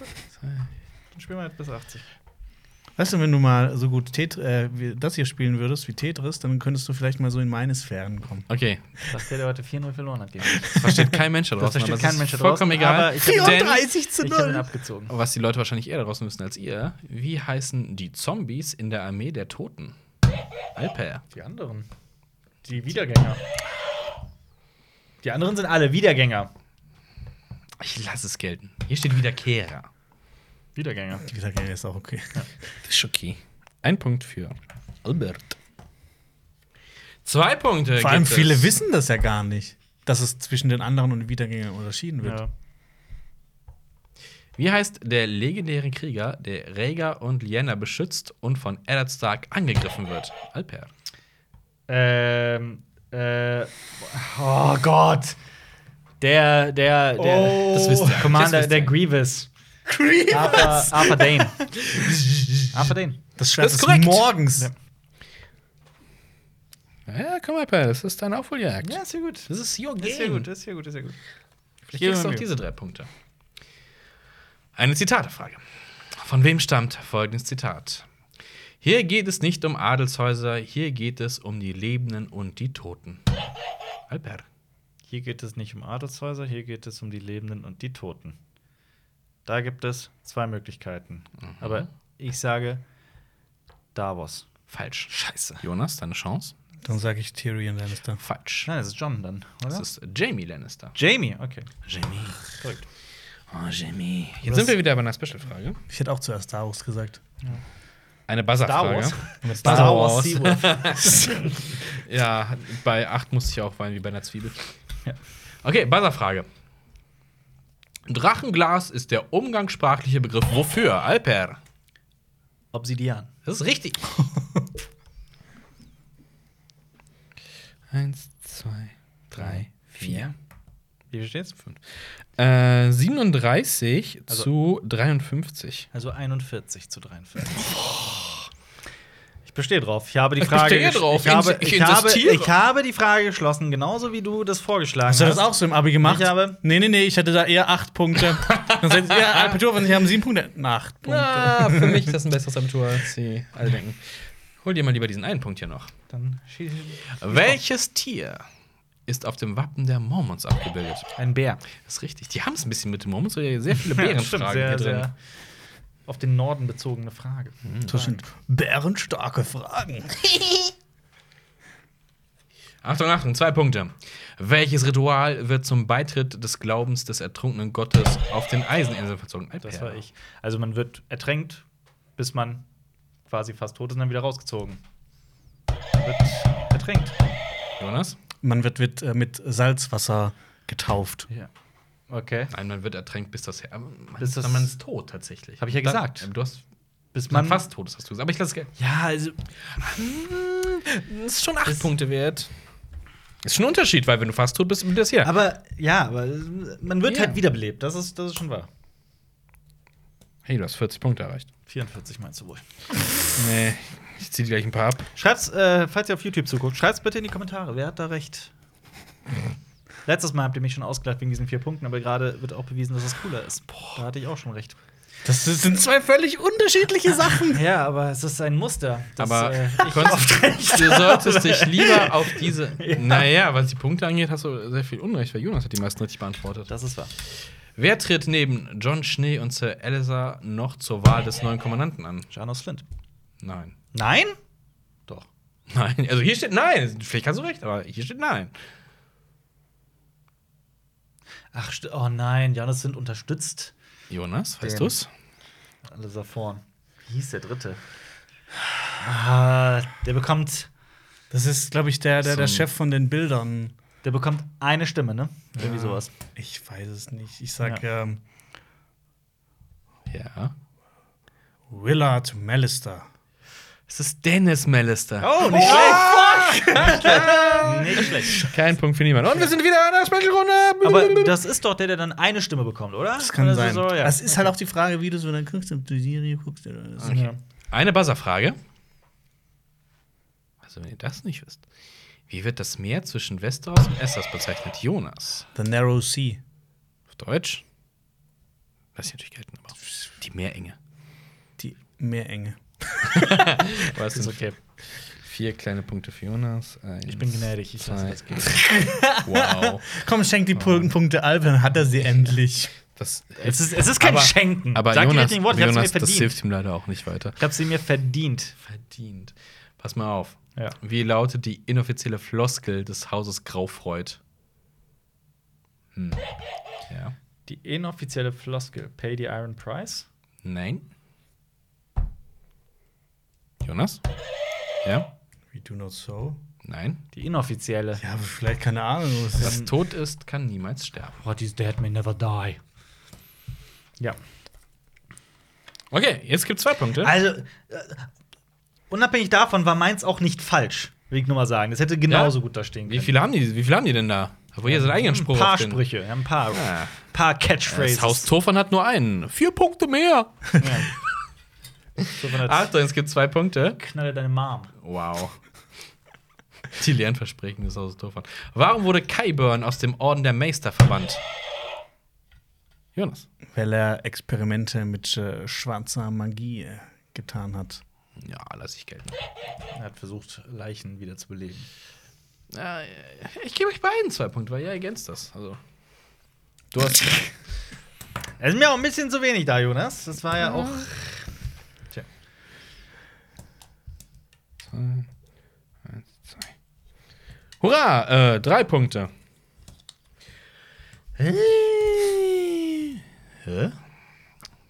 Speaker 1: dann spielen wir jetzt bis 80.
Speaker 2: Weißt du, wenn du mal so gut Tet äh, wie- das hier spielen würdest wie Tetris, dann könntest du vielleicht mal so in meine Sphären kommen.
Speaker 3: Okay.
Speaker 1: Dass der heute 4-0 verloren hat gegen
Speaker 3: Das versteht kein Mensch da
Speaker 1: Das
Speaker 3: draußen.
Speaker 1: versteht
Speaker 3: aber es
Speaker 1: kein
Speaker 3: ist
Speaker 1: Mensch da
Speaker 3: Vollkommen
Speaker 1: draußen,
Speaker 3: egal.
Speaker 1: aber ich hab-
Speaker 3: denn,
Speaker 1: Ich habe ihn abgezogen.
Speaker 3: was die Leute wahrscheinlich eher da draußen wissen als ihr, wie heißen die Zombies in der Armee der Toten? Alper.
Speaker 1: Die anderen. Die Wiedergänger. Die anderen sind alle Wiedergänger.
Speaker 3: Ich lasse es gelten. Hier steht Wiederkehrer.
Speaker 1: Wiedergänger.
Speaker 2: Die gesagt, ja, ist auch okay.
Speaker 3: Das ist okay. Ein Punkt für Albert. Zwei Punkte.
Speaker 2: Vor allem
Speaker 3: gibt
Speaker 2: viele
Speaker 3: es.
Speaker 2: wissen das ja gar nicht, dass es zwischen den anderen und Wiedergängern unterschieden wird.
Speaker 1: Ja.
Speaker 3: Wie heißt der legendäre Krieger, der Rhaegar und Lyanna beschützt und von Eddard Stark angegriffen wird? Alper.
Speaker 1: Ähm, äh, oh Gott. Der, der, der,
Speaker 2: Oh. Das wisst ihr
Speaker 3: eigentlich, das
Speaker 1: Commander,
Speaker 3: wisst ihr
Speaker 1: der
Speaker 3: eigentlich.
Speaker 1: Grievous. Grievous? Arthur, Arthur Dane. Arthur Dane.
Speaker 2: Das Schwert
Speaker 3: Das ist
Speaker 2: ist,
Speaker 3: korrekt.
Speaker 2: morgens.
Speaker 1: Ja.
Speaker 3: Ja, komm, Alper, das ist deine Aufholjagd.
Speaker 1: ist ja gut.
Speaker 3: Das ist your game.
Speaker 1: Ist ja gut, ist ja gut, ist ja gut.
Speaker 3: Vielleicht kriegst du auch diese drei Punkte. Eine Zitatefrage. Von wem stammt folgendes Zitat? Hier geht es nicht um Adelshäuser, hier geht es um die Lebenden und die Toten. Alper.
Speaker 1: Hier geht es nicht um Adelshäuser, hier geht es um die Lebenden und die Toten. Da gibt es zwei Möglichkeiten. Aber ich sage Davos.
Speaker 3: Falsch. Scheiße. Jonas, deine Chance?
Speaker 2: Dann sage ich Tyrion Lannister.
Speaker 3: Falsch.
Speaker 1: Nein, das ist John dann, oder?
Speaker 3: Das ist Jamie Lannister.
Speaker 1: Jamie, okay.
Speaker 3: Jamie.
Speaker 1: Korrekt.
Speaker 3: Oh, Jamie. Jetzt sind wir wieder bei einer Special-Frage.
Speaker 2: Ich hätte auch zuerst Star Wars gesagt.
Speaker 3: Eine
Speaker 1: Star
Speaker 3: Buzzer-Frage.
Speaker 1: Wars.
Speaker 3: Star Wars.
Speaker 1: Seawolf.
Speaker 3: Ja, bei 8 musste ich auch weinen wie bei einer Zwiebel.
Speaker 1: Ja.
Speaker 3: Okay, Buzzer-Frage. Drachenglas ist der umgangssprachliche Begriff wofür? Alper.
Speaker 1: Obsidian.
Speaker 3: Das ist richtig. Eins, zwei, drei, vier,
Speaker 1: Wie steht's?
Speaker 3: fünf. Äh, 37
Speaker 1: Also-
Speaker 3: zu 53.
Speaker 1: Also 41 zu 43. Ich bestehe drauf. Ich habe die Frage.
Speaker 3: bestehe
Speaker 1: gesch-
Speaker 3: drauf.
Speaker 1: Ich habe,
Speaker 3: Ich
Speaker 1: ich, habe,
Speaker 3: insistiere.
Speaker 1: ich habe die Frage geschlossen, genauso wie du das vorgeschlagen hast.
Speaker 2: Hast du das auch so im Abi gemacht?
Speaker 1: Ich habe-
Speaker 2: nee, nee, nee, ich hatte da eher acht Punkte. Dann sagt ihr, ja, Abitur, wenn Sie haben sieben Punkte. Na, acht Punkte.
Speaker 3: Na, Ah, für mich ist das ein besseres Abitur als sie alle denken. Hol dir mal lieber diesen einen Punkt hier noch.
Speaker 1: Dann schieße
Speaker 3: Welches Tier ist auf dem Wappen der Mormons abgebildet?
Speaker 1: ein Bär.
Speaker 3: Das ist richtig. Die haben es ein bisschen mit den Mormons, weil hier sehr viele
Speaker 1: Ja,
Speaker 3: Bärenfragen hier
Speaker 1: sehr,
Speaker 3: drin.
Speaker 1: sehr auf den Norden bezogene Frage.
Speaker 2: Das sind bärenstarke Fragen.
Speaker 3: Achtung, Achtung, zwei Punkte. Welches Ritual wird zum Beitritt des Glaubens des ertrunkenen Gottes auf den Eiseninseln verzogen?
Speaker 1: Das
Speaker 3: Alper.
Speaker 1: war ich. Also man wird ertränkt, bis man quasi fast tot ist und dann wieder rausgezogen. Man wird ertränkt.
Speaker 3: Jonas?
Speaker 2: Man wird mit, äh, mit Salzwasser getauft.
Speaker 1: Ja. Okay.
Speaker 3: Nein, man wird ertränkt, bis das. aber Man,
Speaker 1: Bis das-
Speaker 3: man ist tot, tatsächlich.
Speaker 1: Hab ich ja
Speaker 3: Dann-
Speaker 1: gesagt.
Speaker 3: aber Du hast.
Speaker 1: Bis
Speaker 3: Man
Speaker 1: man
Speaker 3: fast tot, das hast du gesagt. Aber ich lasse es
Speaker 1: Ja, also
Speaker 3: Das ist schon acht Punkte wert. Ist schon ein Unterschied, weil wenn du fast tot bist, bist du das hier.
Speaker 1: Aber ja, aber man wird
Speaker 3: Ja.
Speaker 1: halt wiederbelebt. Das ist, das ist schon wahr.
Speaker 3: Hey, du hast 40 Punkte erreicht.
Speaker 1: 44 meinst du wohl.
Speaker 3: Nee, ich zieh gleich ein paar ab.
Speaker 1: Schreibt's, äh, falls ihr auf YouTube zuguckt, schreibt's bitte in die Kommentare. Wer hat da recht? Letztes Mal habt ihr mich schon ausgelacht wegen diesen vier Punkten, aber gerade wird auch bewiesen, dass es cooler ist. Da hatte ich auch schon recht.
Speaker 2: Das sind zwei völlig unterschiedliche Sachen.
Speaker 1: Ja, aber es ist ein Muster. das,
Speaker 3: Aber
Speaker 1: äh,
Speaker 3: du konntest- du solltest dich lieber auf diese. Naja, was die Punkte angeht, hast du sehr viel Unrecht, weil Jonas hat die meisten richtig beantwortet.
Speaker 1: das ist wahr.
Speaker 3: Wer tritt neben John Schnee und Sir Eleazar noch zur Wahl des neuen Kommandanten an?
Speaker 1: Janos Flint.
Speaker 3: Nein.
Speaker 1: Nein? Doch.
Speaker 3: Nein. Also hier steht nein. Vielleicht hast du recht, aber hier steht nein.
Speaker 1: Ach, st- oh nein, Janos Flint unterstützt
Speaker 3: Jonas, weißt
Speaker 1: Den.
Speaker 3: du's?
Speaker 1: alle da vorn. Wie hieß der dritte? Ah, der bekommt,
Speaker 2: Das ist, glaube ich, der, der, der
Speaker 3: So ein-
Speaker 2: Chef von den Bildern.
Speaker 1: der bekommt eine Stimme, ne? Irgendwie sowas.
Speaker 2: Ich weiß es nicht. Ich sag ähm,
Speaker 3: Ja.
Speaker 2: Willard Mallister.
Speaker 3: Es ist Dennis Mellister.
Speaker 1: Oh, nicht schlecht. nicht schlecht.
Speaker 3: Kein Punkt für niemanden. Und wir sind wieder in der Special-Runde.
Speaker 1: Aber das ist doch der, der dann eine Stimme bekommt, oder?
Speaker 2: Das kann
Speaker 1: oder
Speaker 2: sein.
Speaker 1: So, ja.
Speaker 2: Das ist halt auch die Frage, wie du so dann guckst, ob du die Serie guckst oder so.
Speaker 3: Okay.
Speaker 1: Mhm.
Speaker 3: Eine Buzzerfrage. Also, wenn ihr das nicht wisst. Wie wird das Meer zwischen Westeros und Essos bezeichnet? Jonas.
Speaker 2: The Narrow Sea.
Speaker 3: Auf Deutsch? Lass ich natürlich gelten, aber die Meerenge.
Speaker 2: Die Meerenge.
Speaker 3: Aber es sind okay. Vier kleine Punkte für Jonas. Eins,
Speaker 1: Ich bin gnädig, ich lasse
Speaker 3: zwei.
Speaker 1: das gehen.
Speaker 3: Wow.
Speaker 2: Komm, schenk die Punkte Punkte Alp, dann hat er sie endlich.
Speaker 3: Das,
Speaker 1: Es ist, es ist kein
Speaker 3: aber,
Speaker 1: Schenken.
Speaker 3: Aber
Speaker 1: Sag die
Speaker 3: Jonas,
Speaker 1: richtigen Worte, ich hab's
Speaker 3: Jonas
Speaker 1: mir
Speaker 3: das
Speaker 1: verdient.
Speaker 3: hilft ihm leider auch nicht weiter.
Speaker 1: Ich hab sie mir verdient.
Speaker 3: Verdient. Pass mal auf.
Speaker 1: Ja.
Speaker 3: Wie lautet die inoffizielle Floskel des Hauses Graufreud? Hm. Ja.
Speaker 1: Die inoffizielle Floskel, pay the iron price.
Speaker 3: Nein. Jonas? Ja?
Speaker 2: We do not so.
Speaker 3: Nein.
Speaker 1: Die inoffizielle.
Speaker 2: Ja, aber vielleicht keine Ahnung. was ist-
Speaker 3: Was tot ist, kann niemals sterben.
Speaker 1: What is dead may never die. Ja.
Speaker 3: Okay, jetzt gibt zwei Punkte.
Speaker 1: Also, äh, unabhängig davon war meins auch nicht falsch, will ich nur mal sagen. Das hätte genauso
Speaker 3: Ja?
Speaker 1: gut da stehen können.
Speaker 3: Wie viele haben die, wie viele haben die denn da? Obwohl ihr seinen eigenen Spruch
Speaker 1: Ein paar
Speaker 3: auffindet.
Speaker 1: Sprüche, ja, ein paar,
Speaker 3: Ja.
Speaker 1: paar
Speaker 3: Das
Speaker 1: Catchphrases.
Speaker 3: Haus Tofan hat nur einen. Vier Punkte mehr.
Speaker 1: so von der
Speaker 3: Achtung, es gibt zwei Punkte.
Speaker 1: Knalle deine Mom.
Speaker 3: Wow. Die Lernversprechen des Hauses Tofan. Warum wurde Kyburn aus dem Orden der Meister verbannt? Jonas.
Speaker 2: Weil er Experimente mit äh, schwarzer Magie äh, getan hat.
Speaker 3: Ja, lass ich gelten.
Speaker 1: Er hat versucht, Leichen wieder zu beleben.
Speaker 3: Ja, Äh, ich gebe euch beiden zwei Punkte, weil ihr ergänzt das. Also. Du hast.
Speaker 1: Es ist mir auch ein bisschen zu wenig da, Jonas. Das war ja auch.
Speaker 2: Ah.
Speaker 1: Tja.
Speaker 3: Hurra! Äh, drei Punkte. Äh, Hä?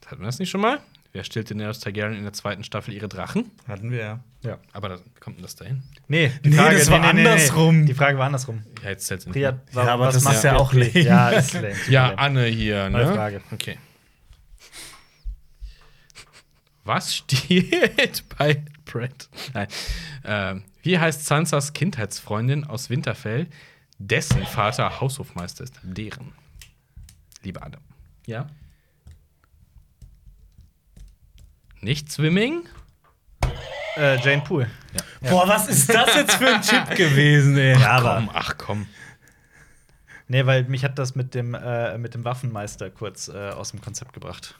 Speaker 3: Hatten wir das nicht schon mal? Wer stellt den Daenerys Targaryen in der zweiten Staffel ihre Drachen?
Speaker 2: Hatten wir ja.
Speaker 1: ja.
Speaker 3: Aber da kommt denn das dahin?
Speaker 1: Nee,
Speaker 2: Nee, das war andersrum.
Speaker 1: Die Frage war andersrum.
Speaker 3: Ja, jetzt zählt's nicht.
Speaker 1: Priya,
Speaker 2: Ja, aber das ist ja
Speaker 1: Priya?
Speaker 2: auch lame.
Speaker 1: Ja, ist lame.
Speaker 3: Ja,
Speaker 1: Lame.
Speaker 3: Anne hier, ne?
Speaker 1: Neue Frage.
Speaker 3: Okay. Was steht bei Brett? Nein. Ähm, wie heißt Sansas Kindheitsfreundin aus Winterfell, dessen Vater Haushofmeister ist? Deren. Liebe Anne. Ja? Nicht Swimming?
Speaker 1: Äh, Jane Poole.
Speaker 2: Boah, was ist das jetzt für ein Tipp gewesen, ey?
Speaker 1: Ja, aber.
Speaker 3: komm, ach komm.
Speaker 1: Nee, weil mich hat das mit dem, äh, mit dem Waffenmeister kurz äh, aus dem Konzept gebracht.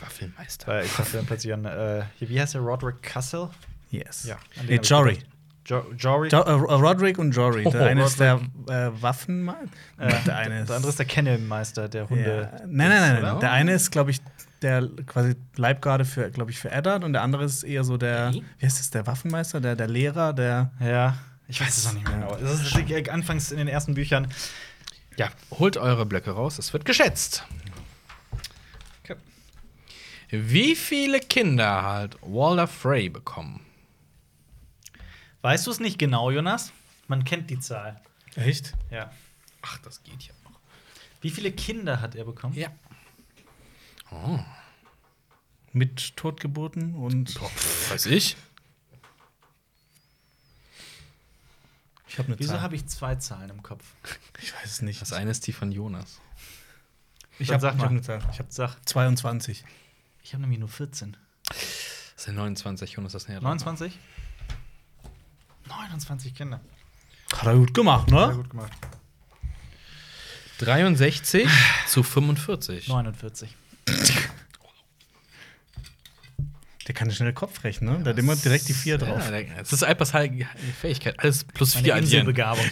Speaker 3: Waffelmeister.
Speaker 1: Weil ich dachte dann plötzlich an, äh, hier, wie heißt der Roderick Castle?
Speaker 2: Yes.
Speaker 1: Ja.
Speaker 2: Nee, Jory.
Speaker 1: Jo Jory.
Speaker 2: Jo äh, Roderick und Jory.
Speaker 3: Oh,
Speaker 2: der eine ist der äh, Waffenmann.
Speaker 1: äh,
Speaker 2: der eine
Speaker 1: der andere ist der Kennelmeister, der Hunde.
Speaker 2: Ja. Nein, nein, nein,
Speaker 3: oder?
Speaker 2: nein. Der eine ist, glaube ich, der quasi Leibgarde für, glaube ich, für Eddard und der andere ist eher so der,
Speaker 3: Okay.
Speaker 2: wie heißt das, der Waffenmeister, der, der Lehrer, der.
Speaker 1: Ja, ich weiß es auch nicht mehr genau. Das ist das ist anfangs in den ersten Büchern. Ja.
Speaker 3: Holt eure Blöcke raus, es wird geschätzt. Wie viele Kinder hat Walder Frey bekommen?
Speaker 1: Weißt du es nicht genau, Jonas? Man kennt die Zahl.
Speaker 2: Echt?
Speaker 1: Ja.
Speaker 3: Ach, das geht ja noch.
Speaker 1: Wie viele Kinder hat er bekommen?
Speaker 3: Ja.
Speaker 2: Mit Totgeburten und.
Speaker 3: Weiß ich.
Speaker 2: Ich habe eine
Speaker 1: Wieso
Speaker 2: Zahl.
Speaker 1: habe ich zwei Zahlen im Kopf?
Speaker 2: ich weiß es nicht.
Speaker 3: Das eine ist die von Jonas.
Speaker 2: ich
Speaker 1: Dann
Speaker 2: habe
Speaker 1: sag
Speaker 2: hab
Speaker 1: mal.
Speaker 2: eine Zahl. Ich habe
Speaker 1: Sag,
Speaker 2: 22.
Speaker 1: ich habe nämlich nur 14.
Speaker 3: Das sind 29, Jonas, das näher dran. ne?
Speaker 1: 29? 29 Kinder.
Speaker 2: Hat er gut gemacht, ne?
Speaker 1: Sehr gut gemacht.
Speaker 3: 63 zu 45.
Speaker 1: 49.
Speaker 2: Der kann schnell Kopf rechnen, ne? da hat immer direkt die 4 drauf.
Speaker 3: Ja, das ist Alpers heilige Fähigkeit. Alles plus
Speaker 1: Meine
Speaker 3: 4 addieren.
Speaker 1: Inselbegabung.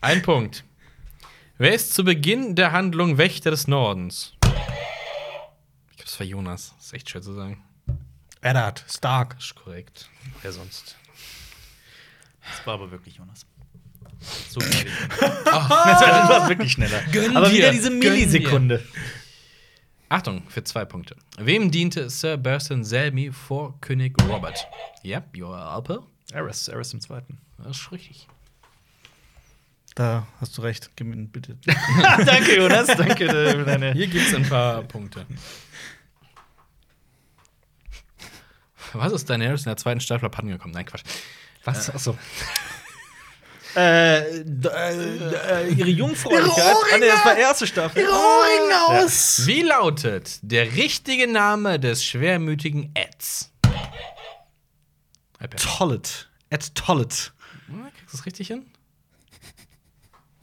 Speaker 3: Ein Punkt. Wer ist zu Beginn der Handlung Wächter des Nordens? Ich glaube, es war Jonas. ist echt schwer zu sagen.
Speaker 2: Eddard, Stark.
Speaker 3: Das ist korrekt. Wer sonst?
Speaker 1: Das war aber wirklich Jonas. So schnell. das war das war wirklich schneller.
Speaker 3: Gönn
Speaker 1: aber
Speaker 3: dir,
Speaker 1: wieder diese
Speaker 3: gönn dir.
Speaker 1: Millisekunde.
Speaker 3: Achtung, für zwei Punkte. Wem diente Sir Bertrand Selmy vor König Robert? Ja, your Alpe.
Speaker 1: Eris, Eris im Zweiten.
Speaker 3: Das ist richtig.
Speaker 2: Da hast du recht. Gib mir bitte.
Speaker 1: danke, Jonas. Danke äh, für deine.
Speaker 3: Hier gibt es ein paar Punkte. Was ist Daenerys in der zweiten Staffel abhandengekommen? Nein, Quatsch. Was? Achso.
Speaker 1: Äh, d- äh, d- äh, ihre Jungfräulichkeit. Ah, nee, das war erste Staffel.
Speaker 2: Ohrringe aus!
Speaker 3: Wie lautet der richtige Name des schwermütigen Eds? Alper, Hm,
Speaker 1: Tollet. At Tollet.
Speaker 3: Kriegst du es richtig hin?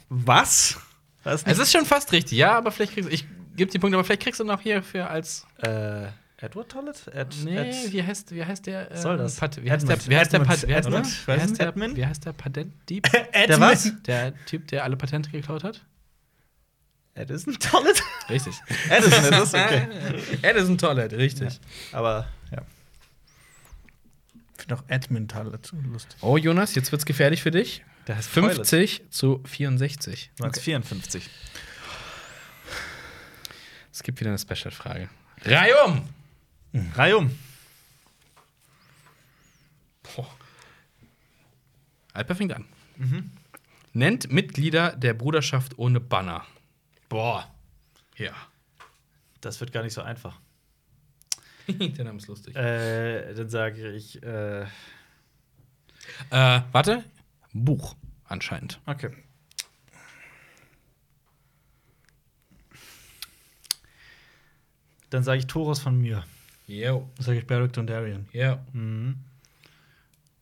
Speaker 1: Was? Was
Speaker 3: Es ist schon fast richtig, ja, aber vielleicht kriegst du. Ich gebe die Punkte, aber vielleicht kriegst du noch hierfür als.
Speaker 1: Äh, Edward Tollet? Ed,
Speaker 3: Nee,
Speaker 1: Ed,
Speaker 3: wie heißt, wie heißt der. ähm,
Speaker 1: soll das?
Speaker 3: Pat, wie heißt
Speaker 1: Edmund.
Speaker 3: der, wie heißt der, Pat, wie heißt der,
Speaker 1: Edmund.
Speaker 3: wie
Speaker 1: Weiß
Speaker 3: heißt
Speaker 1: nicht,
Speaker 3: der,
Speaker 1: Edmund?
Speaker 3: wie heißt der Patentdieb?
Speaker 1: Der was?
Speaker 3: der Typ, der alle Patente geklaut hat?
Speaker 1: Edison Tollet?
Speaker 3: Richtig.
Speaker 1: Edison, das ist okay.
Speaker 3: Edison Toilette, richtig.
Speaker 1: Aber, ja.
Speaker 2: Ich finde auch Admin Talent lustig.
Speaker 3: Oh, Jonas, jetzt wird's gefährlich für dich.
Speaker 1: Der heißt
Speaker 3: 50 zu 64.
Speaker 1: 1954.
Speaker 3: Es gibt wieder eine Special-Frage. um! Reihum!
Speaker 1: Reihum.
Speaker 3: Alper fängt an. Mhm. Nennt Mitglieder der Bruderschaft ohne Banner. Boah. Ja.
Speaker 1: Das wird gar nicht so einfach.
Speaker 3: der Name ist lustig. Äh,
Speaker 1: Äh, dann sage ich, äh,
Speaker 3: warte. Buch, anscheinend.
Speaker 1: okay. Dann sage ich Thoros von mir.
Speaker 3: Jo,
Speaker 2: Sag ich Barrick Dondarrion.
Speaker 3: jo.
Speaker 1: Mhm.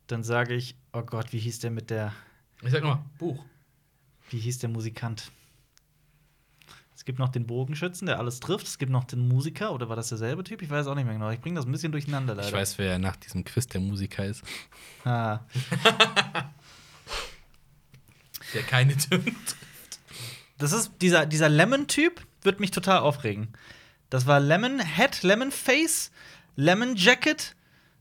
Speaker 1: Dann sage ich, oh Gott, wie hieß der mit der,
Speaker 3: Ich sag nochmal, Buch.
Speaker 1: wie hieß der Musikant? Es gibt noch den Bogenschützen, der alles trifft. Es gibt noch den Musiker, oder war das derselbe Typ? Ich weiß auch nicht mehr genau. Ich bringe das ein bisschen durcheinander leider.
Speaker 3: Ich weiß, wer nach diesem Quiz der Musiker ist.
Speaker 1: Ah.
Speaker 3: Der keine Töne.
Speaker 1: Das ist dieser, dieser Lemon-Typ wird mich total aufregen. Das war Lemon Head, Lemon Face, Lemon Jacket,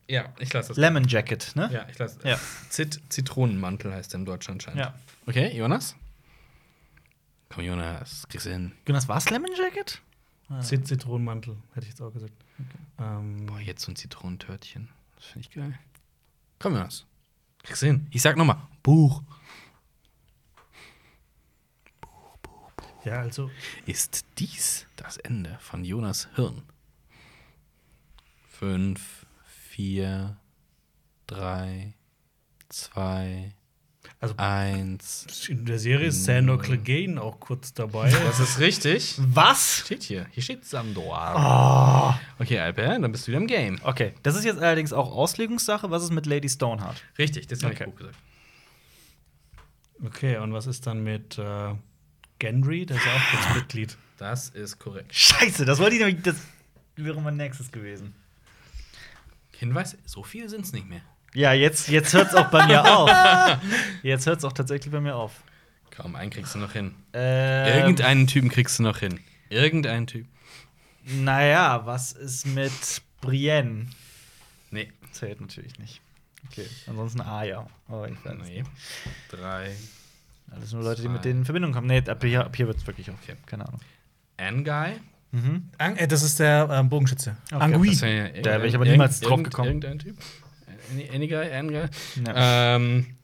Speaker 3: Ja, ich lasse das.
Speaker 1: Lemon Jacket, ne?
Speaker 3: Ja, ich lasse
Speaker 1: Ja.
Speaker 3: Zit Zitronenmantel heißt er im Deutschen anscheinend.
Speaker 1: Ja.
Speaker 3: Okay, Jonas? Komm, Jonas, kriegst du hin.
Speaker 1: Jonas, war es Lemon Jacket?
Speaker 2: Zit Zitronenmantel, hätte ich jetzt auch gesagt. Ähm,
Speaker 3: Boah, jetzt so ein Zitronentörtchen. Das finde ich geil. Komm, Jonas. Kriegst du hin. Ich sag nochmal: Buch
Speaker 2: ja, also.
Speaker 3: ist dies das Ende von Jonas Hirn. Fünf, vier, drei, zwei,
Speaker 2: Also-
Speaker 3: eins.
Speaker 2: In der Serie ist Sandor Clegane auch kurz dabei.
Speaker 3: Das ist richtig.
Speaker 1: Was? Oh.
Speaker 3: Steht hier. Hier steht Sandor. Okay, Alper, dann bist du wieder im Game.
Speaker 1: Okay, das ist jetzt allerdings auch Auslegungssache. Was ist mit Lady Stoneheart?
Speaker 3: Richtig, das habe
Speaker 1: Okay.
Speaker 3: ich gut gesagt.
Speaker 2: Okay, und was ist dann mit äh, Gendry? Der ist ja auch kurz Mitglied.
Speaker 3: Das ist korrekt.
Speaker 1: Scheiße, das wollte ich nämlich. Das wäre mein nächstes gewesen.
Speaker 3: Hinweis: so viele sind es nicht mehr.
Speaker 1: Ja, jetzt, jetzt hört es auch bei mir auf. Jetzt hört es auch tatsächlich bei mir auf.
Speaker 3: Kaum einen kriegst du noch hin.
Speaker 1: Ähm,
Speaker 3: Irgendeinen Typen kriegst du noch hin. Irgendeinen Typ.
Speaker 1: Naja, was ist mit Brienne?
Speaker 3: Nee.
Speaker 1: Zählt natürlich nicht. Okay, ansonsten A ja. Aber ich weiß
Speaker 3: nee. Drei.
Speaker 1: Alles nur Leute, die
Speaker 3: Zwei.
Speaker 1: mit denen in Verbindung kommen. Nee, ab hier, ab hier wird es wirklich auf. Keine Ahnung.
Speaker 3: N-Guy.
Speaker 1: Mhm.
Speaker 2: Ang äh, das ist der ähm, Bogenschütze.
Speaker 1: Okay,
Speaker 2: Angui.
Speaker 3: Das wär ja irgendein-
Speaker 1: Da wär ich aber niemals
Speaker 3: irgend-
Speaker 1: drauf gekommen.
Speaker 3: Irgendein Typ. Any, any guy, any guy.
Speaker 1: Ja.
Speaker 3: Ähm,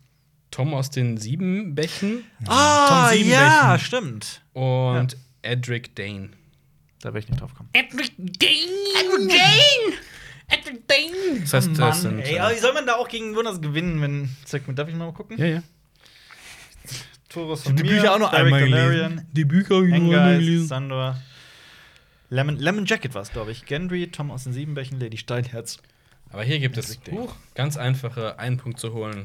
Speaker 3: Tom aus den sieben Bächen
Speaker 1: Ah,
Speaker 2: Tom
Speaker 1: ja,
Speaker 2: Siebenbächen.
Speaker 1: stimmt.
Speaker 3: und Edric Dane.
Speaker 1: Da werde ich nicht drauf kommen.
Speaker 3: Edric Dane! Edric Dane! Edric Dane! Das heißt, das sind. äh,
Speaker 1: ey, aber wie soll man da auch gegen Jonas gewinnen, wenn. Zeig mir, darf ich mal gucken?
Speaker 3: ja, ja.
Speaker 1: Torres
Speaker 2: hab die Bücher auch noch
Speaker 1: Derek
Speaker 2: einmal
Speaker 1: Donarian,
Speaker 2: gelesen. Die Bücher habe ich nur einmal
Speaker 1: Engeis,
Speaker 2: gelesen.
Speaker 1: Sandor. Lemon, Lemon Jacket war es, glaube ich. Gendry, Tom aus den Siebenbächen, Lady Steinherz.
Speaker 3: Aber hier gibt es
Speaker 1: liegt dir.
Speaker 3: Huch, ganz einfache, einen Punkt zu holen.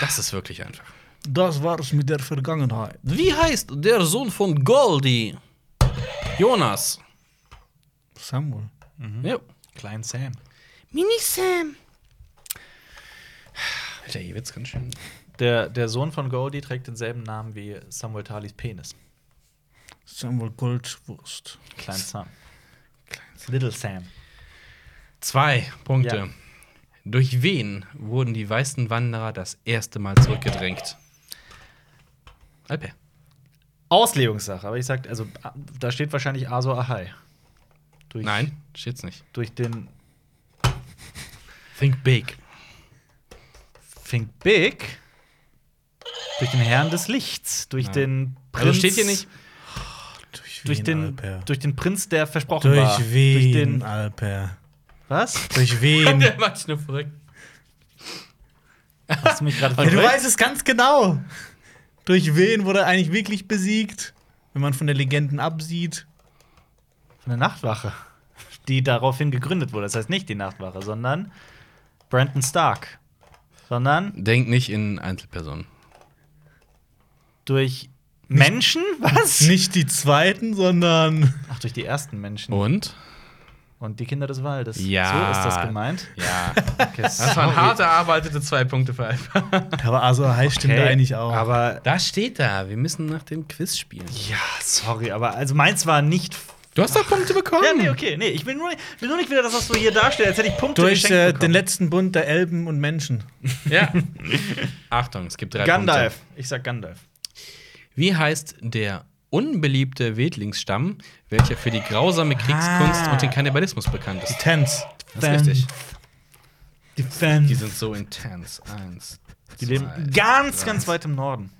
Speaker 3: Das ist wirklich einfach.
Speaker 2: Das war's mit der Vergangenheit.
Speaker 3: Wie heißt der Sohn von Goldie? Jonas.
Speaker 2: Samuel.
Speaker 3: Ja.
Speaker 1: Klein Sam.
Speaker 3: Mini Sam. Alter, hier wird's ganz schön.
Speaker 1: Der, der Sohn von Goldie trägt denselben Namen wie Samuel Talis Penis.
Speaker 2: Samuel Goldwurst.
Speaker 1: Klein Sam. Little Sam.
Speaker 3: Zwei Punkte.
Speaker 1: Ja.
Speaker 3: Durch wen wurden die weißen Wanderer das erste Mal zurückgedrängt? Alper.
Speaker 1: Auslegungssache, aber ich sag, also a- da steht wahrscheinlich Azor Ahai. Durch,
Speaker 3: Nein, steht's nicht.
Speaker 1: Durch den
Speaker 3: Think big.
Speaker 1: Think Big. Durch den Herrn des Lichts. Durch
Speaker 3: Ja.
Speaker 1: den Prinz.
Speaker 3: Also steht hier nicht.
Speaker 2: Durch,
Speaker 1: Durch den, durch den Prinz, der versprochen war.
Speaker 2: durch
Speaker 1: Durch
Speaker 2: wen,
Speaker 1: den.
Speaker 2: Alper?
Speaker 1: Was?
Speaker 2: Durch wen?
Speaker 3: Der macht nur verrückt.
Speaker 1: Hast du mich gerade
Speaker 2: Ja, du
Speaker 1: verrückt?
Speaker 2: weißt es ganz genau. Durch wen wurde er eigentlich wirklich besiegt? Wenn man von der Legenden absieht.
Speaker 1: Von der Nachtwache. Die daraufhin gegründet wurde. Das heißt nicht die Nachtwache, sondern Brandon Stark. Sondern
Speaker 3: Denkt nicht in Einzelpersonen.
Speaker 1: durch Menschen? Was?
Speaker 2: Nicht die zweiten, sondern.
Speaker 1: Ach, durch die ersten Menschen.
Speaker 3: Und?
Speaker 1: Und die Kinder des Waldes.
Speaker 3: Ja.
Speaker 1: So ist das gemeint.
Speaker 3: Ja.
Speaker 1: Okay,
Speaker 3: Das waren hart erarbeitete zwei Punkte für Alper.
Speaker 2: Aber also High stimmt da eigentlich auch.
Speaker 1: Aber
Speaker 3: Das steht da. Wir müssen nach dem Quiz spielen.
Speaker 1: ja, sorry, aber also meins war nicht.
Speaker 3: Du hast doch Punkte bekommen.
Speaker 1: Ja, nee, okay, nee, ich will nur, will nur nicht wieder, dass das so hier darstellt, als hätte ich Punkte
Speaker 2: durch
Speaker 1: geschenkt
Speaker 2: äh,
Speaker 1: bekommen.
Speaker 2: den letzten Bund der Elben und Menschen.
Speaker 3: Ja. Achtung, es gibt drei
Speaker 1: Gandalf.
Speaker 3: Punkte.
Speaker 1: Ich sag Gandalf.
Speaker 3: Wie heißt der unbeliebte Wedlingsstamm, welcher für die grausame Kriegskunst
Speaker 1: Ah.
Speaker 3: und den Kannibalismus bekannt ist?
Speaker 2: Tens.
Speaker 3: Das ist richtig.
Speaker 1: Die Fans.
Speaker 3: Die
Speaker 1: Die,
Speaker 3: sind so intens. Eins. zwei,
Speaker 1: leben ganz,
Speaker 3: drei.
Speaker 1: ganz weit im Norden.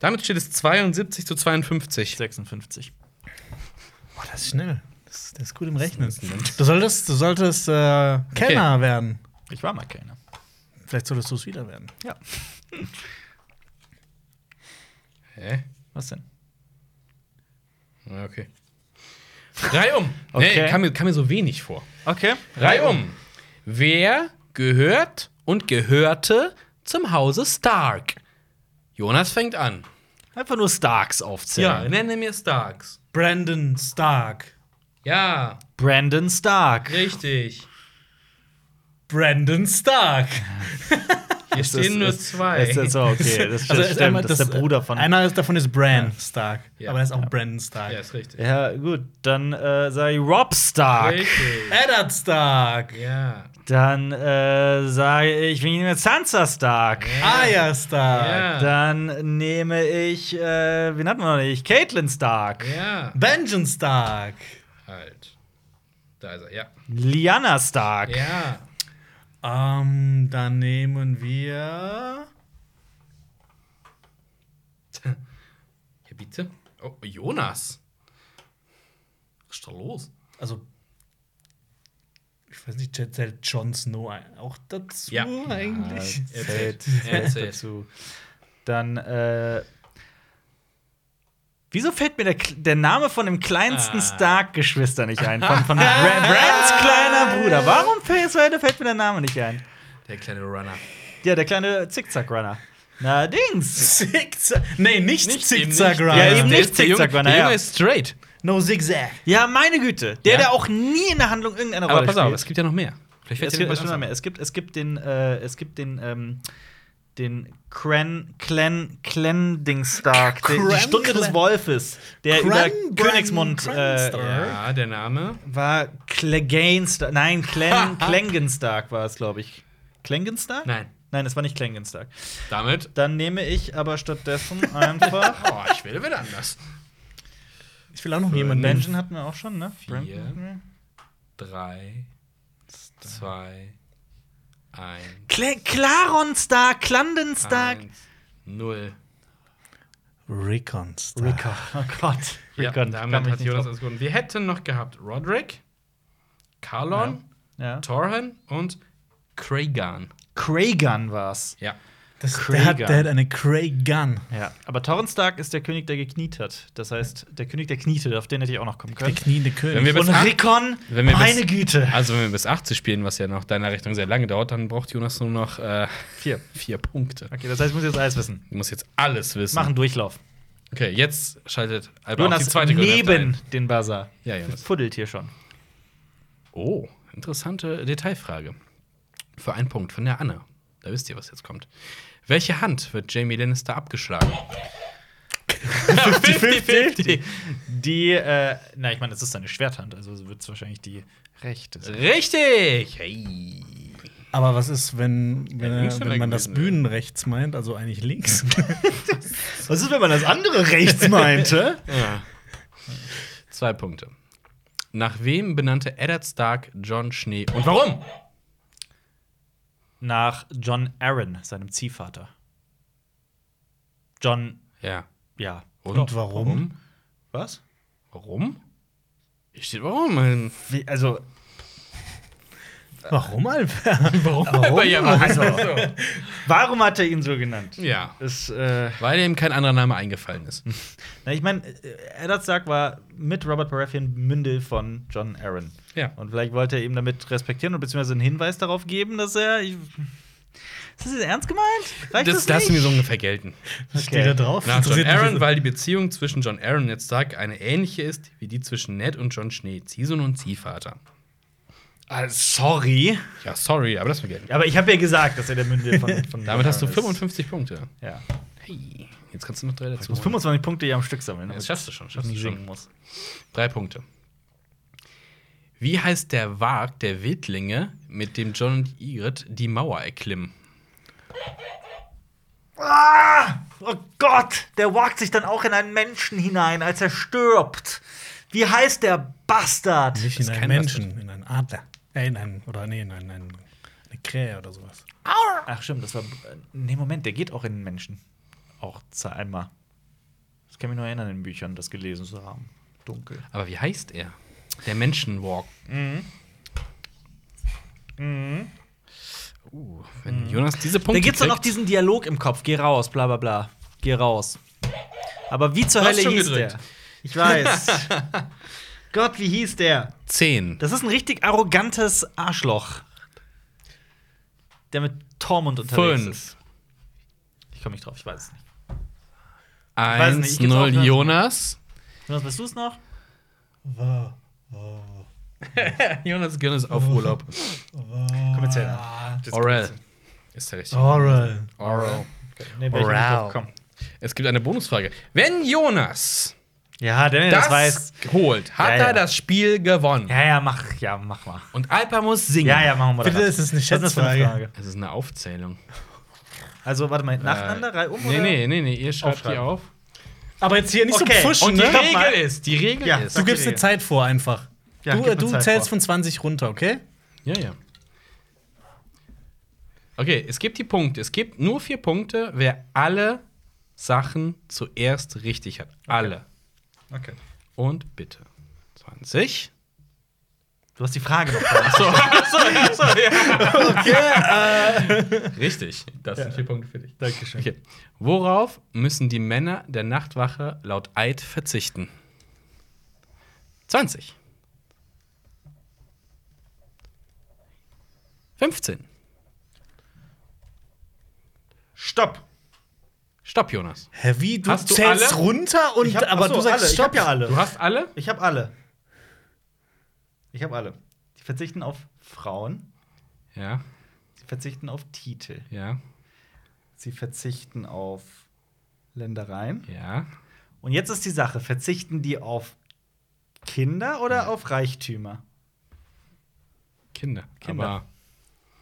Speaker 3: Damit steht es 72 zu 52.
Speaker 1: 56.
Speaker 2: Boah, Oh, das ist schnell. Das, das ist gut im Rechnen.
Speaker 3: ein Moment.
Speaker 2: Du solltest, du solltest äh, Kellner werden.
Speaker 1: Ich war mal keiner.
Speaker 2: Vielleicht solltest du es wieder werden.
Speaker 1: Ja.
Speaker 3: Hä?
Speaker 1: Was denn?
Speaker 3: Ja, Okay. Reihum.
Speaker 1: Okay.
Speaker 3: Nee, kam mir, kam mir so wenig vor.
Speaker 1: Okay.
Speaker 3: Reihum. Wer gehört und gehörte zum Hause Stark? Jonas fängt an.
Speaker 1: Einfach nur Starks aufzählen.
Speaker 3: nenne mir Starks.
Speaker 2: Brandon Stark.
Speaker 3: Ja,
Speaker 1: Brandon Stark.
Speaker 3: richtig.
Speaker 2: Brandon Stark.
Speaker 3: Hier
Speaker 1: Das
Speaker 3: stehen nur
Speaker 1: ist-
Speaker 3: zwei.
Speaker 1: Ist jetzt okay. Das,
Speaker 2: Also,
Speaker 1: stimmt.
Speaker 2: einmal
Speaker 1: das ist der Bruder von.
Speaker 2: Einer ist- davon ist Bran Stark.
Speaker 3: Ja.
Speaker 2: Aber er ist auch Brandon Stark.
Speaker 3: Ja, ist richtig.
Speaker 1: Ja, gut. Dann äh, sage ich Rob Stark.
Speaker 3: Richtig.
Speaker 2: Eddard Stark.
Speaker 3: Ja.
Speaker 1: Dann äh, sage ich, wir nehmen jetzt Sansa Stark.
Speaker 2: Arya Stark.
Speaker 3: Ja.
Speaker 1: Dann nehme ich, äh, wen hatten wir noch nicht? Caitlin Stark.
Speaker 3: Ja.
Speaker 2: Benjen Stark.
Speaker 3: Halt. Da ist er, ja.
Speaker 1: Lyanna Stark.
Speaker 3: Ja.
Speaker 2: Ähm, dann nehmen wir.
Speaker 3: Ja, bitte. Oh, Jonas. Was ist da los?
Speaker 2: Also. Ich weiß nicht, zählt Jon Snow ein- auch dazu
Speaker 3: Ja.
Speaker 2: eigentlich?
Speaker 1: Zählt,
Speaker 3: Erzählt.
Speaker 1: zählt
Speaker 3: Erzählt.
Speaker 1: dazu. Dann, äh, Wieso fällt mir der, Kl- der Name von dem kleinsten
Speaker 3: Ah.
Speaker 1: Stark-Geschwister nicht ein? Von, von Bran, Brans kleiner Bruder. Warum fällt, fällt mir der Name nicht ein?
Speaker 3: Der kleine Runner.
Speaker 1: Ja, der kleine Zickzack-Runner. Na, Dings.
Speaker 2: Zickzack. Nee, nicht, Zickzack
Speaker 3: eben nicht.
Speaker 2: Runner.
Speaker 1: Ja, eben
Speaker 3: der
Speaker 1: nicht
Speaker 3: ist der Junge,
Speaker 1: Zickzack Runner,
Speaker 3: der Junge
Speaker 1: ja.
Speaker 3: ist straight.
Speaker 2: No Zigzag.
Speaker 1: Ja, meine Güte. Der,
Speaker 3: Ja.
Speaker 1: der auch nie in der Handlung irgendeine
Speaker 3: Aber
Speaker 1: Rolle
Speaker 3: pass
Speaker 1: spielt.
Speaker 3: auf, es gibt ja noch mehr. Vielleicht
Speaker 1: es
Speaker 3: fällt dir
Speaker 1: gibt, es,
Speaker 3: noch
Speaker 1: gibt noch mehr. es gibt es gibt den äh, es gibt den ähm, den Cran Clan Clending Stark, den, die
Speaker 2: Cran-
Speaker 1: Stunde des
Speaker 2: Clan-
Speaker 1: Wolfes, der
Speaker 2: Cran-
Speaker 1: über Königsmund
Speaker 2: Cran-
Speaker 1: äh,
Speaker 2: Cranstar-
Speaker 3: Ja, der Name.
Speaker 1: war Clegane Stark. Nein, Clan Clengen Stark war es, glaube ich. Clengen Stark?
Speaker 3: Nein.
Speaker 1: Nein, es war nicht Clengen Stark.
Speaker 3: Damit.
Speaker 1: Dann nehme ich aber stattdessen einfach
Speaker 3: Oh, ich will wieder anders.
Speaker 2: Ich will auch noch
Speaker 3: Fünf.
Speaker 2: jemanden.
Speaker 1: Benjen hatten wir auch schon, ne?
Speaker 3: Vier.
Speaker 1: Brandon hatten wir.
Speaker 3: Drei, zwei, ein,
Speaker 1: Cla Claron Stark, Clanden Stark.
Speaker 3: eins, null.
Speaker 2: Rickon Stark.
Speaker 1: Rickon, oh Gott.
Speaker 3: Ja,
Speaker 1: Rickon,
Speaker 3: damit
Speaker 1: kann mich
Speaker 3: hat
Speaker 1: nicht
Speaker 3: Jonas
Speaker 1: drauf-
Speaker 3: alles gewonnen. Wir hätten noch gehabt Roderick, Carlon,
Speaker 1: Ja.
Speaker 3: Torhan und Kragan.
Speaker 1: Kragan war's.
Speaker 3: Ja.
Speaker 2: Das,
Speaker 1: Cray
Speaker 2: der, hat,
Speaker 1: Gun.
Speaker 2: der hat eine Cray Gun.
Speaker 1: Ja, aber Torrent Stark ist der König, der gekniet hat. Das heißt, der König der Kniete, auf den hätte ich auch noch kommen
Speaker 2: Der
Speaker 1: können.
Speaker 2: kniende König.
Speaker 3: Wenn wir bis
Speaker 1: Und
Speaker 3: acht-
Speaker 1: Rickon,
Speaker 3: wenn wir bis-
Speaker 1: meine Güte.
Speaker 3: Also, wenn wir bis 80 spielen, was ja nach deiner Rechnung sehr lange dauert, dann braucht Jonas nur noch äh, vier, vier Punkte.
Speaker 1: Okay, das heißt, ich muss jetzt alles wissen.
Speaker 3: Du musst jetzt alles wissen.
Speaker 1: Mach einen Durchlauf.
Speaker 3: Okay, jetzt schaltet Alba auf die
Speaker 1: Jonas
Speaker 3: zweite Gründe
Speaker 1: neben
Speaker 3: ein.
Speaker 1: den Buzzer
Speaker 3: Ja, Jonas.
Speaker 1: fuddelt hier schon.
Speaker 3: Oh, interessante Detailfrage. Für einen Punkt von der Anne. Da wisst ihr, was jetzt kommt. Welche Hand wird Jamie Lannister abgeschlagen? 50-50.
Speaker 1: Die, äh, na, ich meine, das ist seine Schwerthand, also wird es wahrscheinlich die rechte sein.
Speaker 3: Richtig! Hey.
Speaker 2: Aber was ist, wenn, wenn,
Speaker 3: Ja, links
Speaker 2: er, wenn
Speaker 3: wäre
Speaker 2: man das
Speaker 3: gewesen, ja.
Speaker 2: Bühnenrechts meint, also eigentlich links?
Speaker 1: Was ist, wenn man das andere rechts meinte?
Speaker 3: Zwei Punkte. Nach wem benannte Eddard Stark John Schnee und warum?
Speaker 1: Nach John Aaron, seinem Ziehvater. John,
Speaker 3: Ja.
Speaker 1: ja.
Speaker 2: Und warum?
Speaker 1: Was?
Speaker 3: Warum? Hier steht warum. Ein
Speaker 1: Wie, also,
Speaker 2: Warum, Albert? Warum?
Speaker 3: Aber ja, warum?
Speaker 1: warum hat er ihn so genannt?
Speaker 3: ja.
Speaker 1: Ist, äh,
Speaker 3: Weil ihm kein anderer Name eingefallen ist.
Speaker 1: na, ich meine, äh, Eddard Stark war mit Robert Baratheon Mündel von John Aaron.
Speaker 3: Ja.
Speaker 1: Und vielleicht wollte er ihm damit respektieren und beziehungsweise einen Hinweis darauf geben, dass er. Ich, ist das jetzt ernst gemeint? Reicht
Speaker 3: Das
Speaker 1: das,
Speaker 3: lassen wir
Speaker 1: nicht?
Speaker 3: so ungefähr gelten.
Speaker 2: Was
Speaker 1: Okay.
Speaker 2: steht da drauf?
Speaker 3: Nach John
Speaker 2: Interessiert mich
Speaker 3: Aaron,
Speaker 2: jetzt-
Speaker 3: weil die Beziehung zwischen John Aaron und Ned Stark eine ähnliche ist wie die zwischen Ned und John Schnee, Ziehsohn und Ziehvater.
Speaker 1: Ah, sorry.
Speaker 3: Ja, sorry, aber das war gelten.
Speaker 1: Aber ich habe ja gesagt, dass er der Mündel von. von
Speaker 3: Damit hast du
Speaker 1: ist.
Speaker 3: 55 Punkte.
Speaker 1: Ja.
Speaker 3: Hey, jetzt kannst du noch drei
Speaker 1: Ich
Speaker 3: dazu.
Speaker 1: muss 25 Punkte hier am Stück sammeln.
Speaker 3: Das
Speaker 1: damit
Speaker 3: schaffst du schon, schaffst
Speaker 1: ich
Speaker 3: du
Speaker 1: nicht
Speaker 3: schon.
Speaker 1: singen muss.
Speaker 3: Drei Punkte. Wie heißt der Wag der Wildlinge, mit dem John und Igrit die Mauer erklimmen?
Speaker 1: Ah! Oh Gott! Der wagt sich dann auch in einen Menschen hinein, als er stirbt. Wie heißt der Bastard?
Speaker 2: Nicht in
Speaker 3: Das
Speaker 2: einen
Speaker 3: kann
Speaker 2: Menschen, in einen Adler. Äh, in einen, oder nee, in einen, einen, eine Krähe oder sowas.
Speaker 1: Ach stimmt, das war. äh, Nee, Moment, der geht auch in den Menschen. Auch zu- einmal. Das kann mich nur erinnern, in Büchern das gelesen zu haben. Dunkel.
Speaker 3: Aber wie heißt er? Der Menschenwalk.
Speaker 1: Mhm.
Speaker 3: Uh, wenn Jonas diese Punkte
Speaker 1: Da gibt's Mhm. doch noch
Speaker 3: kriegt-
Speaker 1: diesen Dialog im Kopf. Geh raus, bla bla bla. Geh raus. Aber wie zur
Speaker 3: Du hast
Speaker 1: Hölle
Speaker 3: schon
Speaker 1: hieß
Speaker 3: gedrückt.
Speaker 1: der? Ich weiß. Gott, wie hieß der?
Speaker 3: zehn.
Speaker 1: Das ist ein richtig arrogantes Arschloch. Der mit Tormund unterwegs ist.
Speaker 3: Fünf.
Speaker 1: Ich komme nicht drauf, ich weiß es nicht. weiß nicht, ich
Speaker 3: Eins,
Speaker 1: geb's
Speaker 3: null,
Speaker 1: auch nicht.
Speaker 3: Jonas.
Speaker 1: Jonas, bist du es noch?
Speaker 3: Jonas Gönn ist auf Urlaub.
Speaker 1: Kommerziell.
Speaker 3: Oral. Ist der richtig?
Speaker 2: Oral.
Speaker 3: Oral.
Speaker 1: Nee, bin ich nicht
Speaker 3: Oral.
Speaker 1: drauf gekommen.
Speaker 3: Es gibt eine Bonusfrage. Wenn Jonas
Speaker 1: Ja, der das,
Speaker 3: das,
Speaker 1: das weiß.
Speaker 3: holt, hat
Speaker 1: Ja, ja.
Speaker 3: er das Spiel gewonnen.
Speaker 1: Ja, ja, mach, ja, mach mal.
Speaker 3: Und Alpa muss singen.
Speaker 1: Ja, ja, machen wir
Speaker 2: Bitte,
Speaker 1: das.
Speaker 2: es ist eine
Speaker 1: Was das für eine
Speaker 2: Schätzfrage.
Speaker 1: Frage?
Speaker 3: Es ist eine Aufzählung.
Speaker 1: Also, warte mal, nacheinander,
Speaker 3: äh,
Speaker 1: Reihe um?
Speaker 3: Nee,
Speaker 1: oder?
Speaker 3: nee, nee, nee, ihr schreibt die
Speaker 1: Aufschreiben.
Speaker 3: auf.
Speaker 2: Aber jetzt hier nicht
Speaker 1: Okay,
Speaker 2: so pfuschen,
Speaker 1: und die
Speaker 2: ne?
Speaker 1: Regel mal.
Speaker 3: ist, die Regel
Speaker 1: Ja,
Speaker 3: ist.
Speaker 2: Du
Speaker 1: sag
Speaker 2: gibst
Speaker 1: die
Speaker 2: eine Zeit vor einfach.
Speaker 1: Ja,
Speaker 2: du
Speaker 1: gib
Speaker 2: äh,
Speaker 1: mir
Speaker 2: du
Speaker 1: Zeit
Speaker 2: zählst
Speaker 1: vor.
Speaker 2: von 20 runter, okay?
Speaker 3: Ja, ja. Okay, es gibt die Punkte. Es gibt nur vier Punkte, wer alle Sachen zuerst richtig hat. Alle.
Speaker 1: Okay.
Speaker 3: Und bitte. 20.
Speaker 1: Du hast die Frage noch. verpasst.
Speaker 3: So, sorry, sorry. Richtig, das sind vier Punkte für dich.
Speaker 1: Dankeschön.
Speaker 3: Okay. Worauf müssen die Männer der Nachtwache laut Eid verzichten? 20. 15.
Speaker 1: Stopp.
Speaker 3: Stopp, Jonas.
Speaker 2: Hä, wie? Du
Speaker 3: Hast du
Speaker 2: zählst
Speaker 3: alle?
Speaker 2: runter und
Speaker 1: Ich hab-
Speaker 2: aber
Speaker 1: achso,
Speaker 2: du sagst
Speaker 1: alle. Ich
Speaker 2: Stopp.
Speaker 1: hab ja alle.
Speaker 3: Du hast alle?
Speaker 1: Ich habe alle. Ich habe alle. Sie verzichten auf Frauen,
Speaker 3: Ja,
Speaker 1: sie verzichten auf Titel,
Speaker 3: ja,
Speaker 1: sie verzichten auf Ländereien.
Speaker 3: ja.
Speaker 1: Und jetzt ist die Sache: verzichten die auf Kinder oder auf Reichtümer?
Speaker 3: Kinder.
Speaker 1: Kinder.
Speaker 3: Aber,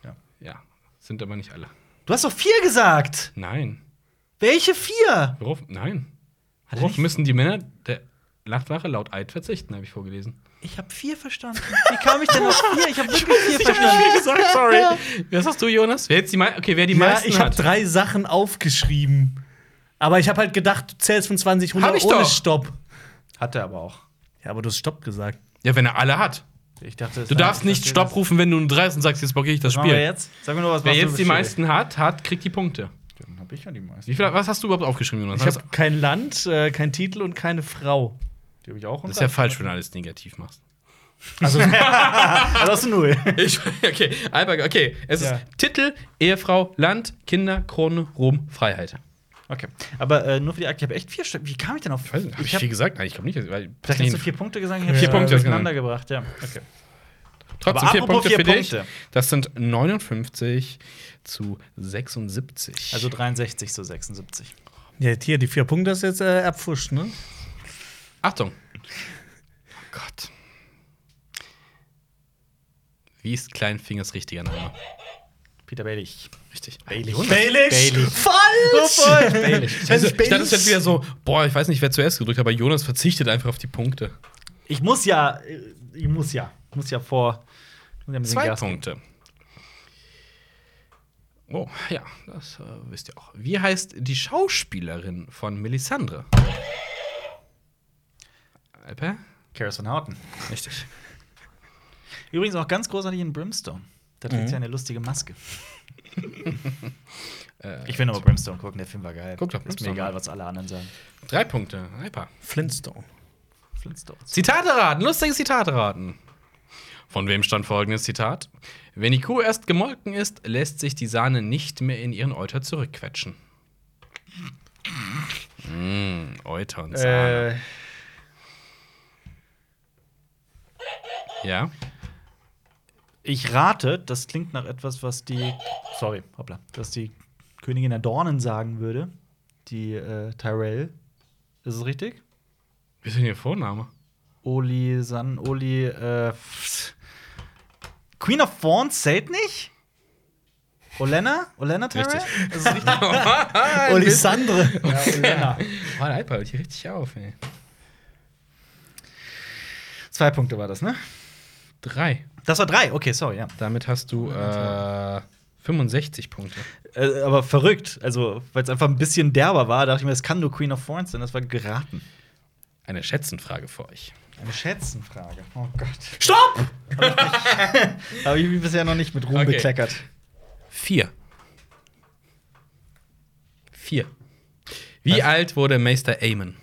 Speaker 1: Ja.
Speaker 3: ja. Sind aber nicht alle.
Speaker 1: Du hast doch vier gesagt!
Speaker 3: Nein.
Speaker 1: Welche vier?
Speaker 3: Worauf? Nein.
Speaker 1: er
Speaker 3: Worauf
Speaker 1: nicht-
Speaker 3: müssen die Männer der Nachtwache laut Eid verzichten, habe ich vorgelesen.
Speaker 1: Ich habe vier verstanden. Wie kam ich denn auf vier? Ich habe wirklich vier verstanden.
Speaker 3: gesagt, sorry. Was hast du, Jonas? Wer jetzt die mei- okay, wer die
Speaker 2: Ja,
Speaker 3: meisten
Speaker 2: ich habe
Speaker 3: hat.
Speaker 2: drei Sachen aufgeschrieben. Aber ich habe halt gedacht, du zählst von 20 runter
Speaker 3: Hab ich
Speaker 2: ohne
Speaker 3: doch.
Speaker 2: Stopp.
Speaker 1: Hat er aber auch.
Speaker 2: Ja, aber du hast Stopp gesagt.
Speaker 3: Ja, wenn er alle hat.
Speaker 1: Ich dachte,
Speaker 3: Du darfst nicht Stopp rufen, wenn du einen dreist um und sagst, jetzt blockiere ich das
Speaker 1: Machen wir
Speaker 3: Spiel.
Speaker 1: jetzt? Sag mir nur, was
Speaker 3: Wer
Speaker 1: machst du
Speaker 3: jetzt die
Speaker 1: für-
Speaker 3: meisten hat, hat, kriegt die Punkte.
Speaker 1: Dann habe ich ja die meisten.
Speaker 3: Wie viel, was hast du überhaupt aufgeschrieben, Jonas?
Speaker 2: Ich
Speaker 3: Das
Speaker 2: habe Also, kein Land, äh, kein Titel und keine Frau.
Speaker 1: Die habe ich auch.
Speaker 3: das ist ja falsch, wenn du alles negativ machst.
Speaker 2: Also
Speaker 1: Also hast du null.
Speaker 3: Ich, okay, Alberg, okay. Es
Speaker 1: Ja.
Speaker 3: ist Titel, Ehefrau, Land, Kinder, Krone, Ruhm, Freiheit.
Speaker 1: Okay. Aber äh, nur für die Akte. Ich habe echt vier Stück. Wie kam ich denn auf
Speaker 3: Ich weiß nicht, hab ich
Speaker 1: hab-
Speaker 3: viel gesagt? Nein, ich glaube nicht. Weil
Speaker 1: Vielleicht hast du vier Punkte gesagt. Ich hab
Speaker 3: Vier
Speaker 1: das
Speaker 3: Punkte, genau.
Speaker 1: durcheinander gebracht. Ja. Okay.
Speaker 3: Trotzdem
Speaker 1: Aber
Speaker 3: vier
Speaker 1: apropos
Speaker 3: Punkte
Speaker 1: vier
Speaker 3: für
Speaker 1: Punkte.
Speaker 3: dich. Das sind 59 zu 76.
Speaker 1: Also 63 zu 76.
Speaker 2: ja, hier die vier Punkte ist jetzt äh, erpfuscht, ne?
Speaker 3: Achtung. Oh Gott. Wie ist Kleinfingers richtiger Name?
Speaker 1: Peter Bailey.
Speaker 3: Richtig.
Speaker 1: Bailey.
Speaker 2: Baelish!
Speaker 1: Baelish. Oh,
Speaker 2: Falsch!
Speaker 3: Also, ich
Speaker 2: Baelish.
Speaker 3: dachte, es wird wieder so, boah, ich weiß nicht, wer zuerst gedrückt hat, aber Jonas verzichtet einfach auf die Punkte.
Speaker 1: Ich muss ja, äh, ich muss ja, muss ja vor. muss ja ein bisschen
Speaker 3: Zwei
Speaker 1: Gas geben.
Speaker 3: Punkte. Oh, ja, das äh, wisst ihr auch. Wie heißt die Schauspielerin von Melisandre? Alper?
Speaker 1: Karis von Houten.
Speaker 3: Richtig.
Speaker 1: Übrigens auch ganz großartig in Brimstone. Da
Speaker 3: Mhm.
Speaker 1: trägt sie eine lustige Maske.
Speaker 3: Äh,
Speaker 1: Ich will nochmal Brimstone gucken, der Film war geil.
Speaker 3: Guck doch
Speaker 1: Ist mir
Speaker 3: Brimstone
Speaker 1: egal,
Speaker 3: an.
Speaker 1: was alle anderen sagen.
Speaker 3: drei Punkte, Alper.
Speaker 2: Flintstone.
Speaker 1: Flintstones.
Speaker 3: Zitate raten, lustiges Zitat raten. Von wem stand folgendes Zitat? Wenn die Kuh erst gemolken ist, lässt sich die Sahne nicht mehr in ihren Euter zurückquetschen. Mm, Euter und
Speaker 1: Äh,
Speaker 3: Sahne. Ja.
Speaker 1: ich rate, das klingt nach etwas, was die. Sorry, hoppla. Was die Königin der Dornen sagen würde. Die äh, Tyrell. Ist es richtig?
Speaker 3: Wie ist denn ihr Vorname?
Speaker 1: Oli, San, Oli, äh. pff. Queen of Thorns zählt nicht? Olenna? Olenna Tyrell?
Speaker 3: Richtig.
Speaker 1: Ist es richtig?
Speaker 2: Olisandre.
Speaker 1: ja, Olenna.
Speaker 3: Oh, der Alper hört hier richtig auf, ey.
Speaker 1: Zwei Punkte war das, ne?
Speaker 3: Drei.
Speaker 1: Das war drei, okay, sorry, ja.
Speaker 3: Damit hast du äh, 65 Punkte.
Speaker 1: Äh, aber verrückt, also, weil es einfach ein bisschen derber war, dachte ich mir, das kann nur Queen of Thorns sein, das war geraten.
Speaker 3: Eine Schätzenfrage für euch.
Speaker 1: Eine Schätzenfrage. Oh Gott.
Speaker 2: Stopp!
Speaker 1: Habe ich mich bisher noch nicht mit Ruhm
Speaker 3: Okay.
Speaker 1: bekleckert.
Speaker 3: Vier. Vier. Wie
Speaker 1: Was?
Speaker 3: alt wurde Meister Aemon?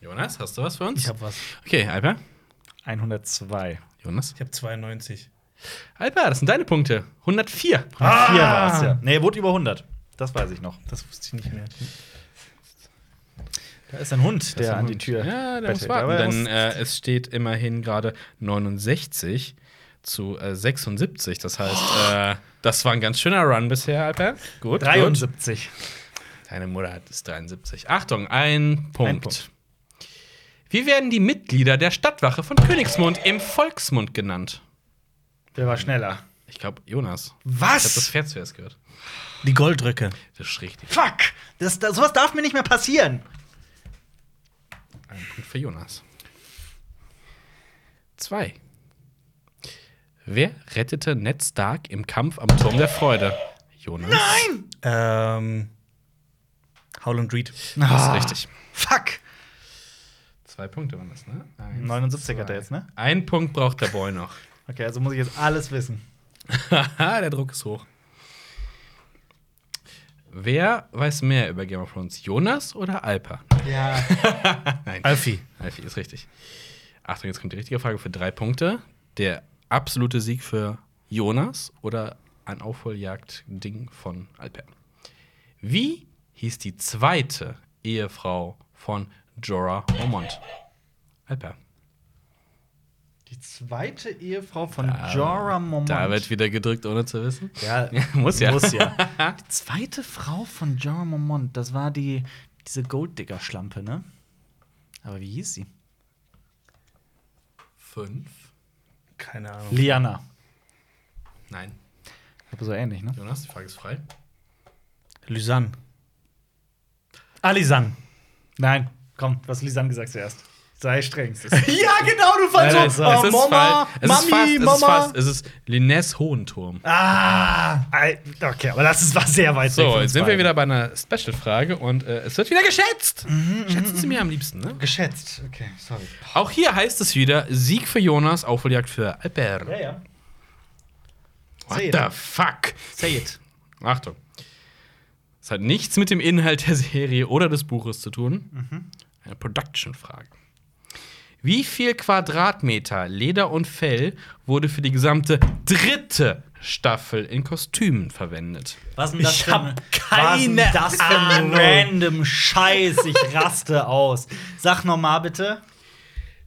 Speaker 3: Jonas, hast du was für uns?
Speaker 2: Ich hab was.
Speaker 3: okay, Alper.
Speaker 1: 102.
Speaker 3: Jonas.
Speaker 2: Ich hab 92.
Speaker 3: Alper, das sind deine Punkte. 104.
Speaker 1: Ah! Vier war es, ja. Nee, wurde über 100. Das weiß ich noch.
Speaker 2: Das wusste ich nicht mehr.
Speaker 1: Hm. Da ist ein Hund,
Speaker 3: Das
Speaker 1: der
Speaker 3: ist
Speaker 1: an die
Speaker 3: gut.
Speaker 1: Tür.
Speaker 3: Ja, der muss
Speaker 1: bettelt.
Speaker 3: warten.
Speaker 1: Aber er
Speaker 3: Denn
Speaker 1: muss-
Speaker 3: äh, es steht immerhin gerade 69 zu äh, 76. Das heißt, äh, das war ein ganz schöner Run bisher, Alper. Gut.
Speaker 1: 73.
Speaker 3: Gut. Deine Mutter hat es 73. Achtung, ein Punkt.
Speaker 1: Punkt.
Speaker 3: Wie werden die Mitglieder der Stadtwache von Königsmund im Volksmund genannt?
Speaker 1: Der war schneller.
Speaker 3: Ich glaube, Jonas. Ich habe das
Speaker 1: Was?
Speaker 3: Pferd zuerst gehört.
Speaker 2: Die Goldröcke.
Speaker 3: Das ist richtig.
Speaker 1: Fuck! Das, das, sowas darf mir nicht mehr passieren.
Speaker 3: Ein Punkt für Jonas. Zwei. Wer rettete Ned Stark im Kampf am Turm der Freude? Jonas. Nein!
Speaker 2: Ähm. Howland Reed.
Speaker 3: Das ist richtig.
Speaker 1: Fuck!
Speaker 3: Zwei Punkte waren das, ne? Eins,
Speaker 1: 79 hat er jetzt, ne?
Speaker 3: Ein Punkt braucht der Boy noch.
Speaker 1: Okay, also muss ich jetzt alles wissen.
Speaker 3: Haha, der Druck ist hoch. Wer weiß mehr über Game of Thrones? Jonas oder Alpa?
Speaker 1: Ja.
Speaker 3: Nein.
Speaker 2: Alfie.
Speaker 3: Alfie ist richtig. Achtung, jetzt kommt die richtige Frage für drei Punkte. Der absolute Sieg für Jonas oder ein Aufholjagd-Ding von Alper. Wie hieß die zweite Ehefrau von Jorah Ormond? Alper.
Speaker 1: Die zweite Ehefrau von Jorah Mormont.
Speaker 3: Da wird wieder gedrückt, ohne zu wissen.
Speaker 1: ja,
Speaker 3: muss ja.
Speaker 1: Muss ja. Die zweite Frau von Jorah Mormont, das war die diese Golddigger-Schlampe, ne? Aber wie hieß sie?
Speaker 3: Fünf?
Speaker 2: Keine Ahnung.
Speaker 1: Liana.
Speaker 3: Nein.
Speaker 1: Aber so ähnlich, ne?
Speaker 3: Jonas, die Frage ist frei.
Speaker 2: Lysanne. Alisanne.
Speaker 1: Nein, komm, was Lisanne gesagt zuerst. Sei streng. Es ist-
Speaker 2: Ja, genau, du fandst
Speaker 1: Nein,
Speaker 2: so,
Speaker 1: nein,
Speaker 2: oh, Mama,
Speaker 3: fast, es
Speaker 2: Mami,
Speaker 3: ist fast,
Speaker 2: Mama.
Speaker 3: Es ist fast, es ist Linnes Hohenturm.
Speaker 1: Ah! Al- Okay, aber das ist, war sehr weit weg.
Speaker 3: so,
Speaker 1: von
Speaker 3: jetzt
Speaker 1: uns
Speaker 3: sind wir
Speaker 1: beiden.
Speaker 3: wieder bei einer Special-Frage und äh, es wird wieder geschätzt. Schätzen Sie mir am liebsten, ne?
Speaker 1: Geschätzt. Okay, sorry.
Speaker 3: Auch hier heißt es wieder Sieg für Jonas, Aufholjagd für Albert.
Speaker 1: Ja, ja.
Speaker 3: What
Speaker 1: Say it.
Speaker 3: the fuck?
Speaker 1: Say it.
Speaker 3: Achtung. Es hat nichts mit dem Inhalt der Serie oder des Buches zu tun.
Speaker 1: Mhm.
Speaker 3: Eine Production-Frage. Wie viel Quadratmeter Leder und Fell wurde für die gesamte dritte Staffel in Kostümen verwendet?
Speaker 1: Was denn
Speaker 2: Ich
Speaker 1: für
Speaker 2: hab
Speaker 1: ein-
Speaker 2: keine
Speaker 1: was denn das für ein
Speaker 2: Ahnung.
Speaker 1: random Scheiß? Ich raste aus. Sag nochmal bitte.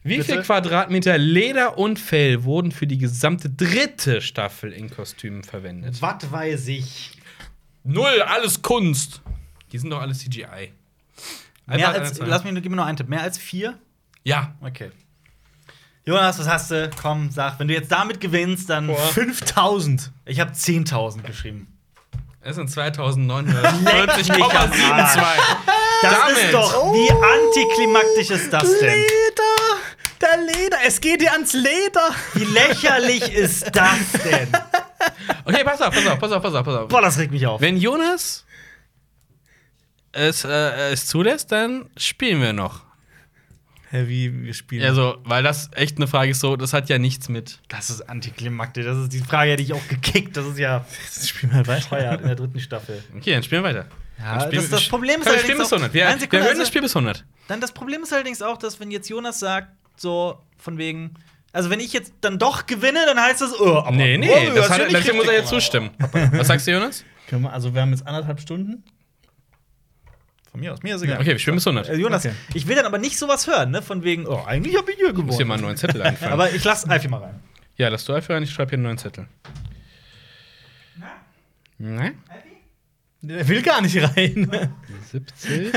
Speaker 3: Wie
Speaker 1: Bitte?
Speaker 3: viel Quadratmeter Leder und Fell wurden für die gesamte dritte Staffel in Kostümen verwendet?
Speaker 1: Was weiß ich?
Speaker 3: Null, alles Kunst. Die sind doch alles CGI.
Speaker 1: Mehr
Speaker 3: Einfach
Speaker 1: als,
Speaker 3: eine Zahl.
Speaker 1: lass mich, gib mir nur einen Tipp. Mehr als vier?
Speaker 3: ja,
Speaker 1: Okay. Jonas, was hast du? Komm, sag. Wenn du jetzt damit gewinnst, dann.
Speaker 2: 5000.
Speaker 1: Ich habe 10.000 geschrieben.
Speaker 3: es sind
Speaker 1: Leck mich am
Speaker 3: 2942.
Speaker 1: Das
Speaker 3: Damit.
Speaker 1: ist doch. Wie antiklimaktisch ist das denn?
Speaker 2: Leder, der Leder, es geht dir ans Leder.
Speaker 1: Wie lächerlich ist das denn?
Speaker 3: Okay, pass auf, pass auf, pass auf, pass auf, pass auf.
Speaker 1: Boah, das regt mich auf.
Speaker 3: Wenn Jonas es, äh, es zulässt, dann spielen wir noch.
Speaker 2: Hä, wie wir spielen.
Speaker 3: Also, weil das echt eine Frage ist so, das hat ja nichts mit.
Speaker 1: Das ist antiklimaktisch. Das ist die Frage, hätte ich auch gekickt. Das ist ja
Speaker 2: Jetzt spielen wir halt
Speaker 1: teuer in der dritten Staffel.
Speaker 3: Okay, dann spielen wir weiter.
Speaker 1: Ja,
Speaker 3: Dann spielen
Speaker 1: das-
Speaker 3: wir-
Speaker 1: das Problem ist
Speaker 3: Komm, wir
Speaker 1: allerdings
Speaker 3: spielen bis
Speaker 1: auch-
Speaker 3: 100. Wir,
Speaker 1: Nein, Sekunde,
Speaker 3: wir hören
Speaker 1: also-
Speaker 3: das Spiel bis 100.
Speaker 1: Dann das Problem ist allerdings auch, dass wenn jetzt Jonas sagt, so von wegen, also wenn ich jetzt dann doch gewinne, dann heißt das, oh, aber
Speaker 3: Nee, nee,
Speaker 1: oh,
Speaker 3: das
Speaker 1: hast
Speaker 3: hat,
Speaker 1: du nicht
Speaker 3: dafür muss er
Speaker 1: richtig
Speaker 3: jetzt
Speaker 1: gemacht.
Speaker 3: zustimmen. Was sagst du, Jonas?
Speaker 2: Können wir, also wir haben jetzt anderthalb Stunden.
Speaker 1: Von mir aus, mir ist egal.
Speaker 3: Okay, wir spielen bis 100.
Speaker 1: Äh, Jonas,
Speaker 2: Okay.
Speaker 1: ich will dann aber nicht sowas hören, ne? Von wegen, oh, eigentlich habe ich hier
Speaker 3: Muss hier
Speaker 1: gewonnen.
Speaker 3: mal einen neuen Zettel einfallen.
Speaker 1: Aber ich lass Alfie mal rein.
Speaker 3: ja, lass du einfach rein, ich schreibe hier einen neuen Zettel. Nein?
Speaker 2: Der will gar nicht rein.
Speaker 3: 70.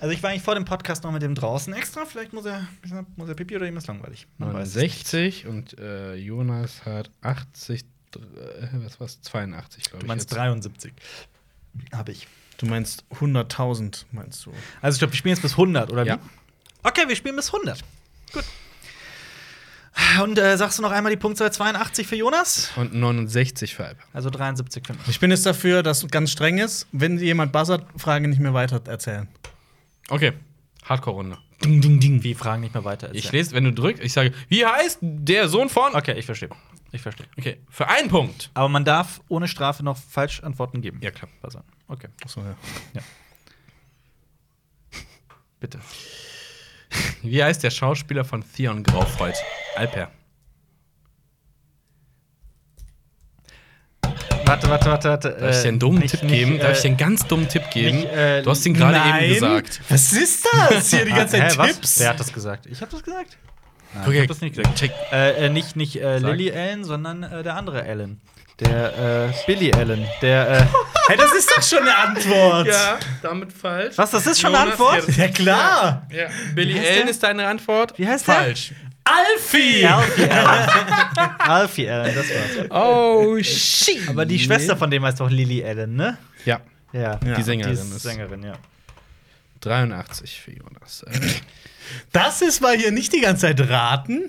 Speaker 1: Also ich war eigentlich vor dem Podcast noch mit dem draußen extra. Vielleicht muss er, muss er Pipi oder ihm ist langweilig. Man weiß es nicht.
Speaker 3: 69 und äh, Jonas hat 80, dr- äh, was war's? 82, glaube ich.
Speaker 1: Du meinst
Speaker 3: jetzt.
Speaker 1: 73. Habe ich.
Speaker 2: Du meinst 100.000, meinst du?
Speaker 1: Also ich glaube, wir spielen jetzt bis 100, oder wie?
Speaker 3: Ja.
Speaker 1: Okay, wir spielen bis 100. Gut. Und äh, sagst du noch einmal die Punktzahl 82 für Jonas?
Speaker 3: Und 69 für Alba.
Speaker 1: Also 73 für mich.
Speaker 2: Ich bin jetzt dafür, dass ganz streng ist, wenn jemand buzzert, Frage nicht mehr weiter erzählen.
Speaker 3: Okay, Hardcore-Runde.
Speaker 1: Ding, ding, ding. Wie fragen nicht mehr weiter.
Speaker 3: Ich lese, wenn du drückst, ich sage, wie heißt der Sohn von.
Speaker 1: Okay, ich verstehe. Ich verstehe.
Speaker 3: Okay, für einen Punkt.
Speaker 1: Aber man darf ohne Strafe noch falsch Antworten geben.
Speaker 3: Ja, klar.
Speaker 1: Pass an. Okay,
Speaker 2: Achso, ja.
Speaker 1: bitte.
Speaker 3: Wie heißt der Schauspieler von Theon Graufreud? Alper.
Speaker 1: Warte, warte, warte, warte. Äh,
Speaker 3: Darf ich dir einen dummen Tipp geben? Darf ich dir einen ganz dummen Tipp geben?
Speaker 1: nicht, äh,
Speaker 3: du hast ihn gerade eben gesagt.
Speaker 2: Was ist das? Hier die ganze Zeit
Speaker 1: Hä, was?
Speaker 2: Tipps.
Speaker 1: Wer hat das gesagt? Ich habe das gesagt. Nein,
Speaker 3: Okay,
Speaker 1: ich hab das nicht gesagt.
Speaker 3: check.
Speaker 1: Äh, äh, nicht nicht äh,
Speaker 3: Sag.
Speaker 1: Lily Allen, sondern äh, der andere Allen. Der äh, Billy Allen. Der. Äh,
Speaker 2: Hey, das ist doch schon eine Antwort.
Speaker 3: damit falsch.
Speaker 1: was, das ist schon eine Antwort?
Speaker 2: Ja, klar.
Speaker 3: Ja. Billy
Speaker 1: Wie heißt
Speaker 3: Allen
Speaker 1: der?
Speaker 3: ist deine Antwort.
Speaker 1: Wie heißt der?
Speaker 3: falsch.
Speaker 2: Alfie!
Speaker 1: Alfie Allen. Alfie Allen, das war's.
Speaker 3: Oh shit.
Speaker 1: Aber die Schwester von dem heißt doch Lily Allen, ne?
Speaker 3: Ja,
Speaker 1: Ja.
Speaker 2: Die
Speaker 3: Sängerin
Speaker 1: Die
Speaker 3: ist-
Speaker 1: ist Sängerin, ja.
Speaker 3: 83 für Jonas. Äh,
Speaker 2: Das ist mal hier nicht die ganze Zeit raten.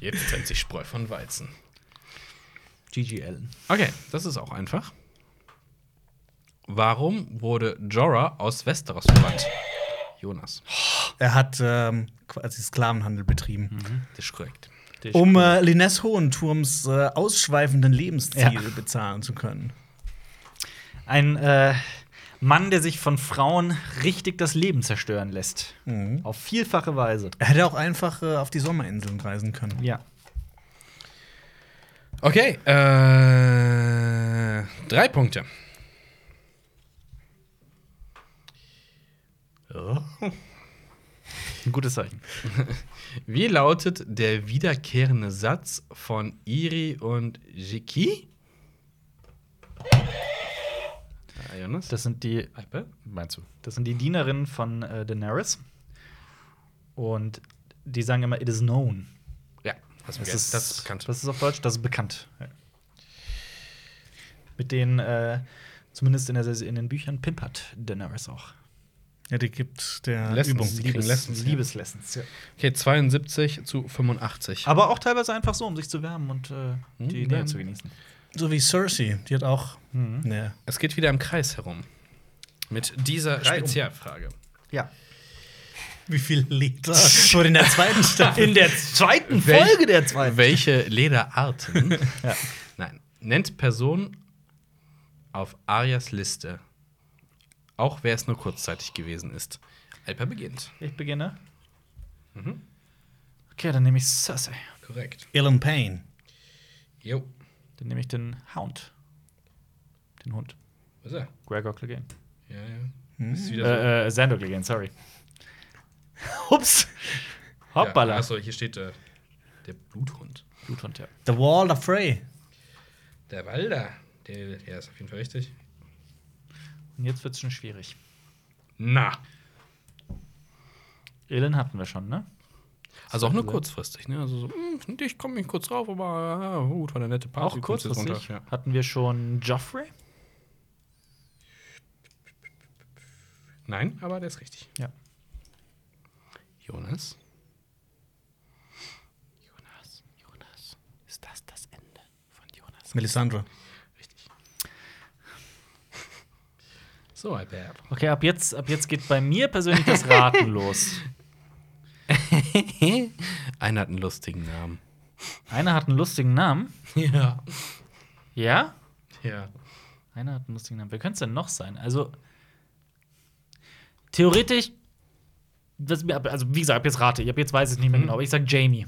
Speaker 3: Jetzt trennt sich Spreu von Weizen.
Speaker 1: Gigi Allen.
Speaker 3: Okay, das ist auch einfach. Warum wurde Jorah aus Westeros verbannt? Jonas.
Speaker 2: Er hat ähm, quasi Sklavenhandel
Speaker 1: Hm,
Speaker 2: betrieben,
Speaker 3: Das ist korrekt.
Speaker 2: um äh, Linnes Hohenturms äh, ausschweifenden Lebensstil
Speaker 1: Ja.
Speaker 2: bezahlen zu können.
Speaker 1: Ein äh, Mann, der sich von Frauen richtig das Leben zerstören lässt.
Speaker 3: Mhm.
Speaker 1: Auf vielfache Weise.
Speaker 2: Er hätte auch einfach äh, auf die Sommerinseln reisen können.
Speaker 1: Ja.
Speaker 3: Okay, äh, drei Punkte.
Speaker 1: Ein gutes Zeichen.
Speaker 3: Wie lautet der wiederkehrende Satz von Iri und Jiki? Ah, Jonas?
Speaker 1: Das sind die
Speaker 3: Alpe?
Speaker 1: Meinst du? Das sind die Dienerinnen von äh, Daenerys. Und die sagen immer, it is known.
Speaker 3: Ja, das, ist, das ist bekannt.
Speaker 1: Das ist auf Deutsch, das ist bekannt. Ja. Mit denen, äh, zumindest in, der, Serie- in den Büchern, pimpert Daenerys auch.
Speaker 2: Ja, die gibt der
Speaker 3: Lessons,
Speaker 2: Übung.
Speaker 3: die kriegen Lessons, ja.
Speaker 1: Liebeslessons, ja.
Speaker 3: Okay, 72 zu 85.
Speaker 1: Aber auch teilweise einfach so, um sich zu wärmen und äh, die
Speaker 3: ja.
Speaker 1: Nähe zu genießen.
Speaker 2: So wie Cersei, die hat auch.
Speaker 1: Mhm.
Speaker 2: Ne.
Speaker 3: Es geht wieder im Kreis herum. Mit dieser
Speaker 1: Drei um.
Speaker 3: Spezialfrage.
Speaker 1: Ja.
Speaker 2: Wie viel Liter wurde in der zweiten Staffel?
Speaker 1: In der zweiten
Speaker 3: Welch-
Speaker 1: Folge der zweiten.
Speaker 3: Welche Lederarten? Nein. Nennt Person auf Arias Liste. Auch wer es nur kurzzeitig gewesen ist. Alper beginnt.
Speaker 1: Ich beginne. Okay, dann nehme ich Cersei.
Speaker 3: Korrekt.
Speaker 2: Ellen Payne.
Speaker 3: Jo.
Speaker 1: Dann nehme ich den Hound. Den Hund.
Speaker 3: Was ist er?
Speaker 1: Gregor Clegane.
Speaker 3: Ja, ja. Ist wieder so.
Speaker 1: Äh, äh, Sandor Clegane, sorry. Ups. Hoppala.
Speaker 3: Ja, achso, hier steht äh, der Bluthund.
Speaker 1: Bluthund, ja.
Speaker 2: The Wall of Frey.
Speaker 3: Der Walder. Der, der ist auf jeden Fall richtig.
Speaker 1: Und jetzt wird's schon schwierig.
Speaker 3: Na.
Speaker 1: Elen hatten wir schon, ne?
Speaker 3: Also auch nur kurzfristig, ne? Also so, hm, ich komme mich kurz drauf, aber ah, gut, war eine nette Party.
Speaker 1: Auch
Speaker 3: kommst jetzt
Speaker 1: kurzfristig
Speaker 3: runter, ja.
Speaker 1: hatten wir schon Joffrey.
Speaker 3: Nein, aber der ist richtig.
Speaker 1: Ja.
Speaker 3: Jonas? Jonas, Jonas. Ist das das Ende von Jonas?
Speaker 2: Melisandre.
Speaker 3: Richtig. So, Albert.
Speaker 1: Okay, ab jetzt, ab jetzt geht bei mir persönlich das Raten los.
Speaker 3: Einer hat einen lustigen Namen.
Speaker 1: Einer hat einen lustigen Namen.
Speaker 3: Ja.
Speaker 1: Ja?
Speaker 3: Ja.
Speaker 1: Einer hat einen lustigen Namen. Wer könnte es denn noch sein? Also, theoretisch, das, mir ab- also wie gesagt, ab jetzt rate ich, ab jetzt weiß ich es nicht mehr genau, aber ich sag Jamie.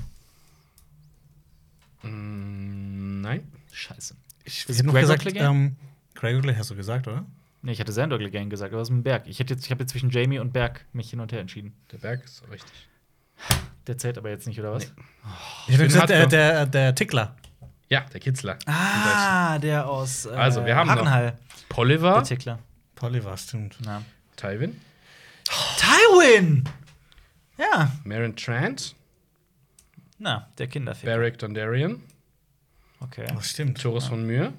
Speaker 3: Mm, nein.
Speaker 1: Scheiße.
Speaker 2: Ich
Speaker 1: Ist
Speaker 2: hab noch
Speaker 1: Gregor
Speaker 2: gesagt,
Speaker 1: Clegane?
Speaker 2: ähm, Gregor Clegane hast du gesagt, oder?
Speaker 1: Nee, ich hatte Sandor Clegane gesagt, aber aus dem Berg. Ich, hätte jetzt- ich habe jetzt zwischen Jamie und Berg mich hin und her entschieden.
Speaker 3: Der Berg ist richtig.
Speaker 1: Der zählt aber jetzt nicht, oder was?
Speaker 2: Ich habe
Speaker 3: bin
Speaker 1: halt
Speaker 2: gesagt, äh,
Speaker 3: hardcore.
Speaker 2: der, der Tickler.
Speaker 3: Ja, der Kitzler.
Speaker 1: Ah. der aus äh,
Speaker 3: Also, wir haben noch-
Speaker 1: Harrenhal. Der
Speaker 3: Polliver.
Speaker 1: Tickler.
Speaker 2: Polly stimmt.
Speaker 1: Ja.
Speaker 3: Tywin.
Speaker 1: Tywin! Ja.
Speaker 3: Maren Trant.
Speaker 1: Na, der Kinderfick.
Speaker 3: Barrack Dondarrion.
Speaker 1: Okay.
Speaker 2: Das stimmt.
Speaker 3: Thoris von Myr.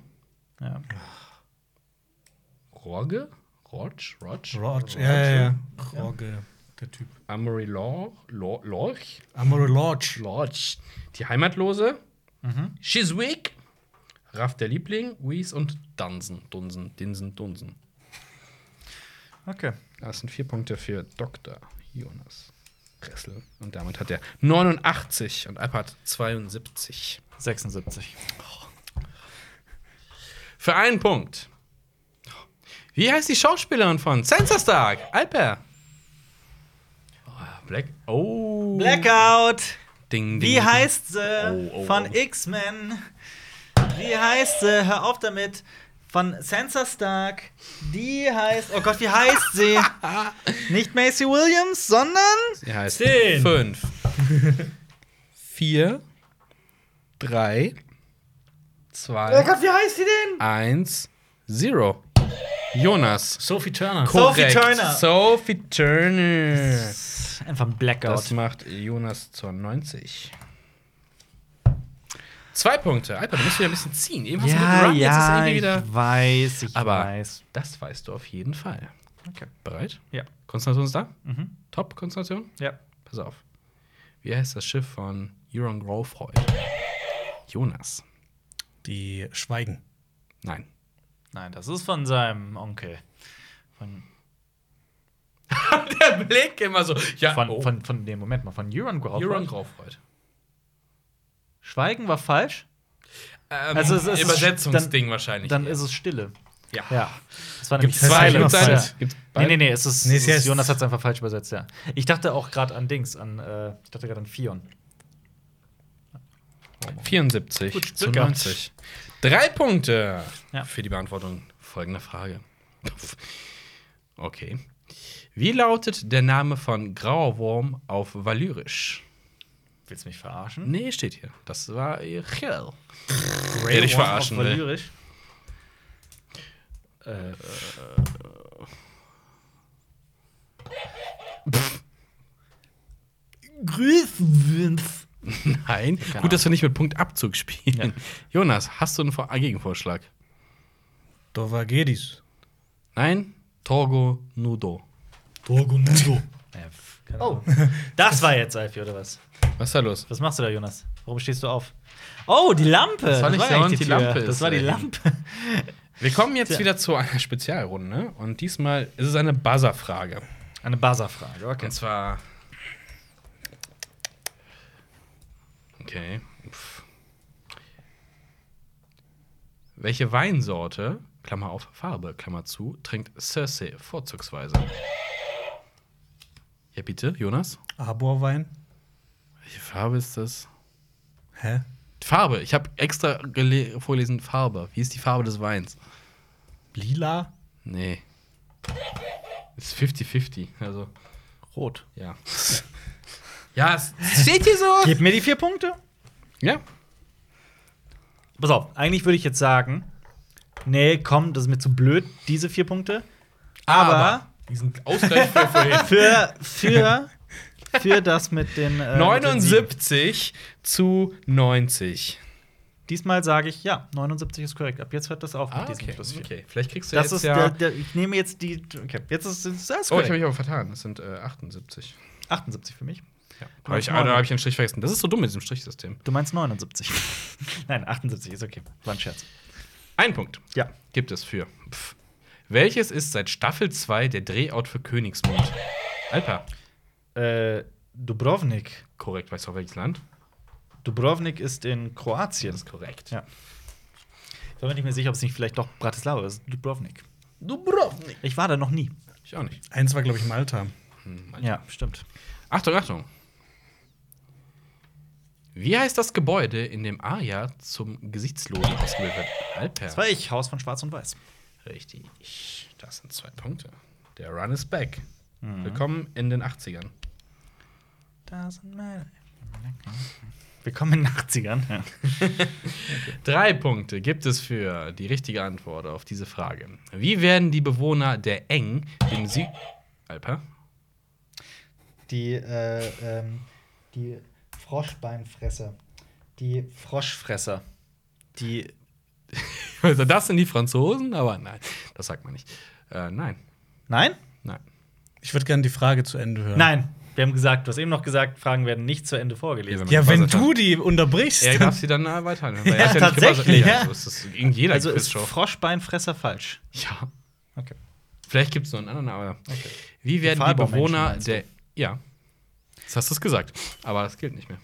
Speaker 1: Ja.
Speaker 3: Rorge? Rorge? Rorge?
Speaker 2: Roger. Ja, ja, ja. Roger, der Typ.
Speaker 3: Amory Lor Lor Lorch?
Speaker 2: Amore Lodge.
Speaker 3: Lorch. Die Heimatlose.
Speaker 1: Mhm.
Speaker 3: Chiswick. Raff der Liebling. Whis und Dunsen. Dunsen, Dinsen, Dunsen.
Speaker 1: Okay.
Speaker 3: Das sind vier Punkte für Dr. Jonas Ressel. Und damit hat er 89 und Alpert 72.
Speaker 1: 76.
Speaker 3: Für einen Punkt. Wie heißt die Schauspielerin von Sansa Stark? Alper. Oh, Black. Oh.
Speaker 1: Blackout!
Speaker 3: Ding, ding,
Speaker 1: Wie
Speaker 3: ding.
Speaker 1: heißt äh, sie
Speaker 3: Oh, oh,
Speaker 1: von
Speaker 3: oh.
Speaker 1: X-Men? Wie heißt sie? Hör auf damit. Von Sansa Stark. Die heißt. Oh Gott, wie heißt sie? Nicht Macy Williams, sondern.
Speaker 3: Sie heißt
Speaker 2: Zehn.
Speaker 3: fünf, vier, drei,
Speaker 1: Oh
Speaker 3: zwei,
Speaker 1: Gott, wie heißt sie denn?
Speaker 3: eins, zero. Jonas.
Speaker 2: Sophie Turner.
Speaker 1: So- Sophie
Speaker 3: Korrekt.
Speaker 1: Turner.
Speaker 3: Sophie Turner.
Speaker 1: Einfach ein Blackout.
Speaker 3: Das macht Jonas zur 90. Zwei Punkte. Alter, du musst wieder ein bisschen ziehen. Eben hast du mit Run, jetzt ist irgendwie wieder.
Speaker 1: weiß, ich
Speaker 3: Aber
Speaker 1: weiß.
Speaker 3: das weißt du auf jeden Fall.
Speaker 1: Okay.
Speaker 3: Bereit?
Speaker 1: Ja.
Speaker 3: Konstellation ist da?
Speaker 1: Mhm.
Speaker 3: Top, Konstellation?
Speaker 1: Ja.
Speaker 3: Pass auf. Wie heißt das Schiff von Euron Grove heute? Jonas.
Speaker 2: Die Schweigen.
Speaker 3: Nein.
Speaker 1: Nein, das ist von seinem Onkel. Von,
Speaker 3: Der Blick immer so. Ja,
Speaker 1: von,
Speaker 3: oh.
Speaker 1: von, von dem Moment mal, von Euron Graufold.
Speaker 3: Euron Grove heute.
Speaker 1: Schweigen war falsch,
Speaker 3: Ähm,
Speaker 1: Also es ist-
Speaker 3: Übersetzungsding wahrscheinlich.
Speaker 1: dann ist es Stille.
Speaker 3: ja.
Speaker 1: Ja. Das war
Speaker 3: Gibt's
Speaker 1: nämlich
Speaker 3: zwei
Speaker 1: Silence.
Speaker 2: Gibt's eine?
Speaker 1: Ja.
Speaker 3: Gibt's Gibt's
Speaker 1: Nee,
Speaker 3: beide?
Speaker 1: nee, nee, es ist,
Speaker 2: Nee,
Speaker 1: es
Speaker 2: sie
Speaker 1: ist
Speaker 2: heißt-
Speaker 1: Jonas hat es einfach falsch übersetzt, ja. Ich dachte auch gerade an Dings, an äh, ich dachte gerade an Fion.
Speaker 3: 74
Speaker 1: Gut,
Speaker 3: zu
Speaker 1: Glück
Speaker 3: 90. Drei Punkte
Speaker 1: Ja.
Speaker 3: für die Beantwortung folgender Frage. Okay. Wie lautet der Name von Grauer Wurm auf Valyrisch?
Speaker 1: Willst du mich verarschen?
Speaker 3: Nee, steht hier. Das war Chell. Der dich verarschen will.
Speaker 1: Valyrisch. Äh, Grüßwünsch.
Speaker 3: Nein.
Speaker 1: Ahnung.
Speaker 3: Gut, dass wir nicht mit Punktabzug spielen. Jonas, hast du einen Vor- Gegenvorschlag?
Speaker 2: Dovagedis.
Speaker 3: Nein? Torgo Nudo.
Speaker 1: Burgunudo. oh. Das war jetzt Alfie, oder was?
Speaker 3: Was ist da los?
Speaker 1: Was machst du da, Jonas? Warum stehst du auf? Oh, die Lampe!
Speaker 3: Das war nicht
Speaker 1: ja
Speaker 3: der
Speaker 1: eigentlich
Speaker 3: Hund, die
Speaker 1: Tür.
Speaker 3: Lampe
Speaker 1: Das
Speaker 3: ist
Speaker 1: war die
Speaker 3: da
Speaker 1: Lampe.
Speaker 3: Wir kommen jetzt wieder zu einer Spezialrunde und diesmal ist es eine Buzzer-Frage.
Speaker 1: Eine Buzzer-Frage, okay.
Speaker 3: Und zwar. Okay. Pff. Welche Weinsorte, Klammer auf Farbe, Klammer zu, trinkt Cersei vorzugsweise? Ja, bitte, Jonas?
Speaker 2: Arborwein?
Speaker 3: Welche Farbe ist das?
Speaker 2: Hä?
Speaker 3: Farbe. Ich habe extra gele- vorgelesen Farbe. Wie ist die Farbe des Weins?
Speaker 2: Lila?
Speaker 3: Nee. Ist 50-50. Also,
Speaker 2: Rot.
Speaker 3: ja. ja, es steht hier so.
Speaker 1: Gib mir die vier Punkte.
Speaker 3: Ja.
Speaker 1: Pass auf, eigentlich würde ich jetzt sagen, nee, komm, das ist mir zu blöd, diese vier Punkte. Aber,
Speaker 3: Diesen Ausgleich für vorhin.
Speaker 1: für, für, für das mit den. äh, mit den Siegen.
Speaker 3: 79 zu 90.
Speaker 1: Diesmal sage ich, ja, 79 ist korrekt. Ab jetzt hört das auf mit diesem plus vier.
Speaker 3: Ah, okay. Vielleicht kriegst du
Speaker 1: Das
Speaker 3: jetzt
Speaker 1: ist
Speaker 3: ja
Speaker 1: der, der, ich nehme jetzt die. Okay, jetzt ist es alles
Speaker 3: Oh, ich habe
Speaker 1: korrekt.
Speaker 3: mich aber vertan. Das sind äh, 78.
Speaker 1: 78 für mich.
Speaker 3: Ja.
Speaker 1: Du
Speaker 3: Hab ich,
Speaker 1: meinst
Speaker 3: ah, da
Speaker 1: 9.
Speaker 3: habe ich einen Strich vergessen. Das ist so dumm mit diesem Strichsystem.
Speaker 1: Du meinst 79. Nein, 78 ist okay. War ein Scherz.
Speaker 3: Ein Punkt
Speaker 1: Ja.
Speaker 3: gibt es für. Pff. Welches ist seit Staffel 2 der Drehort für Königsmund? Alpa.
Speaker 1: Äh, Dubrovnik.
Speaker 3: Korrekt, weißt du auch welches Land?
Speaker 1: Dubrovnik ist in Kroatien.
Speaker 3: korrekt.
Speaker 1: Ja. Ich bin mir nicht mehr sicher, ob es nicht vielleicht doch Bratislava ist. Dubrovnik.
Speaker 3: Dubrovnik.
Speaker 1: Ich war da noch nie.
Speaker 3: Ich auch nicht.
Speaker 2: Eins war, glaube ich, Malta.
Speaker 1: Ja, stimmt.
Speaker 3: Achtung, Achtung. Wie heißt das Gebäude, in dem Arya zum Gesichtslosen ausgebildet wird? Alper.
Speaker 1: Das war ich, Haus von Schwarz und Weiß.
Speaker 3: Richtig. Das sind zwei Punkte. Der Run is back.
Speaker 1: Mhm.
Speaker 3: Willkommen in den 80ern.
Speaker 1: Willkommen in den 80ern. Ja.
Speaker 3: Drei Punkte gibt es für die richtige Antwort auf diese Frage. Wie werden die Bewohner der Eng dem Sieg. Alper?
Speaker 1: Die, äh, ähm, die Froschbeinfresser. Die Froschfresser. Die.
Speaker 3: Also, das sind die Franzosen, aber nein, das sagt man nicht. Äh, nein,
Speaker 1: Nein?
Speaker 3: nein.
Speaker 2: Ich würde gerne die Frage zu Ende hören.
Speaker 1: Nein. Wir haben gesagt, du hast eben noch gesagt, Fragen werden nicht zu Ende vorgelesen.
Speaker 2: Ja, wenn
Speaker 3: Wassertan-
Speaker 2: du die unterbrichst.
Speaker 3: Er darf sie dann äh, weiterhin. weil er
Speaker 1: Ja,
Speaker 3: hat nicht
Speaker 1: tatsächlich,
Speaker 3: gebuzzert.
Speaker 1: ja.
Speaker 3: Also, es ist in jeder
Speaker 1: also ist
Speaker 3: Quizshow.
Speaker 1: Froschbeinfresser falsch.
Speaker 3: Ja.
Speaker 1: Okay.
Speaker 3: Vielleicht gibt es noch einen anderen, aber.
Speaker 1: Okay.
Speaker 3: Wie werden die,
Speaker 1: Fabermenschen,
Speaker 3: Bewohner
Speaker 1: meinst du?
Speaker 3: der. Ja. Das hast du es gesagt. Aber das gilt nicht mehr.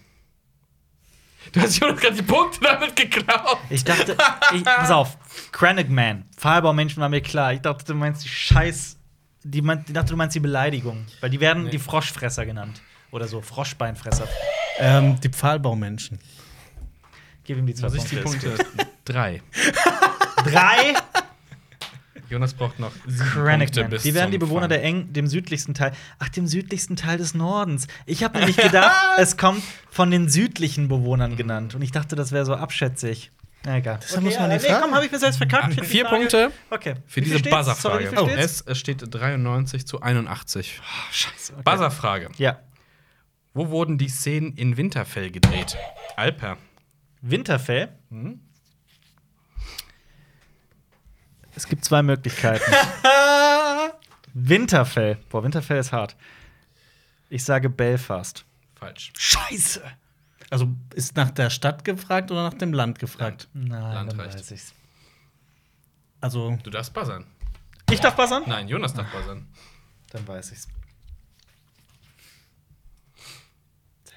Speaker 3: Du hast Jonas gerade die Punkte damit geklaut.
Speaker 1: Ich dachte, ich, pass auf, Kranigman, Fahlbaumenschen war mir klar. Ich dachte, du meinst die Scheiß. Die mein, ich dachte, du meinst die Beleidigung. Weil die werden die Froschfresser genannt. Oder so, Froschbeinfresser.
Speaker 2: Ähm, die Pfahlbaumenschen.
Speaker 1: Gib ihm die zwei Punkte.
Speaker 3: Drei.
Speaker 1: Drei
Speaker 3: Jonas braucht noch Punkte
Speaker 1: Kranigman.
Speaker 3: bis
Speaker 1: Die werden die
Speaker 3: zum
Speaker 1: Bewohner
Speaker 3: Fang.
Speaker 1: der Eng, dem südlichsten Teil. Ach, dem südlichsten Teil des Nordens. Ich habe nämlich gedacht, es kommt von den südlichen Bewohnern genannt. Und ich dachte, das wäre so abschätzig. Na, egal.
Speaker 2: Deshalb muss man die Frage-
Speaker 1: komm, habe ich mir selbst verkackt.
Speaker 3: Ah, vier Punkte
Speaker 1: Okay.
Speaker 3: für
Speaker 1: Wie viel
Speaker 3: diese
Speaker 1: steht's? Sorry, wie
Speaker 3: Buzzer-Frage.
Speaker 1: viel
Speaker 3: Oh,
Speaker 1: steht's?
Speaker 3: es es steht 93 zu 81.
Speaker 1: Scheiße. Okay.
Speaker 3: Buzzer-Frage.
Speaker 1: Ja.
Speaker 3: Wo wurden die Szenen in Winterfell gedreht? Alper.
Speaker 1: Winterfell. Es gibt zwei Möglichkeiten. Winterfell. Boah, Winterfell ist hart. Ich sage Belfast.
Speaker 3: Falsch.
Speaker 1: Scheiße!
Speaker 2: Also ist nach der Stadt gefragt oder nach dem Land gefragt?
Speaker 1: Nein,
Speaker 3: Land
Speaker 1: dann
Speaker 3: reicht.
Speaker 1: weiß ich's.
Speaker 2: Also,
Speaker 3: Du darfst buzzern.
Speaker 1: Ich darf buzzern?
Speaker 3: Nein, Jonas darf buzzern.
Speaker 1: Dann weiß ich's.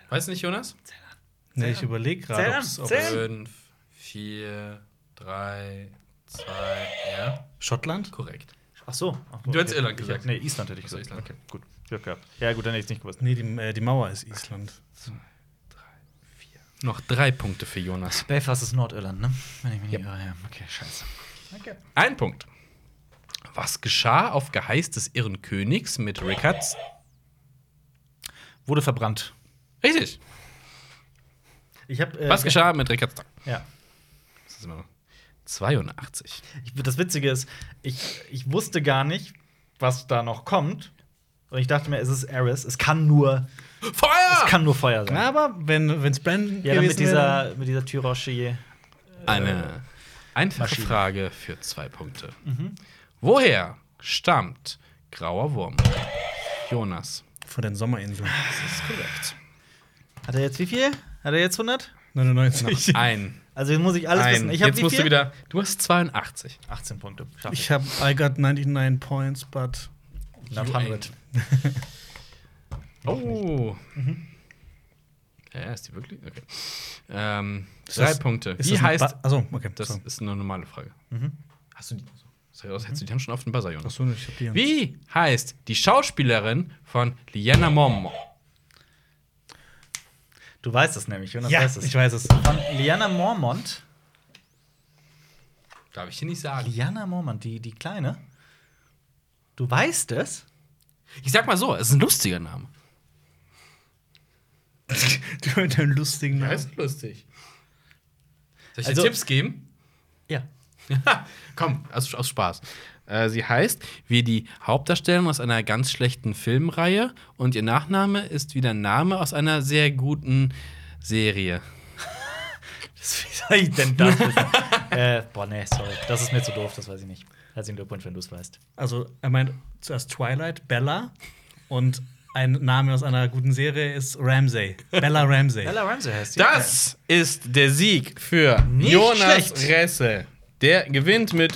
Speaker 3: Weißt du nicht, Jonas?
Speaker 2: ne, ich überlege
Speaker 1: Zähl
Speaker 2: gerade,
Speaker 1: an,
Speaker 2: ob's- ob
Speaker 1: zähl an.
Speaker 3: Fünf, vier, drei, zwei, ja.
Speaker 2: Schottland?
Speaker 3: Korrekt.
Speaker 1: Ach so. Ach,
Speaker 3: Du hättest Irland
Speaker 1: Ich-
Speaker 3: gesagt.
Speaker 1: Nee, Island hätte ich
Speaker 3: Ach so,
Speaker 1: gesagt.
Speaker 3: Island.
Speaker 1: Okay, gut. Glück gehabt. Ja, gut, dann hätte ich's nicht gewusst.
Speaker 2: Nee, die, äh, die Mauer ist Island.
Speaker 3: Noch drei Punkte für Jonas.
Speaker 1: Belfast ist Nordirland, ne? Wenn ich mich nicht irre, ja. Okay, scheiße. Okay.
Speaker 3: Ein Punkt. Was geschah auf Geheiß des irren Königs mit Rickards?
Speaker 1: Wurde verbrannt.
Speaker 3: Richtig.
Speaker 1: Ich hab, äh,
Speaker 3: Was geschah mit Rickards?
Speaker 1: Ja.
Speaker 3: Das ist immer noch 82.
Speaker 1: Ich, das Witzige ist, ich, ich wusste gar nicht, was da noch kommt. Und ich dachte mir, es ist Eris. Es kann nur,
Speaker 3: Feuer!
Speaker 1: es kann nur Feuer sein.
Speaker 2: Na, aber wenn wenn's Brandon
Speaker 1: Ja, dann mit
Speaker 2: gewesen wäre,
Speaker 1: dieser, mit dieser Tyrosche.
Speaker 3: Eine einfache
Speaker 1: Maschine.
Speaker 3: Frage Mhm. für zwei Punkte. Woher stammt grauer Wurm? Jonas.
Speaker 2: Von den Sommerinseln.
Speaker 3: Das ist korrekt.
Speaker 1: Hat er jetzt wie viel? Hat er jetzt 100?
Speaker 2: 99.
Speaker 3: Ein.
Speaker 1: Also jetzt muss ich alles
Speaker 3: ein.
Speaker 1: wissen. Ich habe
Speaker 3: Jetzt
Speaker 1: wie
Speaker 3: musst du
Speaker 1: viel?
Speaker 3: wieder. Du hast 82.
Speaker 1: 18 Punkte. Schaff
Speaker 2: Ich habe I got 99 points, but
Speaker 1: Not
Speaker 3: You
Speaker 1: 100.
Speaker 3: Oh.
Speaker 2: Mhm.
Speaker 3: Ja, ist die wirklich? Okay. Ähm, drei
Speaker 2: das-
Speaker 3: Punkte.
Speaker 2: ist
Speaker 3: Wie
Speaker 2: das ein
Speaker 3: heißt.
Speaker 2: Ba- Achso, Mhm. okay.
Speaker 3: Das
Speaker 2: sorry.
Speaker 3: ist eine normale Frage. Hast du die? Sag ich aus,
Speaker 2: Mhm.
Speaker 3: hättest du die Hand schon auf den Buzzer, Jonas?
Speaker 2: Achso, ich hab die.
Speaker 3: Wie heißt die Schauspielerin von Liana Mom?
Speaker 1: Du weißt es nämlich, Jonas
Speaker 2: Ja,
Speaker 1: weiß es.
Speaker 2: ich weiß es.
Speaker 1: Von Liana Mormont.
Speaker 3: Darf ich dir nicht sagen.
Speaker 1: Liana Mormont, die, die Kleine. Du weißt es?
Speaker 3: Ich sag mal so, es ist ein lustiger Name.
Speaker 2: Du mit deinem lustigen
Speaker 3: Ja,
Speaker 2: Namen.
Speaker 3: ist lustig. Soll ich dir
Speaker 1: Also-
Speaker 3: Tipps geben?
Speaker 1: Ja.
Speaker 3: Komm, aus, aus Spaß. Äh, sie heißt wie die Hauptdarstellerin aus einer ganz schlechten Filmreihe und ihr Nachname ist wie der Name aus einer sehr guten Serie.
Speaker 1: Das, wie soll ich denn das wissen? äh, boah, nee, sorry. Das ist mir zu doof, das weiß ich nicht. Herzlichen Glückwunsch, wenn du es weißt.
Speaker 2: Also, er meint zuerst Twilight, Bella und ein Name aus einer guten Serie ist Ramsay. Bella Ramsay.
Speaker 1: Ella Ramsey heißt sie.
Speaker 3: Das ist der Sieg für
Speaker 1: Nicht
Speaker 3: Jonas
Speaker 1: schlecht.
Speaker 3: Resse. Der gewinnt mit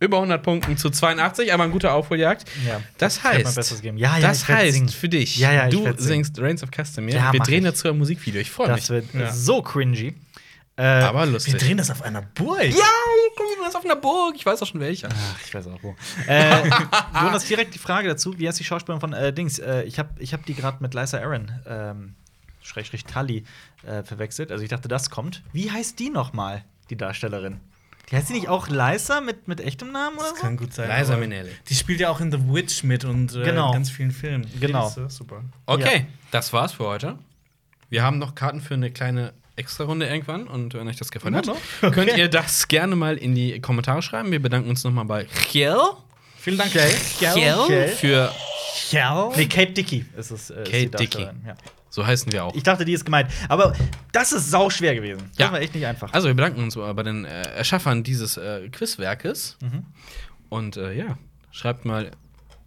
Speaker 3: über 100 Punkten zu 82, aber eine gute Aufholjagd.
Speaker 1: Ja.
Speaker 3: Das
Speaker 1: Ich werd
Speaker 3: heißt,
Speaker 1: mein Bestes geben. Ja, ja,
Speaker 3: das
Speaker 1: ich werd
Speaker 3: heißt
Speaker 1: singen.
Speaker 3: für dich,
Speaker 1: Ja, ja, ich
Speaker 3: du
Speaker 1: werd singen.
Speaker 3: singst Reigns of Custom.
Speaker 1: Ja,
Speaker 3: Wir
Speaker 1: mach
Speaker 3: drehen
Speaker 1: ich.
Speaker 3: dazu ein Musikvideo. Ich freue mich.
Speaker 1: Das wird
Speaker 2: Ja.
Speaker 1: so cringy. Äh,
Speaker 3: aber
Speaker 2: Wir
Speaker 3: lustig.
Speaker 2: drehen das auf einer Burg.
Speaker 3: ja, komm, das ist auf einer Burg. Ich weiß auch schon welcher.
Speaker 1: Ach, ich weiß auch wo. äh, Jonas, direkt die Frage dazu: Wie heißt die Schauspielerin von äh, Dings? Äh, ich habe ich hab die gerade mit Lysa Aaron, ähm, Schrägstrich Tully, äh, verwechselt. Also ich dachte, das kommt. Wie heißt die nochmal, die Darstellerin? Die heißt die nicht auch Lysa mit, mit echtem Namen oder
Speaker 2: Das
Speaker 1: so?
Speaker 2: kann gut sein.
Speaker 3: Liza
Speaker 2: aber
Speaker 3: Minnelli.
Speaker 2: Die spielt ja auch in The Witch mit und äh,
Speaker 1: Genau.
Speaker 2: ganz vielen Filmen.
Speaker 1: Genau.
Speaker 2: Die ist, äh, super.
Speaker 3: Okay, das war's für heute. Wir haben noch Karten für eine kleine Extra-Runde irgendwann und wenn euch das gefallen hat,
Speaker 2: Immer
Speaker 3: könnt ihr das gerne mal in die Kommentare schreiben. Wir bedanken uns nochmal bei Chiel.
Speaker 2: Vielen Dank.
Speaker 1: Chiel.
Speaker 3: Für
Speaker 2: Ja.
Speaker 1: Nee, Kate Dickey ist es. Äh, ist die
Speaker 3: Kate Dickey.
Speaker 1: Darstellerin, Ja.
Speaker 3: so heißen wir auch.
Speaker 1: Ich dachte, die ist gemeint. Aber das ist sau schwer gewesen.
Speaker 3: Ja.
Speaker 1: Das war echt nicht einfach.
Speaker 3: Also wir bedanken uns bei den äh, Erschaffern dieses äh, Quizwerkes. Und äh, ja, schreibt mal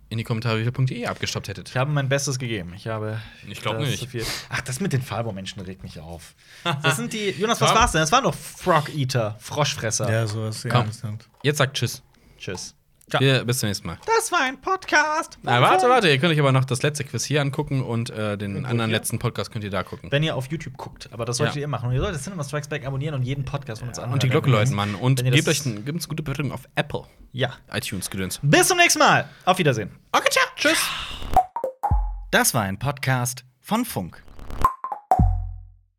Speaker 3: in die Kommentare, wie viele Punkte ihr abgestoppt hättet.
Speaker 1: Ich habe mein Bestes gegeben. Ich habe.
Speaker 3: Ich glaub
Speaker 1: das
Speaker 3: nicht.
Speaker 1: zu viel- Ach, das mit den Fahlbaummenschen regt mich auf. Das sind die. Jonas, was
Speaker 3: Fahl-
Speaker 1: war's denn? Das waren doch Frog Eater, Froschfresser.
Speaker 2: Ja, sowas. Ja,
Speaker 3: Komm.
Speaker 2: interessant.
Speaker 3: Jetzt sagt Tschüss.
Speaker 1: Tschüss.
Speaker 3: Wir, bis zum nächsten Mal.
Speaker 1: Das war ein Podcast.
Speaker 3: Na, warte, warte, ihr könnt euch aber noch das letzte Quiz hier angucken und äh, den anderen letzten Podcast könnt ihr da gucken.
Speaker 1: Wenn ihr auf YouTube guckt, aber das solltet
Speaker 3: Ja.
Speaker 1: ihr machen. Und ihr solltet Cinema Strikes Back abonnieren und jeden Podcast von uns anhören.
Speaker 3: Und die Glocke läuten, Mann. Und
Speaker 1: Wenn ihr
Speaker 3: gebt
Speaker 1: das-
Speaker 3: euch ein, gebt uns eine gute Bewertung auf Apple,
Speaker 1: Ja.
Speaker 3: iTunes, Gedöns.
Speaker 1: Bis zum nächsten Mal. Auf Wiedersehen.
Speaker 3: Okay, ciao. Tschüss.
Speaker 1: Das war ein Podcast von Funk.